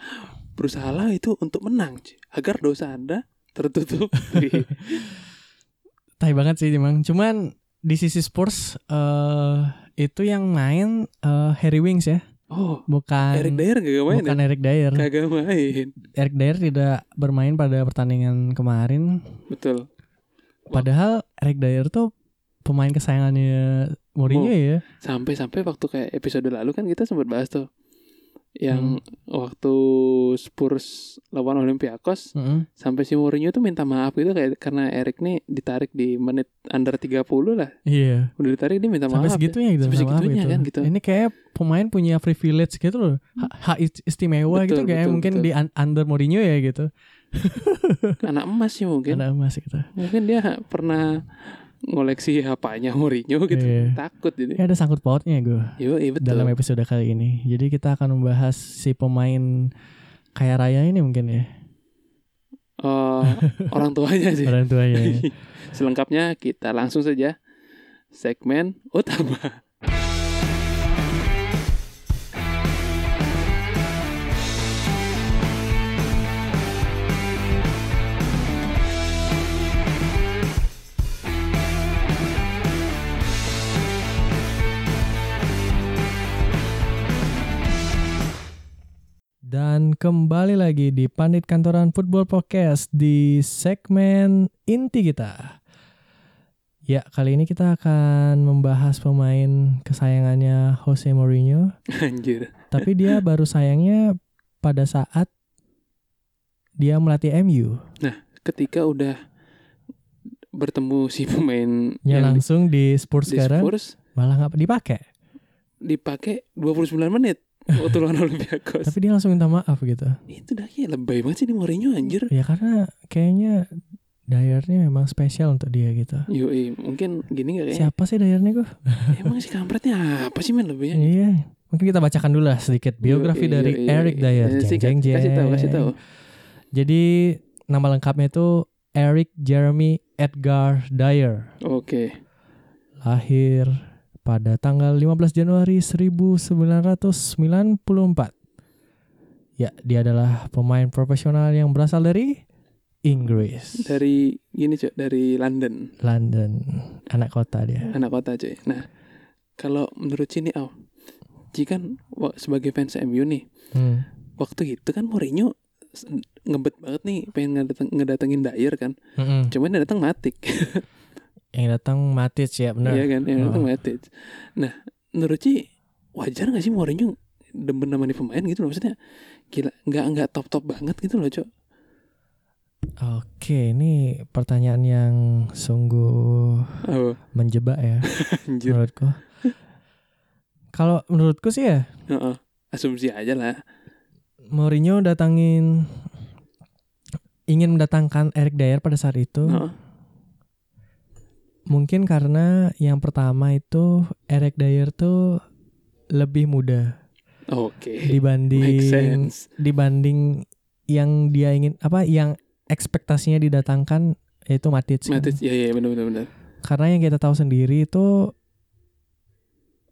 [SPEAKER 1] berusaha itu untuk menang, cuy. agar dosa Anda Iya. tertutupi.
[SPEAKER 2] Tai banget sih memang. Cuman di sisi Spurs eh itu yang main eh, Harry Wings ya,
[SPEAKER 1] oh,
[SPEAKER 2] bukan
[SPEAKER 1] Eric Dyer gak main
[SPEAKER 2] bukan
[SPEAKER 1] ya?
[SPEAKER 2] Eric Dyer.
[SPEAKER 1] Kagak main.
[SPEAKER 2] Eric Dyer tidak bermain pada pertandingan kemarin.
[SPEAKER 1] Betul.
[SPEAKER 2] Padahal Eric Dyer tuh pemain kesayangannya Mourinho ya.
[SPEAKER 1] Sampai-sampai waktu kayak episode lalu kan kita sempat bahas tuh
[SPEAKER 2] Hmm.
[SPEAKER 1] yang waktu Spurs lawan Olympiakos
[SPEAKER 2] Mm-mm.
[SPEAKER 1] sampai si Mourinho tuh minta maaf gitu kayak karena Eric nih ditarik di menit under 30 lah.
[SPEAKER 2] Iya.
[SPEAKER 1] Udah ditarik dia minta
[SPEAKER 2] sampai
[SPEAKER 1] maaf. ya.
[SPEAKER 2] segitunya gitu
[SPEAKER 1] Sampai
[SPEAKER 2] sama apa
[SPEAKER 1] segitunya kan gitu. Hmm.
[SPEAKER 2] ini kayak pemain punya privilege gitu loh hak hak ist- istimewa
[SPEAKER 1] Betul,
[SPEAKER 2] gitu kayak
[SPEAKER 1] betul,
[SPEAKER 2] mungkin
[SPEAKER 1] betul.
[SPEAKER 2] di un- under Mourinho ya gitu
[SPEAKER 1] Anak emas sih mungkin.
[SPEAKER 2] ada emas gitu
[SPEAKER 1] Mungkin dia pernah ngoleksi apanya Mourinho gitu.
[SPEAKER 2] Iya.
[SPEAKER 1] Takut jadi.
[SPEAKER 2] ya ada sangkut pautnya gue
[SPEAKER 1] Yo, iya betul.
[SPEAKER 2] dalam episode kali ini jadi kita akan membahas si pemain kaya raya ini mungkin ya
[SPEAKER 1] Eh, orang tuanya sih.
[SPEAKER 2] orang tuanya ya.
[SPEAKER 1] Selengkapnya kita langsung saja segmen utama.
[SPEAKER 2] Dan kembali lagi di Pandit Kantoran Football Podcast di segmen inti kita. Ya, kali ini kita akan membahas pemain kesayangannya Jose Mourinho,
[SPEAKER 1] Anjir.
[SPEAKER 2] tapi dia baru sayangnya pada saat dia melatih MU.
[SPEAKER 1] Ketika udah bertemu si pemain
[SPEAKER 2] Ya
[SPEAKER 1] yang di-
[SPEAKER 2] langsung di Spurs
[SPEAKER 1] di
[SPEAKER 2] sekarang
[SPEAKER 1] Spurs
[SPEAKER 2] malah nggak dipakai,
[SPEAKER 1] dipakai 29 menit waktu lawan Olympiakos.
[SPEAKER 2] tapi dia langsung minta maaf gitu.
[SPEAKER 1] Itu dah kayak lebay banget sih di Mourinho anjir.
[SPEAKER 2] Ya karena kayaknya Dyer-nya memang spesial untuk dia gitu.
[SPEAKER 1] Yo, mungkin gini gak kayaknya?
[SPEAKER 2] Siapa sih Dyer-nya gue?
[SPEAKER 1] Emang si kampretnya apa sih men lebihnya?
[SPEAKER 2] Iya, mungkin kita bacakan dulu lah
[SPEAKER 1] Iya,
[SPEAKER 2] sedikit biografi
[SPEAKER 1] Yoi,
[SPEAKER 2] dari
[SPEAKER 1] yoi.
[SPEAKER 2] Eric Dyer.
[SPEAKER 1] Eh,
[SPEAKER 2] Jeng,
[SPEAKER 1] singkat,
[SPEAKER 2] jeng, jeng.
[SPEAKER 1] Kasih tahu, kasih tahu.
[SPEAKER 2] Jadi nama lengkapnya itu Eric Jeremy Edgar Dyer.
[SPEAKER 1] Oke.
[SPEAKER 2] Lahir pada tanggal 15 Januari 1994. Ya, dia adalah pemain profesional yang berasal dari Inggris,
[SPEAKER 1] Dari gini cuy, dari London,
[SPEAKER 2] London, anak kota dia.
[SPEAKER 1] anak kota cuy. Nah, kalau menurut sini Al, jika wa- sebagai fans MU nih,
[SPEAKER 2] Hmm.
[SPEAKER 1] waktu itu kan Mourinho s- ngebet banget nih pengen ngedateng, ngedatengin Dyer kan.
[SPEAKER 2] Mm-mm.
[SPEAKER 1] Cuman yang datang Matic.
[SPEAKER 2] Yang datang Matic ya,
[SPEAKER 1] Iya
[SPEAKER 2] benar.
[SPEAKER 1] kan, yang datang
[SPEAKER 2] Oh.
[SPEAKER 1] Matic. Nah, menurut Ci wajar gak sih Mourinho demen sama nih pemain gitu loh maksudnya gila nggak nggak top top banget gitu loh cok
[SPEAKER 2] Oke, ini pertanyaan yang sungguh
[SPEAKER 1] oh,
[SPEAKER 2] menjebak ya
[SPEAKER 1] anjir
[SPEAKER 2] menurutku. Kalau menurutku sih ya
[SPEAKER 1] Heeh. asumsi aja lah
[SPEAKER 2] Mourinho datangin ingin mendatangkan Eric Dyer pada saat itu
[SPEAKER 1] Heeh.
[SPEAKER 2] mungkin karena yang pertama itu Eric Dyer tuh lebih muda
[SPEAKER 1] oke make
[SPEAKER 2] dibanding
[SPEAKER 1] sense
[SPEAKER 2] dibanding yang dia ingin apa yang ekspektasinya didatangkan yaitu Matic. kan.
[SPEAKER 1] Matic ya ya benar benar benar
[SPEAKER 2] karena yang kita tahu sendiri itu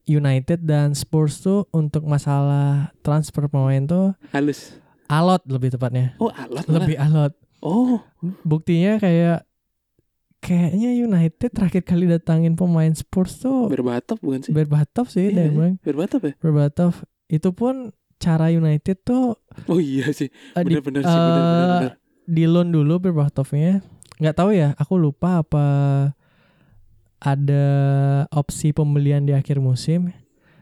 [SPEAKER 2] United dan Spurs tuh untuk masalah transfer pemain tuh
[SPEAKER 1] halus
[SPEAKER 2] alot lebih tepatnya
[SPEAKER 1] oh alat malah.
[SPEAKER 2] lebih alot
[SPEAKER 1] oh
[SPEAKER 2] buktinya kayak kayaknya United terakhir kali datangin pemain Spurs tuh
[SPEAKER 1] berbatap bukan sih
[SPEAKER 2] Berbatov sih
[SPEAKER 1] Iya,
[SPEAKER 2] Demang
[SPEAKER 1] berbatap ya
[SPEAKER 2] Berbatov itu pun cara United tuh
[SPEAKER 1] oh iya sih
[SPEAKER 2] eh, di,
[SPEAKER 1] benar benar sih benar benar
[SPEAKER 2] eh,
[SPEAKER 1] benar
[SPEAKER 2] di loan dulu Berbatovnya nggak tahu ya aku lupa apa ada opsi pembelian di akhir musim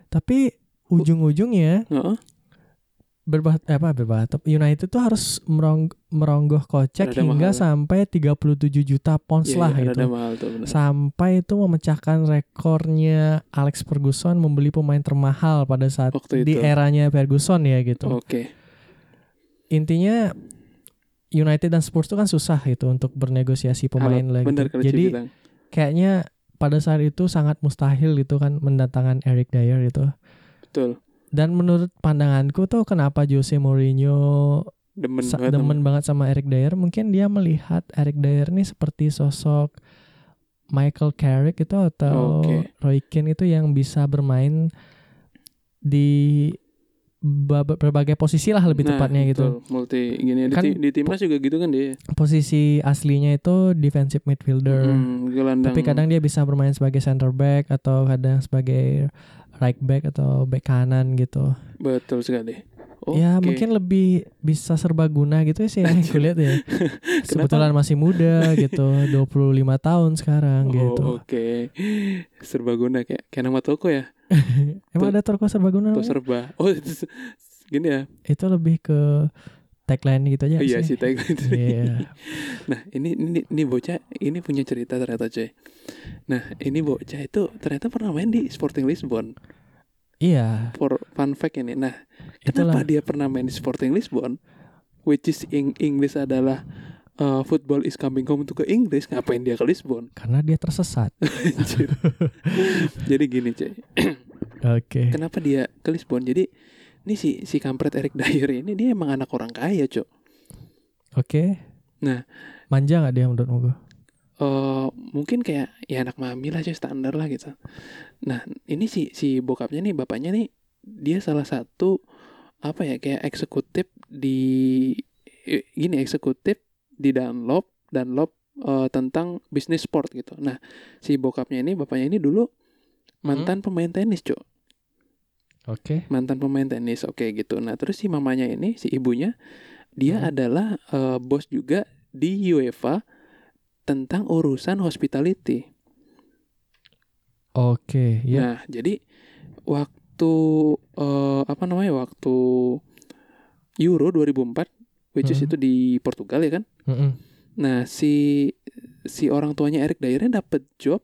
[SPEAKER 2] tapi ujung-ujungnya
[SPEAKER 1] Heeh.
[SPEAKER 2] berbat eh, apa Berbatov United tuh harus merong- meronggoh kocek
[SPEAKER 1] Rada
[SPEAKER 2] hingga
[SPEAKER 1] mahal.
[SPEAKER 2] sampai 37 juta pounds
[SPEAKER 1] Iya,
[SPEAKER 2] lah
[SPEAKER 1] iya,
[SPEAKER 2] gitu
[SPEAKER 1] rada mahal tuh benar
[SPEAKER 2] sampai itu memecahkan rekornya Alex Ferguson membeli pemain termahal pada saat
[SPEAKER 1] Waktu
[SPEAKER 2] di
[SPEAKER 1] itu. Oh,
[SPEAKER 2] eranya Ferguson ya gitu.
[SPEAKER 1] oke
[SPEAKER 2] Intinya United dan Spurs itu kan susah gitu untuk bernegosiasi pemain
[SPEAKER 1] Alot.
[SPEAKER 2] lagi.
[SPEAKER 1] benar kalau Ci
[SPEAKER 2] Jadi
[SPEAKER 1] bilang.
[SPEAKER 2] kayaknya pada saat itu sangat mustahil gitu kan mendatangkan Eric Dyer itu.
[SPEAKER 1] betul
[SPEAKER 2] Dan menurut pandanganku tuh kenapa Jose Mourinho
[SPEAKER 1] Demen
[SPEAKER 2] sa-
[SPEAKER 1] banget.
[SPEAKER 2] demen banget sama Eric Dyer, mungkin dia melihat Eric Dyer nih seperti sosok Michael Carrick itu atau
[SPEAKER 1] Oke.
[SPEAKER 2] Roy Keane itu yang bisa bermain di ba- berbagai posisi lah lebih
[SPEAKER 1] Nah,
[SPEAKER 2] tepatnya gitu.
[SPEAKER 1] betul. Multi gini di,
[SPEAKER 2] Kan-
[SPEAKER 1] ti- di timnas juga gitu kan dia.
[SPEAKER 2] posisi aslinya itu defensive midfielder.
[SPEAKER 1] Hmm, gelandang.
[SPEAKER 2] Tapi kadang dia bisa bermain sebagai center back atau kadang sebagai right back atau back kanan gitu.
[SPEAKER 1] betul sekali.
[SPEAKER 2] Ya
[SPEAKER 1] Oke.
[SPEAKER 2] mungkin lebih bisa serbaguna gitu sih yang
[SPEAKER 1] Anjir.
[SPEAKER 2] gue lihat ya. Kebetulan masih muda gitu, 25 tahun sekarang
[SPEAKER 1] Oh,
[SPEAKER 2] gitu.
[SPEAKER 1] Oke, serbaguna kayak kayak nama toko ya,
[SPEAKER 2] Emang
[SPEAKER 1] Tuh.
[SPEAKER 2] ada Turko serbaguna?
[SPEAKER 1] toko
[SPEAKER 2] namanya?
[SPEAKER 1] serba. Oh, itu- gini ya.
[SPEAKER 2] Itu lebih ke tagline gitu aja
[SPEAKER 1] Oh, iya sih
[SPEAKER 2] sih.
[SPEAKER 1] tag itu.
[SPEAKER 2] Iya.
[SPEAKER 1] Nah, ini ini ini bocah ini punya cerita ternyata, coy. Nah, ini bocah itu ternyata pernah main di Sporting Lisbon.
[SPEAKER 2] Iya,
[SPEAKER 1] For fun fact ini. Nah,
[SPEAKER 2] itulah.
[SPEAKER 1] kenapa dia pernah main di Sporting Lisbon? Which is in English adalah uh, football is coming home to ke Inggris. Ngapain dia ke Lisbon?
[SPEAKER 2] Karena dia tersesat.
[SPEAKER 1] Anjir. Jadi gini, coy.
[SPEAKER 2] Oke.
[SPEAKER 1] kenapa dia ke Lisbon jadi ini si si kampret Eric Dyer ini dia emang anak orang kaya cok
[SPEAKER 2] Oke.
[SPEAKER 1] Nah.
[SPEAKER 2] manja nggak dia menurutmu gue?
[SPEAKER 1] Eh mungkin kayak ya anak mami lah coy standar lah gitu nah ini si si bokapnya nih bapaknya nih dia salah satu apa ya kayak eksekutif di eh, gini eksekutif di Dunlop Dunlop eh, tentang bisnis sport gitu nah si bokapnya ini bapaknya ini dulu mantan pemain tenis cok
[SPEAKER 2] Oke.
[SPEAKER 1] mantan pemain tenis oke gitu nah terus si mamanya ini si ibunya dia
[SPEAKER 2] Hmm.
[SPEAKER 1] adalah eh, bos juga di UEFA tentang urusan hospitality
[SPEAKER 2] Oke, ya.
[SPEAKER 1] nah jadi waktu eh, apa namanya waktu Euro 2004 which is
[SPEAKER 2] Hmm.
[SPEAKER 1] itu di Portugal ya kan
[SPEAKER 2] Mm-mm.
[SPEAKER 1] nah si si orang tuanya Eric Dyer dapat job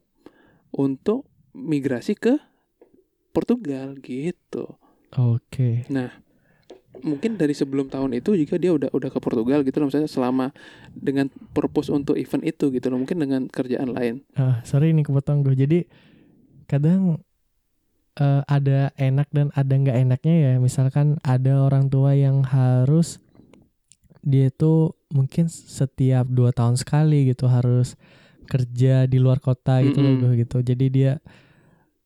[SPEAKER 1] untuk migrasi ke Portugal gitu
[SPEAKER 2] Oke.
[SPEAKER 1] mungkin dari sebelum tahun itu juga dia udah udah ke Portugal gitu loh misalnya selama dengan purpose untuk event itu gitu loh mungkin dengan kerjaan lain
[SPEAKER 2] Ah, sorry ini kepotong gue. Jadi kadang eh, ada enak dan ada nggak enaknya ya. Misalkan ada orang tua yang harus dia itu mungkin setiap dua tahun sekali gitu harus kerja di luar kota gitu loh
[SPEAKER 1] Mm-mm.
[SPEAKER 2] Gu, gitu. Jadi dia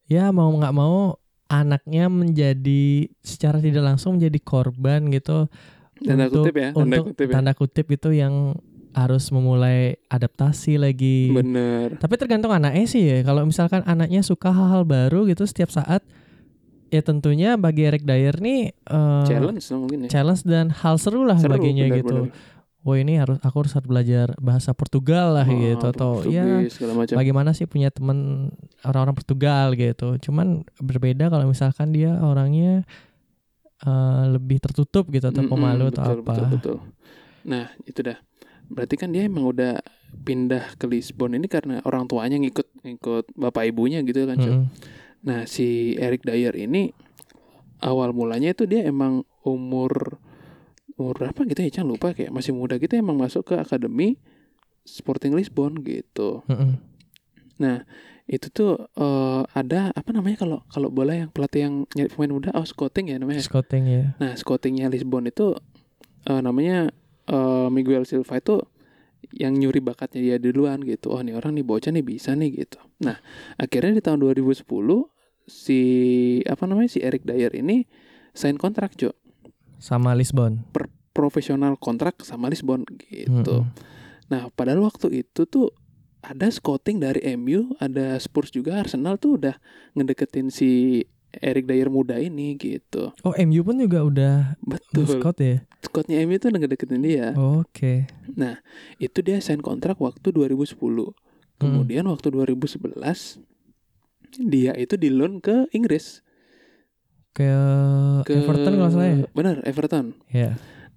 [SPEAKER 2] ya mau nggak mau anaknya menjadi secara tidak langsung menjadi korban gitu
[SPEAKER 1] tanda
[SPEAKER 2] Untuk-
[SPEAKER 1] kutip ya tanda
[SPEAKER 2] untuk
[SPEAKER 1] kutip ya
[SPEAKER 2] tanda kutip itu yang harus memulai adaptasi lagi.
[SPEAKER 1] bener
[SPEAKER 2] Tapi tergantung anaknya sih ya. Kalau misalkan anaknya suka hal-hal baru gitu setiap saat, ya tentunya bagi Eric Dyer nih eh,
[SPEAKER 1] challenge dong mungkin ya
[SPEAKER 2] challenge dan hal seru lah
[SPEAKER 1] Seru,
[SPEAKER 2] baginya
[SPEAKER 1] bener,
[SPEAKER 2] gitu.
[SPEAKER 1] bener.
[SPEAKER 2] Wah ini harus aku harus belajar bahasa Portugal lah
[SPEAKER 1] Ah,
[SPEAKER 2] gitu atau ya
[SPEAKER 1] Portugis, segala macam
[SPEAKER 2] bagaimana sih punya temen orang-orang Portugal gitu. Cuman berbeda kalau misalkan dia orangnya eh, lebih tertutup gitu atau
[SPEAKER 1] Mm-mm,
[SPEAKER 2] pemalu
[SPEAKER 1] betul,
[SPEAKER 2] atau apa.
[SPEAKER 1] betul, betul. nah itu dah berarti kan dia emang udah pindah ke Lisbon ini karena orang tuanya ngikut ngikut bapak ibunya gitu kan Cok.
[SPEAKER 2] Mm-mm.
[SPEAKER 1] Nah, si Eric Dyer ini awal mulanya itu dia emang umur umur berapa gitu ya, jangan lupa kayak masih muda gitu emang masuk ke akademi Sporting Lisbon gitu. Nah,
[SPEAKER 2] Mm-mm.
[SPEAKER 1] Itu tuh eh, ada apa namanya kalau kalau bola yang pelatih yang nyari pemain muda, oh scouting ya namanya.
[SPEAKER 2] Scouting ya.
[SPEAKER 1] Nah, scoutingnya Lisbon itu eh, namanya eh, Miguel Silva itu yang nyuri bakatnya dia duluan gitu. Oh, nih orang nih bocah nih bisa nih gitu. Nah, akhirnya di tahun 2010 si apa namanya si Eric Dyer ini sign kontrak, Jo.
[SPEAKER 2] Sama Lisbon.
[SPEAKER 1] Profesional kontrak sama Lisbon gitu.
[SPEAKER 2] Mm-mm.
[SPEAKER 1] Nah, padahal waktu itu tuh ada scouting dari MU, ada Spurs juga, Arsenal tuh udah ngedeketin si Eric Dyer muda ini gitu.
[SPEAKER 2] Oh MU pun juga udah
[SPEAKER 1] Betul. Iya.
[SPEAKER 2] Scott ya.
[SPEAKER 1] Scoutnya MU tuh ngedeketin dia.
[SPEAKER 2] Oke.
[SPEAKER 1] Nah, itu dia sign kontrak waktu 2010.
[SPEAKER 2] Hmm.
[SPEAKER 1] Kemudian waktu 2011 dia itu di loan ke Inggris
[SPEAKER 2] Ke,
[SPEAKER 1] ke
[SPEAKER 2] Everton kalau nggak salah ya.
[SPEAKER 1] Benar, Everton.
[SPEAKER 2] Ya.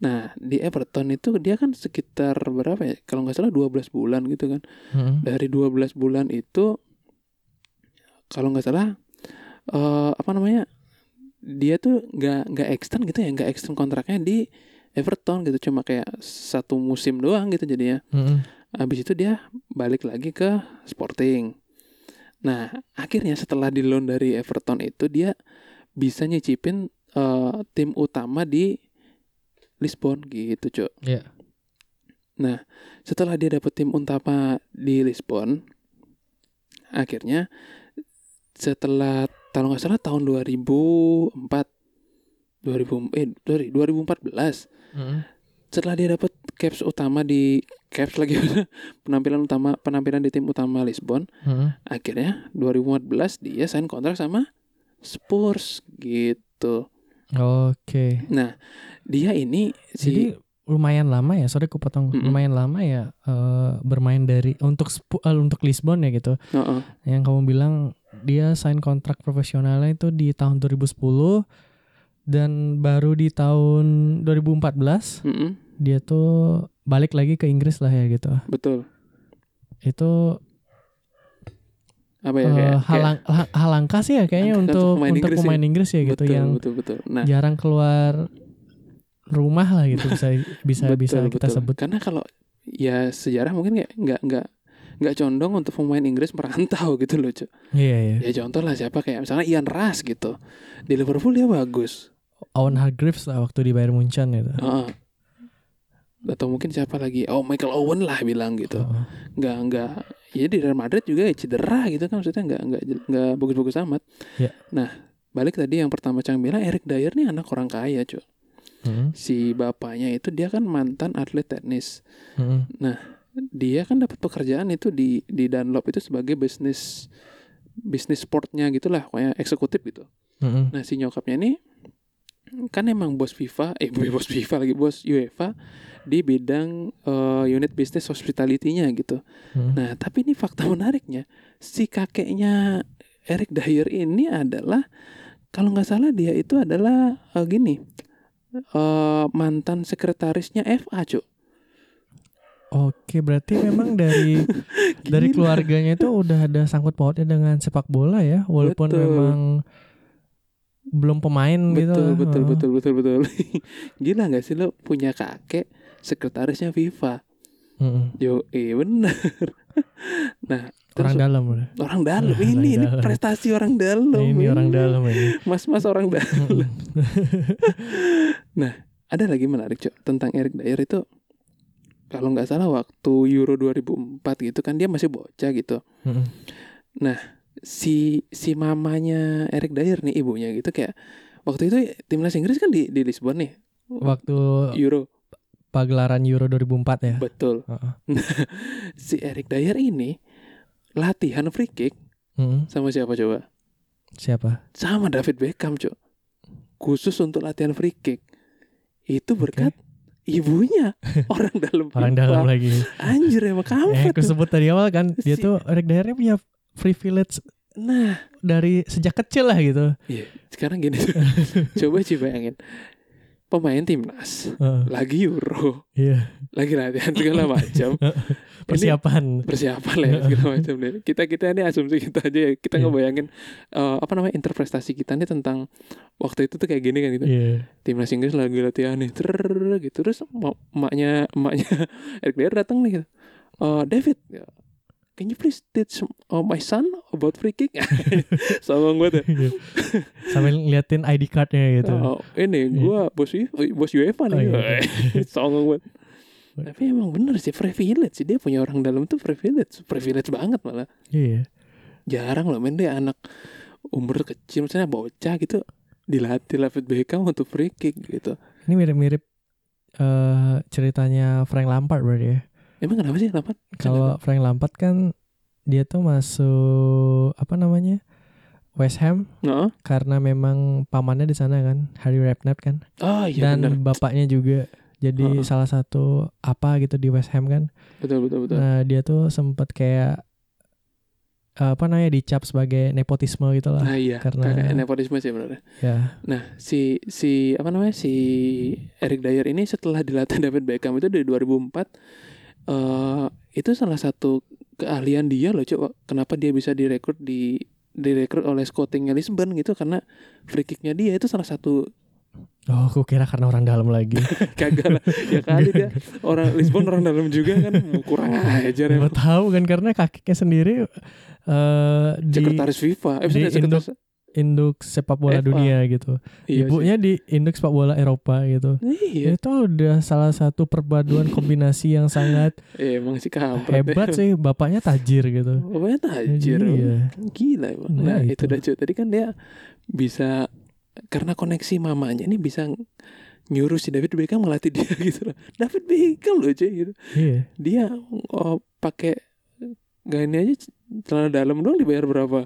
[SPEAKER 1] Nah, di Everton itu dia kan sekitar berapa ya? Kalau nggak salah 12 bulan gitu kan.
[SPEAKER 2] Mm-mm.
[SPEAKER 1] Dari 12 bulan itu kalau nggak salah eh apa namanya? Dia tuh nggak nggak extend gitu ya, nggak extend kontraknya di Everton gitu cuma kayak satu musim doang gitu jadinya.
[SPEAKER 2] Mm-mm.
[SPEAKER 1] Habis itu dia balik lagi ke Sporting. Nah, akhirnya setelah di loan dari Everton itu dia bisa nyicipin eh, tim utama di Lisbon gitu, Cuk.
[SPEAKER 2] Iya.
[SPEAKER 1] Nah, setelah dia dapet tim utama di Lisbon, akhirnya setelah kalau nggak salah tahun 2004 2000 eh sorry 2014 setelah dia dapat caps utama di caps lagi penampilan utama penampilan di tim utama Lisbon
[SPEAKER 2] Heeh.
[SPEAKER 1] akhirnya 2014 dia sign kontrak sama Spurs gitu
[SPEAKER 2] Oke.
[SPEAKER 1] nah dia ini si
[SPEAKER 2] Jadi lumayan lama ya, sorry aku potong.
[SPEAKER 1] Mm-mm.
[SPEAKER 2] Lumayan lama ya eh, bermain dari untuk Spu- eh, untuk Lisbon ya gitu.
[SPEAKER 1] Heeh.
[SPEAKER 2] Yang kamu bilang dia sign kontrak profesionalnya itu di tahun 2010 dan baru di tahun 2014
[SPEAKER 1] Mm-mm,
[SPEAKER 2] dia tuh balik lagi ke Inggris lah ya gitu.
[SPEAKER 1] betul
[SPEAKER 2] Itu
[SPEAKER 1] apa ya
[SPEAKER 2] eh,
[SPEAKER 1] kayak,
[SPEAKER 2] hal lang- hal- hal langka sih ya kayaknya
[SPEAKER 1] Langka untuk
[SPEAKER 2] untuk
[SPEAKER 1] pemain
[SPEAKER 2] untuk
[SPEAKER 1] Inggris
[SPEAKER 2] pemain Inggris ya
[SPEAKER 1] kayak-
[SPEAKER 2] gitu
[SPEAKER 1] betul,
[SPEAKER 2] yang
[SPEAKER 1] betul betul nah
[SPEAKER 2] jarang keluar rumah lah gitu bisa bisa bisa
[SPEAKER 1] betul,
[SPEAKER 2] kita
[SPEAKER 1] betul.
[SPEAKER 2] sebut.
[SPEAKER 1] karena kalau ya sejarah mungkin kayak nggak nggak nggak condong untuk pemain Inggris merantau gitu loh Cuk.
[SPEAKER 2] Iya iya.
[SPEAKER 1] ya contoh lah siapa kayak misalnya Ian Rush gitu di Liverpool dia bagus
[SPEAKER 2] Owen Hargreaves lah waktu di Bayern Munchen gitu.
[SPEAKER 1] Heeh. atau mungkin siapa lagi oh Michael Owen lah bilang gitu
[SPEAKER 2] Heeh.
[SPEAKER 1] nggak nggak ya di Real Madrid juga ya cedera gitu kan maksudnya nggak nggak jel- nggak bagus-bagus amat
[SPEAKER 2] Ya.
[SPEAKER 1] nah balik tadi yang pertama Cang bilang Eric Dyer nih anak orang kaya cuy
[SPEAKER 2] Heeh.
[SPEAKER 1] si bapaknya itu dia kan mantan atlet tenis
[SPEAKER 2] Heeh.
[SPEAKER 1] dia kan dapat pekerjaan itu di di Dunlop itu sebagai bisnis bisnis sportnya gitulah kayak eksekutif gitu
[SPEAKER 2] Heeh.
[SPEAKER 1] Nah si nyokapnya ini kan emang bos FIFA, eh bu- bos FIFA lagi bos UEFA di bidang eh, unit bisnis hospitality-nya gitu.
[SPEAKER 2] Heeh.
[SPEAKER 1] Nah tapi ini fakta menariknya si kakeknya Eric Dyer ini adalah kalau nggak salah dia itu adalah eh, gini eh, mantan sekretarisnya FA cuk.
[SPEAKER 2] Oke, berarti memang dari dari
[SPEAKER 1] Gila.
[SPEAKER 2] keluarganya itu udah ada sangkut pautnya dengan sepak bola ya, walaupun
[SPEAKER 1] Betul.
[SPEAKER 2] memang belum pemain gitu.
[SPEAKER 1] betul, betul,
[SPEAKER 2] lah. Heeh.
[SPEAKER 1] betul, betul, betul, Gila nggak sih lo punya kakek sekretarisnya FIFA?
[SPEAKER 2] Heeh.
[SPEAKER 1] Yo, eh bener. nah, terus-
[SPEAKER 2] Orang dalam. udah.
[SPEAKER 1] orang dalam
[SPEAKER 2] Ah,
[SPEAKER 1] ini
[SPEAKER 2] orang
[SPEAKER 1] ini
[SPEAKER 2] dalam.
[SPEAKER 1] prestasi orang dalam
[SPEAKER 2] Nah, ini orang dalam ini.
[SPEAKER 1] mas mas orang dalam
[SPEAKER 2] Heeh.
[SPEAKER 1] ada lagi menarik cok tentang Eric Dyer itu kalau nggak salah waktu Euro 2004 gitu kan dia masih bocah gitu
[SPEAKER 2] Heeh.
[SPEAKER 1] si si mamanya Eric Dyer nih ibunya gitu kayak waktu itu timnas Inggris kan di di Lisbon nih
[SPEAKER 2] Waktu
[SPEAKER 1] Euro
[SPEAKER 2] pagelaran Euro 2004 ya.
[SPEAKER 1] betul
[SPEAKER 2] Heeh.
[SPEAKER 1] si Eric Dyer ini latihan free kick
[SPEAKER 2] Heeh.
[SPEAKER 1] sama siapa coba
[SPEAKER 2] Siapa?
[SPEAKER 1] sama David Beckham cok khusus untuk latihan free kick itu berkat ibunya orang dalam
[SPEAKER 2] Orang
[SPEAKER 1] pipa.
[SPEAKER 2] dalam lagi.
[SPEAKER 1] anjir emang
[SPEAKER 2] Eh,
[SPEAKER 1] kampret
[SPEAKER 2] aku
[SPEAKER 1] tuh.
[SPEAKER 2] sebut tadi awal kan, dia
[SPEAKER 1] Si-
[SPEAKER 2] tuh Eric Dyer punya privilege
[SPEAKER 1] nah
[SPEAKER 2] dari sejak kecil lah gitu.
[SPEAKER 1] iya, sekarang gini coba sih bayangin pemain timnas
[SPEAKER 2] Heeh.
[SPEAKER 1] lagi euro
[SPEAKER 2] Iya,
[SPEAKER 1] lagi latihan segala macam
[SPEAKER 2] persiapan.
[SPEAKER 1] persiapan lah ya, segala macam deh. kita kita ini asumsi kita aja ya kita
[SPEAKER 2] Iya.
[SPEAKER 1] ngebayangin eh, apa namanya interpretasi kita nih tentang waktu itu tuh kayak gini kan gitu
[SPEAKER 2] Iya.
[SPEAKER 1] timnas Inggris lagi latihan nih ter gitu terus emak- emaknya emaknya Eric Dyer datang nih gitu. Eh, David can you please teach uh, my son about free kick sombong gue tuh
[SPEAKER 2] Iya. Sambil ngeliatin ID cardnya gitu.
[SPEAKER 1] Oh, ini gue bos U- eh, bos UEFA nih
[SPEAKER 2] Oh, iya.
[SPEAKER 1] sombong banget tapi emang bener sih privilege sih dia punya orang dalam tuh privilege privilege banget malah
[SPEAKER 2] Iya.
[SPEAKER 1] jarang loh men deh anak umur kecil misalnya bocah gitu dilatih David Beckham untuk free kick gitu
[SPEAKER 2] Ini mirip-mirip eh ceritanya Frank Lampard berarti ya.
[SPEAKER 1] emang kenapa sih kenapa
[SPEAKER 2] Kalau Frank Lampard kan dia tuh masuk apa namanya? West Ham
[SPEAKER 1] Heeh.
[SPEAKER 2] karena memang pamannya di sana kan, Harry Redknapp kan.
[SPEAKER 1] oh iya
[SPEAKER 2] Dan
[SPEAKER 1] bener
[SPEAKER 2] bapaknya juga jadi
[SPEAKER 1] Heeh.
[SPEAKER 2] salah satu apa gitu di West Ham kan.
[SPEAKER 1] betul betul betul
[SPEAKER 2] Nah, dia tuh sempat kayak eh, apa namanya dicap sebagai nepotisme gitu lah.
[SPEAKER 1] nah iya
[SPEAKER 2] karena-
[SPEAKER 1] karena nepotisme sih benar
[SPEAKER 2] Ya.
[SPEAKER 1] nah si si apa namanya si Eric Dyer ini setelah dilatih David Beckham itu dari 2004 eh itu salah satu keahlian dia loh coba kenapa dia bisa direkrut di direkrut oleh scoutingnya Lisbon gitu karena free kicknya dia itu salah satu
[SPEAKER 2] Oh, aku kira karena orang dalam lagi.
[SPEAKER 1] kagak lah. ya kali dia orang Lisbon orang dalam juga kan kurang ajar ya
[SPEAKER 2] Gue tahu kan karena kakeknya sendiri eh di
[SPEAKER 1] sekretaris FIFA eh,
[SPEAKER 2] di
[SPEAKER 1] misalnya sekretaris
[SPEAKER 2] induk sepak bola
[SPEAKER 1] FA.
[SPEAKER 2] dunia gitu.
[SPEAKER 1] Iya sih.
[SPEAKER 2] Ibunya di induk sepak bola Eropa gitu.
[SPEAKER 1] Iya,
[SPEAKER 2] Itu udah salah satu perpaduan kombinasi yang sangat
[SPEAKER 1] iya emang sih kampret. ya.
[SPEAKER 2] hebat sih. Bapaknya tajir gitu.
[SPEAKER 1] Pokoknya tajir.
[SPEAKER 2] Iya.
[SPEAKER 1] Gila emang. Nah,
[SPEAKER 2] Nah,
[SPEAKER 1] itu.
[SPEAKER 2] itu.
[SPEAKER 1] dah cuy. Tadi kan dia bisa karena koneksi mamanya ini bisa nyuruh si David Beckham ngelatih dia gitu loh. David Beckham loh cuy gitu.
[SPEAKER 2] Iya.
[SPEAKER 1] Dia oh, pakai gak ini aja celana dalam doang dibayar berapa?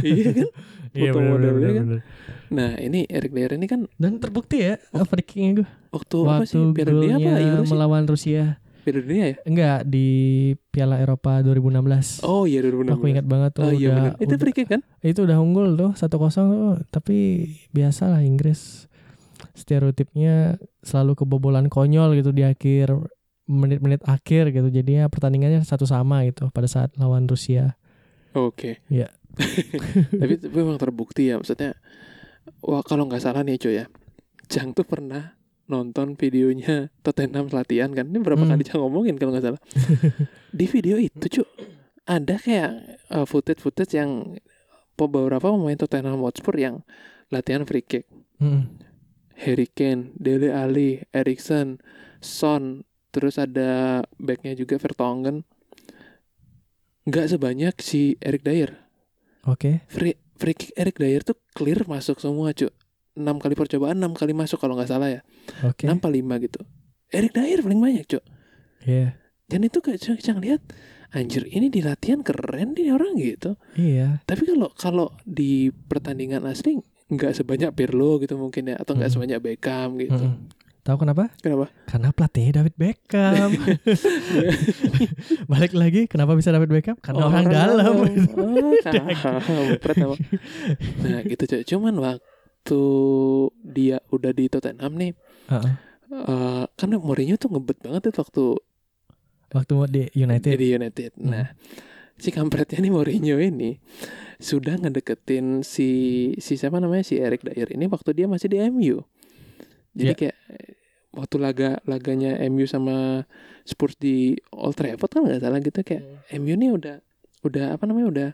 [SPEAKER 1] iya kan?
[SPEAKER 2] Iya
[SPEAKER 1] Foto
[SPEAKER 2] bener, bener,
[SPEAKER 1] modelnya
[SPEAKER 2] bener,
[SPEAKER 1] kan.
[SPEAKER 2] bener.
[SPEAKER 1] Nah, ini Eric Dier ini kan
[SPEAKER 2] Dan terbukti ya freakingnya gue.
[SPEAKER 1] waktu, Oh. apa
[SPEAKER 2] Waktu
[SPEAKER 1] sih? Piala dunia apa?
[SPEAKER 2] golnya
[SPEAKER 1] Euro sih?
[SPEAKER 2] melawan Rusia.
[SPEAKER 1] Piala dunia ya?
[SPEAKER 2] Enggak di Piala Eropa 2016.
[SPEAKER 1] Oh iya 2016.
[SPEAKER 2] Aku ingat banget tuh
[SPEAKER 1] Oh iya
[SPEAKER 2] udah,
[SPEAKER 1] benar. Itu
[SPEAKER 2] udah-
[SPEAKER 1] free kick kan?
[SPEAKER 2] itu udah unggul tuh 1-0 tuh, tapi biasalah Inggris stereotipnya selalu kebobolan konyol gitu di akhir menit-menit akhir gitu. Jadinya pertandingannya satu sama gitu pada saat lawan Rusia.
[SPEAKER 1] Oke.
[SPEAKER 2] Iya.
[SPEAKER 1] tapi tapi memang terbukti ya maksudnya. Wah kalau nggak salah nih cuy ya, Jang tuh pernah nonton videonya Tottenham latihan kan ini berapa
[SPEAKER 2] Hmm.
[SPEAKER 1] kali Jang ngomongin kalau nggak salah di video itu cuy ada kayak eh, footage-footage yang beberapa pemain Tottenham Hotspur yang latihan free kick
[SPEAKER 2] Mm-mm.
[SPEAKER 1] Harry Kane, Dele Ali, Erikson, Son, terus ada backnya juga Vertonghen. Nggak sebanyak si Eric Dyer.
[SPEAKER 2] Oke.
[SPEAKER 1] Free, free kick Eric Dyer tuh clear masuk semua cu. 6 kali percobaan, 6 kali masuk kalau nggak salah ya.
[SPEAKER 2] Oke.
[SPEAKER 1] 6 kali 5 gitu. Eric Dyer paling banyak cu.
[SPEAKER 2] Iya.
[SPEAKER 1] Dan itu kayak Cang- Cang lihat, anjir ini di latihan keren nih orang gitu.
[SPEAKER 2] Iya.
[SPEAKER 1] Tapi kalau kalau di pertandingan asli nggak sebanyak Pirlo gitu mungkin ya atau nggak
[SPEAKER 2] Mm.
[SPEAKER 1] sebanyak Beckham gitu.
[SPEAKER 2] Mm-mm. Tahu kenapa?
[SPEAKER 1] Kenapa?
[SPEAKER 2] Karena pelatihnya David Beckham. Balik lagi, kenapa bisa David Beckham? Karena orang, dalam.
[SPEAKER 1] Oh, kampret emang. Nah gitu cuy. Cuman waktu dia udah di Tottenham nih,
[SPEAKER 2] Heeh.
[SPEAKER 1] eh, kan Mourinho tuh ngebet banget tuh waktu
[SPEAKER 2] Waktu di United.
[SPEAKER 1] jadi United. Nah si kampretnya nih Mourinho ini sudah ngedeketin si si siapa namanya si Eric Dyer ini waktu dia masih di MU. Jadi
[SPEAKER 2] Iya.
[SPEAKER 1] kayak waktu laga laganya MU sama Spurs di Old Trafford kan nggak salah gitu kayak MU nih udah udah apa namanya udah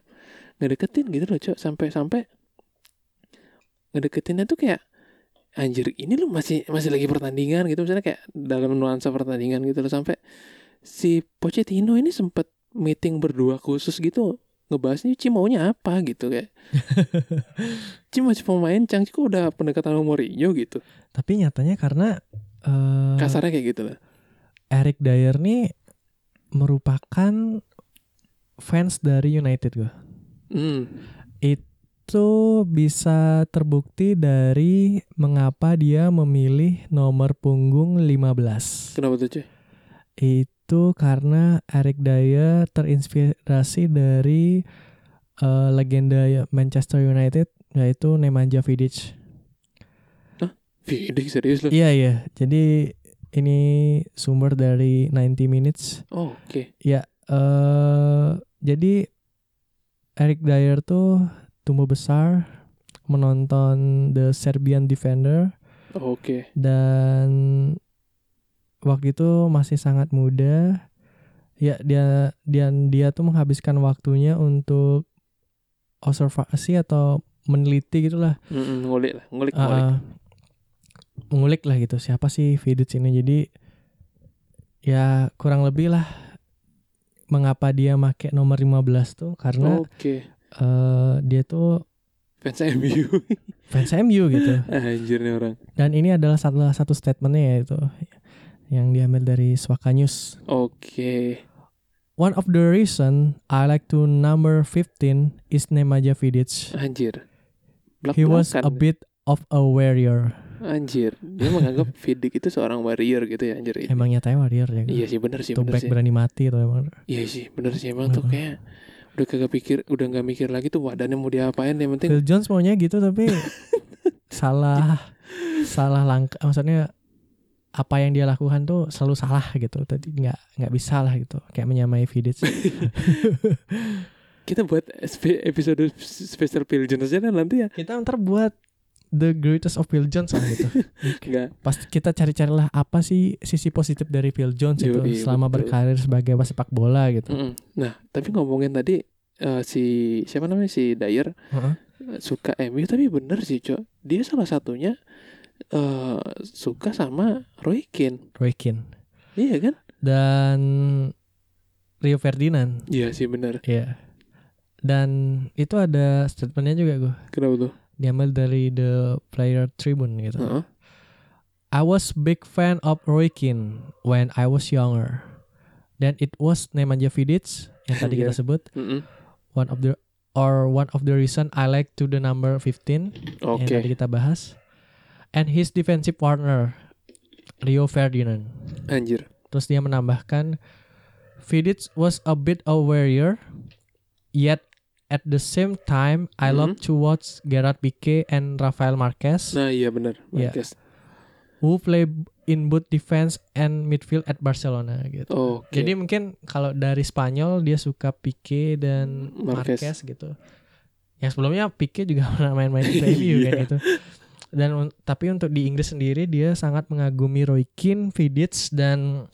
[SPEAKER 1] ngedeketin gitu loh cok sampai sampai ngedeketinnya tuh kayak anjir ini lu masih masih lagi pertandingan gitu misalnya kayak dalam nuansa pertandingan gitu loh sampai si Pochettino ini sempet meeting berdua khusus gitu ngebahasnya Ci maunya apa gitu kayak Ci masih pemain Cang Ci kok udah pendekatan sama Mourinho gitu
[SPEAKER 2] Tapi nyatanya karena eh,
[SPEAKER 1] kasarnya kayak gitu lah
[SPEAKER 2] Eric Dyer nih merupakan fans dari United gue.
[SPEAKER 1] hmm.
[SPEAKER 2] Itu bisa terbukti dari mengapa dia memilih nomor punggung 15.
[SPEAKER 1] kenapa tuh cuy
[SPEAKER 2] Itu karena Eric Dyer terinspirasi dari eh, legenda Manchester United yaitu Nemanja Vidic.
[SPEAKER 1] Vidik serius lu
[SPEAKER 2] Iya iya. Jadi ini sumber dari 90 Minutes.
[SPEAKER 1] oh, oke
[SPEAKER 2] eh jadi Eric Dyer tuh tumbuh besar menonton The Serbian Defender
[SPEAKER 1] Oh, oke
[SPEAKER 2] dan waktu itu masih sangat muda. Ya dia dan dia tuh menghabiskan waktunya untuk observasi atau meneliti gitulah
[SPEAKER 1] Mm-mm, Hmm, ngulik lah ngulik
[SPEAKER 2] Ah,
[SPEAKER 1] ngulik
[SPEAKER 2] ah. mengulik lah gitu siapa sih Vidic ini jadi ya kurang lebih lah mengapa dia make nomor 15 tuh karena
[SPEAKER 1] oke
[SPEAKER 2] eh, dia tuh
[SPEAKER 1] fans MU
[SPEAKER 2] fans MU gitu
[SPEAKER 1] anjir nih orang
[SPEAKER 2] dan ini adalah salah satu statementnya ya itu yang diambil dari Swaka News
[SPEAKER 1] oke
[SPEAKER 2] One of the reason I like to number 15 is Nemanja Vidic.
[SPEAKER 1] anjir Belak
[SPEAKER 2] He was a bit of a warrior.
[SPEAKER 1] anjir dia menganggap Vidik itu seorang warrior gitu ya anjir
[SPEAKER 2] Emang nyatanya warrior ya.
[SPEAKER 1] iya sih bener sih
[SPEAKER 2] Tuh
[SPEAKER 1] bener
[SPEAKER 2] back
[SPEAKER 1] sih
[SPEAKER 2] berani mati tuh emang.
[SPEAKER 1] Iya sih, bener sih emang tuh
[SPEAKER 2] Heeh.
[SPEAKER 1] kayak udah kagak pikir, udah nggak mikir lagi tuh wadannya mau diapain yang penting.
[SPEAKER 2] Phil Jones maunya gitu tapi salah salah langkah maksudnya apa yang dia lakukan tuh selalu salah gitu tadi nggak nggak bisa lah gitu kayak menyamai Vidic
[SPEAKER 1] Kita buat spe- episode special Phil Jones aja lah nanti ya.
[SPEAKER 2] kita ntar buat the greatest of Phil Jones lah gitu
[SPEAKER 1] Enggak.
[SPEAKER 2] pas kita cari-carilah apa sih sisi positif dari Phil Jones itu
[SPEAKER 1] Yoi,
[SPEAKER 2] selama
[SPEAKER 1] betul.
[SPEAKER 2] berkarir sebagai sepak bola gitu
[SPEAKER 1] Nah, tapi ngomongin tadi eh, si siapa namanya si Dyer
[SPEAKER 2] Heeh.
[SPEAKER 1] suka MU tapi bener sih cok dia salah satunya eh suka sama Roy Keane
[SPEAKER 2] Roy Keane
[SPEAKER 1] iya kan
[SPEAKER 2] dan Rio Ferdinand.
[SPEAKER 1] iya sih bener
[SPEAKER 2] Iya. Dan itu ada statementnya juga gue.
[SPEAKER 1] kenapa tuh
[SPEAKER 2] Diambil dari The Player Tribune gitu.
[SPEAKER 1] Heeh.
[SPEAKER 2] I was big fan of Roy Keane when I was younger. Then it was Nemanja Vidic yang tadi kita
[SPEAKER 1] Iya.
[SPEAKER 2] sebut
[SPEAKER 1] Mm-mm.
[SPEAKER 2] one of the or one of the reason I like to the number 15
[SPEAKER 1] oke
[SPEAKER 2] yang tadi kita bahas. And his defensive partner Rio Ferdinand.
[SPEAKER 1] anjir
[SPEAKER 2] Terus dia menambahkan Vidic was a bit a warrior yet at the same time I
[SPEAKER 1] Mhm.
[SPEAKER 2] love to watch Gerard Piqué and Rafael Marquez
[SPEAKER 1] nah iya bener
[SPEAKER 2] Iya.
[SPEAKER 1] Marquez.
[SPEAKER 2] who play in both defense and midfield at Barcelona gitu.
[SPEAKER 1] Oh, oke
[SPEAKER 2] Jadi mungkin kalau dari Spanyol dia suka Pique dan
[SPEAKER 1] Mm, Marquez.
[SPEAKER 2] Marquez, gitu. Yang sebelumnya Pique juga pernah main-main di MU kan
[SPEAKER 1] Iya.
[SPEAKER 2] gitu. Dan un- tapi untuk di Inggris sendiri dia sangat mengagumi Roy Keane, Vidic dan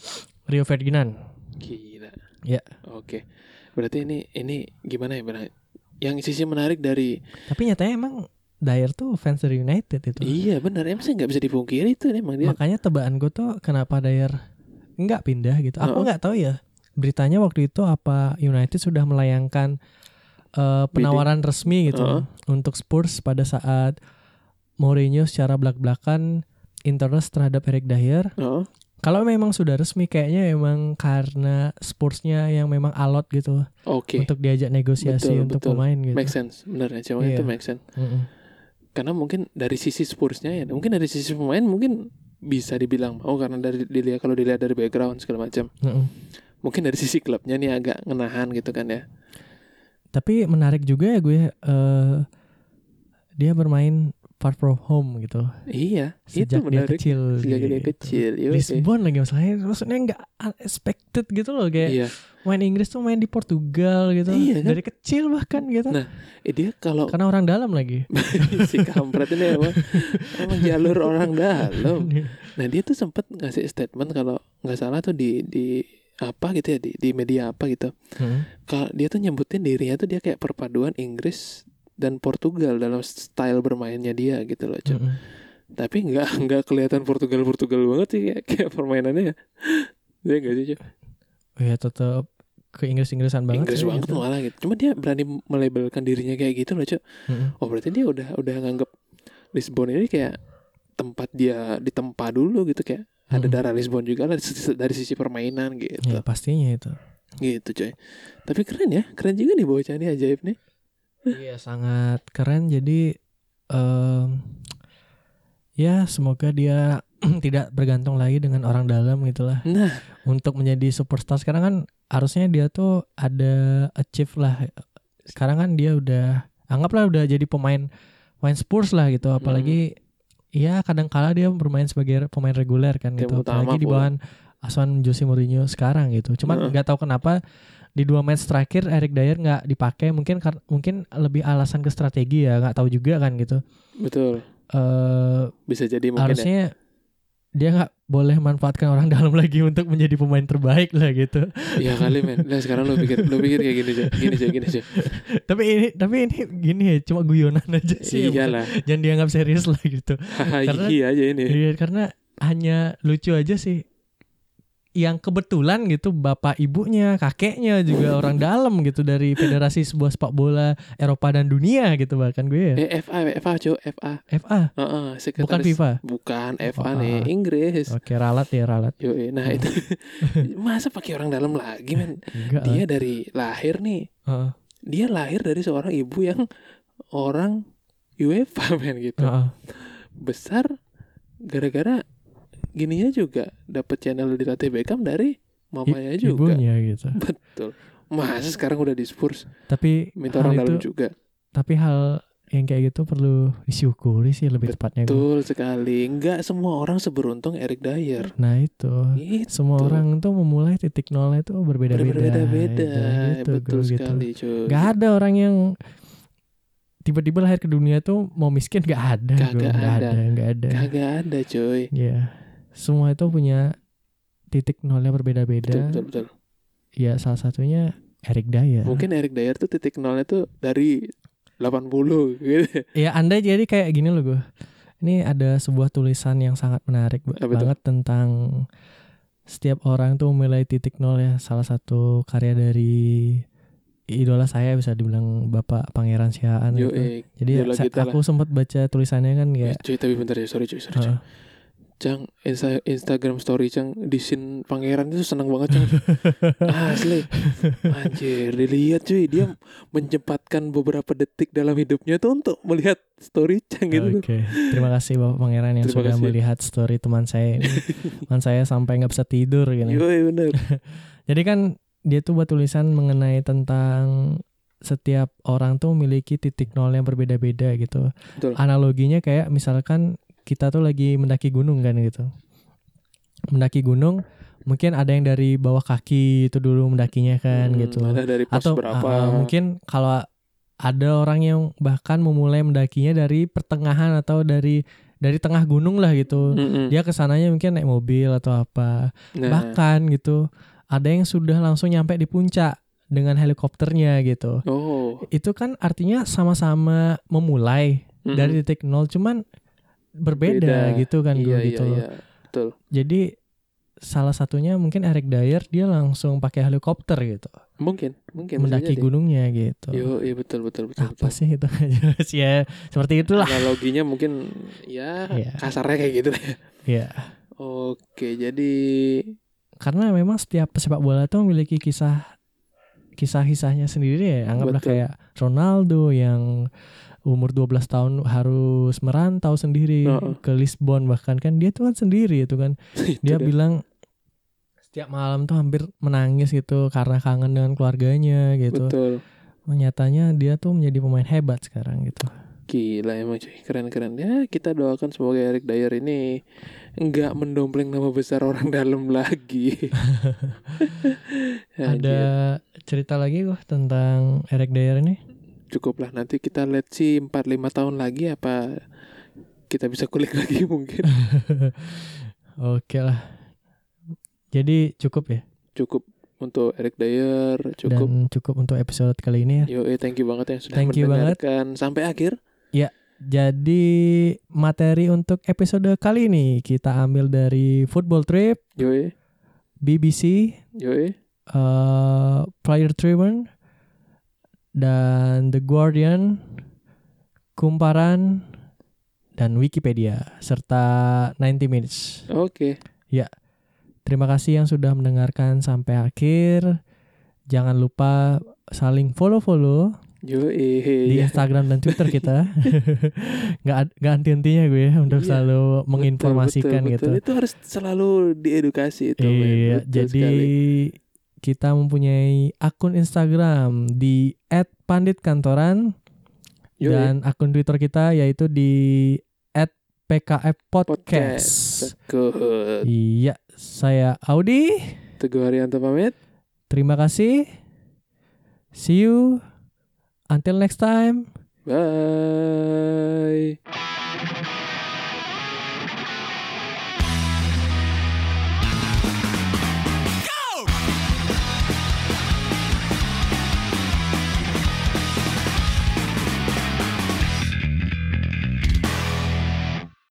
[SPEAKER 2] Rio Ferdinand.
[SPEAKER 1] Gila.
[SPEAKER 2] Ya.
[SPEAKER 1] Oke. Berarti ini ini gimana ya benar? Yang sisi menarik dari
[SPEAKER 2] Tapi nyatanya emang Dyer tuh fans dari United itu.
[SPEAKER 1] iya benar emang sih nggak bisa dipungkiri itu emang dia.
[SPEAKER 2] Makanya tebaan gue tuh kenapa Dyer nggak pindah gitu. Aku
[SPEAKER 1] Heeh.
[SPEAKER 2] nggak tahu ya. Beritanya waktu itu apa United sudah melayangkan eh, penawaran resmi gitu
[SPEAKER 1] Heeh.
[SPEAKER 2] untuk Spurs pada saat Mourinho secara belak-belakan interest terhadap Eric Dyer.
[SPEAKER 1] Heeh.
[SPEAKER 2] Kalau memang sudah resmi kayaknya emang karena Spursnya yang memang alot gitu
[SPEAKER 1] Oke.
[SPEAKER 2] untuk diajak negosiasi
[SPEAKER 1] Betul,
[SPEAKER 2] untuk
[SPEAKER 1] betul.
[SPEAKER 2] pemain gitu.
[SPEAKER 1] Make sense. Benar ya, cuma
[SPEAKER 2] Iya.
[SPEAKER 1] itu make sense.
[SPEAKER 2] Mm-mm.
[SPEAKER 1] Karena mungkin dari sisi Spursnya ya, mungkin dari sisi pemain mungkin bisa dibilang mau karena dari dilihat kalau dilihat dari background segala macam.
[SPEAKER 2] Mm-mm.
[SPEAKER 1] Mungkin dari sisi klubnya nih agak ngenahan gitu kan ya.
[SPEAKER 2] tapi menarik juga ya gue eh dia bermain far from home gitu
[SPEAKER 1] Iya, itu
[SPEAKER 2] sejak dia
[SPEAKER 1] menarik.
[SPEAKER 2] kecil
[SPEAKER 1] Sejak dia
[SPEAKER 2] gitu.
[SPEAKER 1] kecil. iya, Yo,
[SPEAKER 2] Lisbon lagi masalahnya maksudnya nggak unexpected gitu loh kayak
[SPEAKER 1] Iya.
[SPEAKER 2] main Inggris tuh main di Portugal gitu
[SPEAKER 1] Iya, kan?
[SPEAKER 2] dari kecil bahkan gitu
[SPEAKER 1] Nah, Eh, dia kalau
[SPEAKER 2] karena orang dalam lagi
[SPEAKER 1] si kampret ini emang, emang jalur orang dalam. Nah dia tuh sempet ngasih statement kalau nggak salah tuh di di apa gitu ya di, di media apa gitu.
[SPEAKER 2] Heeh.
[SPEAKER 1] Kalau dia tuh nyebutin dirinya tuh dia kayak perpaduan Inggris dan Portugal dalam style bermainnya dia gitu loh. Cok.
[SPEAKER 2] Heeh.
[SPEAKER 1] Tapi nggak nggak kelihatan Portugal Portugal banget sih kayak, kayak permainannya. Dia nggak sih Cok?
[SPEAKER 2] Oh ya tetap ke Inggris Inggrisan banget
[SPEAKER 1] Inggris
[SPEAKER 2] sih,
[SPEAKER 1] banget
[SPEAKER 2] gitu.
[SPEAKER 1] malah gitu. Cuma dia berani melabelkan dirinya kayak gitu loh cok.
[SPEAKER 2] Heeh.
[SPEAKER 1] Oh berarti dia udah udah nganggep Lisbon ini kayak tempat dia ditempa dulu gitu kayak ada
[SPEAKER 2] Mm-mm.
[SPEAKER 1] darah Lisbon juga lah dari sisi- dari sisi permainan gitu.
[SPEAKER 2] ya pastinya itu
[SPEAKER 1] Gitu coy Tapi keren ya Keren juga nih bocah ini ajaib nih
[SPEAKER 2] Iya sangat keren jadi em, ya semoga dia tidak bergantung lagi dengan orang dalam gitu gitulah
[SPEAKER 1] Nah
[SPEAKER 2] untuk menjadi superstar sekarang kan harusnya dia tuh ada achieve lah sekarang kan dia udah anggaplah udah jadi pemain pemain Spurs lah gitu apalagi ya kadang kala dia bermain sebagai pemain reguler kan
[SPEAKER 1] Tim
[SPEAKER 2] gitu
[SPEAKER 1] utama
[SPEAKER 2] apalagi di
[SPEAKER 1] pula.
[SPEAKER 2] bawah asuhan Jose Mourinho sekarang gitu
[SPEAKER 1] Heeh.
[SPEAKER 2] cuman nggak tahu kenapa di dua match terakhir Eric Dyer nggak dipakai mungkin kar- mungkin lebih alasan ke strategi ya nggak tahu juga kan gitu
[SPEAKER 1] betul
[SPEAKER 2] eh
[SPEAKER 1] Bisa jadi mungkin ya
[SPEAKER 2] harusnya dia nggak boleh manfaatkan orang dalam lagi untuk menjadi pemain terbaik lah gitu.
[SPEAKER 1] Iya kali men Nah sekarang lu pikir Lu pikir kayak gini coy Gini coy gini coy
[SPEAKER 2] tapi ini tapi ini gini ya cuma guyonan aja sih.
[SPEAKER 1] Iya
[SPEAKER 2] ya,
[SPEAKER 1] lah
[SPEAKER 2] bukan- Jangan dianggap serius lah gitu.
[SPEAKER 1] Haha,
[SPEAKER 2] Karena-
[SPEAKER 1] Iya aja ini
[SPEAKER 2] Iya karena hanya lucu aja sih. Yang kebetulan gitu bapak ibunya, kakeknya juga orang dalam gitu dari federasi sebuah sepak bola Eropa dan dunia gitu bahkan gue ya.
[SPEAKER 1] Eh FA FA coy FA
[SPEAKER 2] FA
[SPEAKER 1] Heeh,
[SPEAKER 2] bukan
[SPEAKER 1] sekretaris
[SPEAKER 2] FIFA.
[SPEAKER 1] Bukan FA
[SPEAKER 2] Oh,
[SPEAKER 1] nih
[SPEAKER 2] ah.
[SPEAKER 1] Inggris
[SPEAKER 2] Oke ralat ya ralat.
[SPEAKER 1] Yoi, nah itu masa pakai orang dalam lagi men
[SPEAKER 2] Enggak. lah.
[SPEAKER 1] dia dari lahir nih
[SPEAKER 2] Heeh,
[SPEAKER 1] dia lahir dari seorang ibu yang orang UEFA men gitu
[SPEAKER 2] heeh.
[SPEAKER 1] besar gara-gara gininya juga dapat channel di Latih Beckham dari mamanya
[SPEAKER 2] I-
[SPEAKER 1] juga
[SPEAKER 2] Ibunya gitu.
[SPEAKER 1] betul masa sekarang udah di Spurs
[SPEAKER 2] Tapi
[SPEAKER 1] minta
[SPEAKER 2] hal
[SPEAKER 1] orang
[SPEAKER 2] itu Iya.
[SPEAKER 1] dalam juga
[SPEAKER 2] tapi hal yang kayak gitu perlu disyukuri sih lebih tepatnya gue.
[SPEAKER 1] betul sekali nggak semua orang seberuntung Eric Dyer
[SPEAKER 2] Nah itu
[SPEAKER 1] Gitu.
[SPEAKER 2] semua orang tuh memulai titik nolnya tuh berbeda-beda.
[SPEAKER 1] berbeda-beda
[SPEAKER 2] Gitu, gitu,
[SPEAKER 1] betul
[SPEAKER 2] gitu.
[SPEAKER 1] sekali cuy
[SPEAKER 2] Gak ada orang yang tiba-tiba lahir ke dunia tuh mau miskin gak ada.
[SPEAKER 1] Kagak
[SPEAKER 2] gue. Gak
[SPEAKER 1] ada.
[SPEAKER 2] ada, gak ada.
[SPEAKER 1] kagak ada cuy
[SPEAKER 2] Iya. Semua itu punya titik nolnya
[SPEAKER 1] betul
[SPEAKER 2] berbeda-beda.
[SPEAKER 1] betul betul
[SPEAKER 2] Ya salah satunya Eric Dyer.
[SPEAKER 1] mungkin Eric Dyer tuh titik nolnya tuh dari 80 gitu.
[SPEAKER 2] Ya Anda jadi kayak gini loh gue. Ini ada sebuah tulisan yang sangat menarik ba-
[SPEAKER 1] Apa itu?
[SPEAKER 2] banget tentang setiap orang tuh memulai titik nol ya. Salah satu karya dari idola saya bisa dibilang Bapak Pangeran Siaan
[SPEAKER 1] Yo,
[SPEAKER 2] gitu.
[SPEAKER 1] eh,
[SPEAKER 2] Jadi
[SPEAKER 1] idola
[SPEAKER 2] sa-
[SPEAKER 1] kita lah.
[SPEAKER 2] aku sempat baca tulisannya kan
[SPEAKER 1] Eh,
[SPEAKER 2] kayak
[SPEAKER 1] cuy tapi bentar ya, sorry cuy, sorry cuy.
[SPEAKER 2] "Heeh,
[SPEAKER 1] Cang, Insta- Instagram story Cang di scene pangeran itu seneng banget Cang. Asli. Anjir, dilihat cuy, dia menyempatkan beberapa detik dalam hidupnya tuh untuk melihat story Cang gitu.
[SPEAKER 2] Oke, terima kasih Bapak Pangeran yang
[SPEAKER 1] Terima
[SPEAKER 2] sudah
[SPEAKER 1] kasih.
[SPEAKER 2] melihat story teman saya. ini. teman saya sampai nggak bisa tidur gitu.
[SPEAKER 1] Yo, eh, bener.
[SPEAKER 2] Jadi kan dia tuh buat tulisan mengenai tentang setiap orang tuh memiliki titik nol yang berbeda-beda gitu.
[SPEAKER 1] Betul.
[SPEAKER 2] Analoginya kayak misalkan kita tuh lagi mendaki gunung kan gitu. Mendaki gunung mungkin ada yang dari bawah kaki itu dulu mendakinya kan
[SPEAKER 1] Hmm,
[SPEAKER 2] gitu.
[SPEAKER 1] Ada dari pos
[SPEAKER 2] Atau
[SPEAKER 1] berapa?
[SPEAKER 2] ah, ah, mungkin kalau ada orang yang bahkan memulai mendakinya dari pertengahan atau dari dari tengah gunung lah gitu.
[SPEAKER 1] Mm-mm.
[SPEAKER 2] Dia kesananya mungkin naik mobil atau apa
[SPEAKER 1] Nah,
[SPEAKER 2] bahkan gitu ada yang sudah langsung nyampe di puncak dengan helikopternya gitu
[SPEAKER 1] Oh.
[SPEAKER 2] itu kan artinya sama-sama memulai
[SPEAKER 1] Mm-mm.
[SPEAKER 2] dari titik nol cuman berbeda
[SPEAKER 1] Mm-hmm. Beda.
[SPEAKER 2] gitu kan
[SPEAKER 1] iya,
[SPEAKER 2] gue
[SPEAKER 1] iya,
[SPEAKER 2] gitu
[SPEAKER 1] iya. Betul.
[SPEAKER 2] jadi salah satunya mungkin Eric Dyer dia langsung pakai helikopter gitu
[SPEAKER 1] Mungkin, mungkin bisa
[SPEAKER 2] mendaki
[SPEAKER 1] jadi.
[SPEAKER 2] gunungnya gitu
[SPEAKER 1] Yo, iya betul betul betul.
[SPEAKER 2] apa
[SPEAKER 1] betul.
[SPEAKER 2] sih itu ya seperti itulah
[SPEAKER 1] Analoginya mungkin ya
[SPEAKER 2] Iya.
[SPEAKER 1] kasarnya kayak gitu deh.
[SPEAKER 2] ya
[SPEAKER 1] Oke, jadi
[SPEAKER 2] karena memang setiap sepak bola tuh memiliki kisah kisah-kisahnya sendiri ya anggaplah
[SPEAKER 1] Betul.
[SPEAKER 2] kayak Ronaldo yang umur 12 tahun harus merantau sendiri
[SPEAKER 1] Heeh.
[SPEAKER 2] ke Lisbon bahkan kan dia tuh kan sendiri itu kan
[SPEAKER 1] itu deh.
[SPEAKER 2] dia bilang setiap malam tuh hampir menangis gitu karena kangen dengan keluarganya gitu
[SPEAKER 1] betul.
[SPEAKER 2] nyatanya dia tuh menjadi pemain hebat sekarang gitu
[SPEAKER 1] Gila emang cuy, keren-keren ya kita doakan semoga Eric Dyer ini nggak mendompleng nama besar orang dalam lagi. Ya,
[SPEAKER 2] ada
[SPEAKER 1] Anjir,
[SPEAKER 2] cerita lagi gue tentang Eric Dyer ini
[SPEAKER 1] cukuplah nanti kita let's see 4 5 tahun lagi apa kita bisa kulik lagi mungkin.
[SPEAKER 2] oke lah jadi cukup ya
[SPEAKER 1] Cukup untuk Eric Dyer, cukup.
[SPEAKER 2] dan cukup untuk episode kali ini ya.
[SPEAKER 1] Yo, eh, thank you banget yang sudah
[SPEAKER 2] Thank you banget.
[SPEAKER 1] mendengarkan sampai akhir.
[SPEAKER 2] Jadi materi untuk episode kali ini kita ambil dari Football Trip,
[SPEAKER 1] Yo, eh,
[SPEAKER 2] BBC,
[SPEAKER 1] yo, eh.
[SPEAKER 2] eh, Player Tribune, dan The Guardian, Kumparan, dan Wikipedia serta 90 Minutes.
[SPEAKER 1] Oke.
[SPEAKER 2] Terima kasih yang sudah mendengarkan sampai akhir. Jangan lupa saling follow-follow
[SPEAKER 1] Yo, eh, eh,
[SPEAKER 2] di
[SPEAKER 1] ya.
[SPEAKER 2] Instagram dan Twitter kita nggak nggak henti hentinya gue ya untuk
[SPEAKER 1] Iya,
[SPEAKER 2] selalu
[SPEAKER 1] Betul,
[SPEAKER 2] menginformasikan
[SPEAKER 1] betul, betul.
[SPEAKER 2] gitu
[SPEAKER 1] Itu harus selalu diedukasi itu. men.
[SPEAKER 2] iya
[SPEAKER 1] Betul
[SPEAKER 2] jadi
[SPEAKER 1] sekali.
[SPEAKER 2] kita mempunyai akun Instagram di @panditkantoran
[SPEAKER 1] Yo, eh.
[SPEAKER 2] dan akun Twitter kita yaitu di @pkfpodcast
[SPEAKER 1] Good.
[SPEAKER 2] iya saya Audi
[SPEAKER 1] Teguh Haryanto pamit.
[SPEAKER 2] terima kasih see you until next time
[SPEAKER 1] Bye.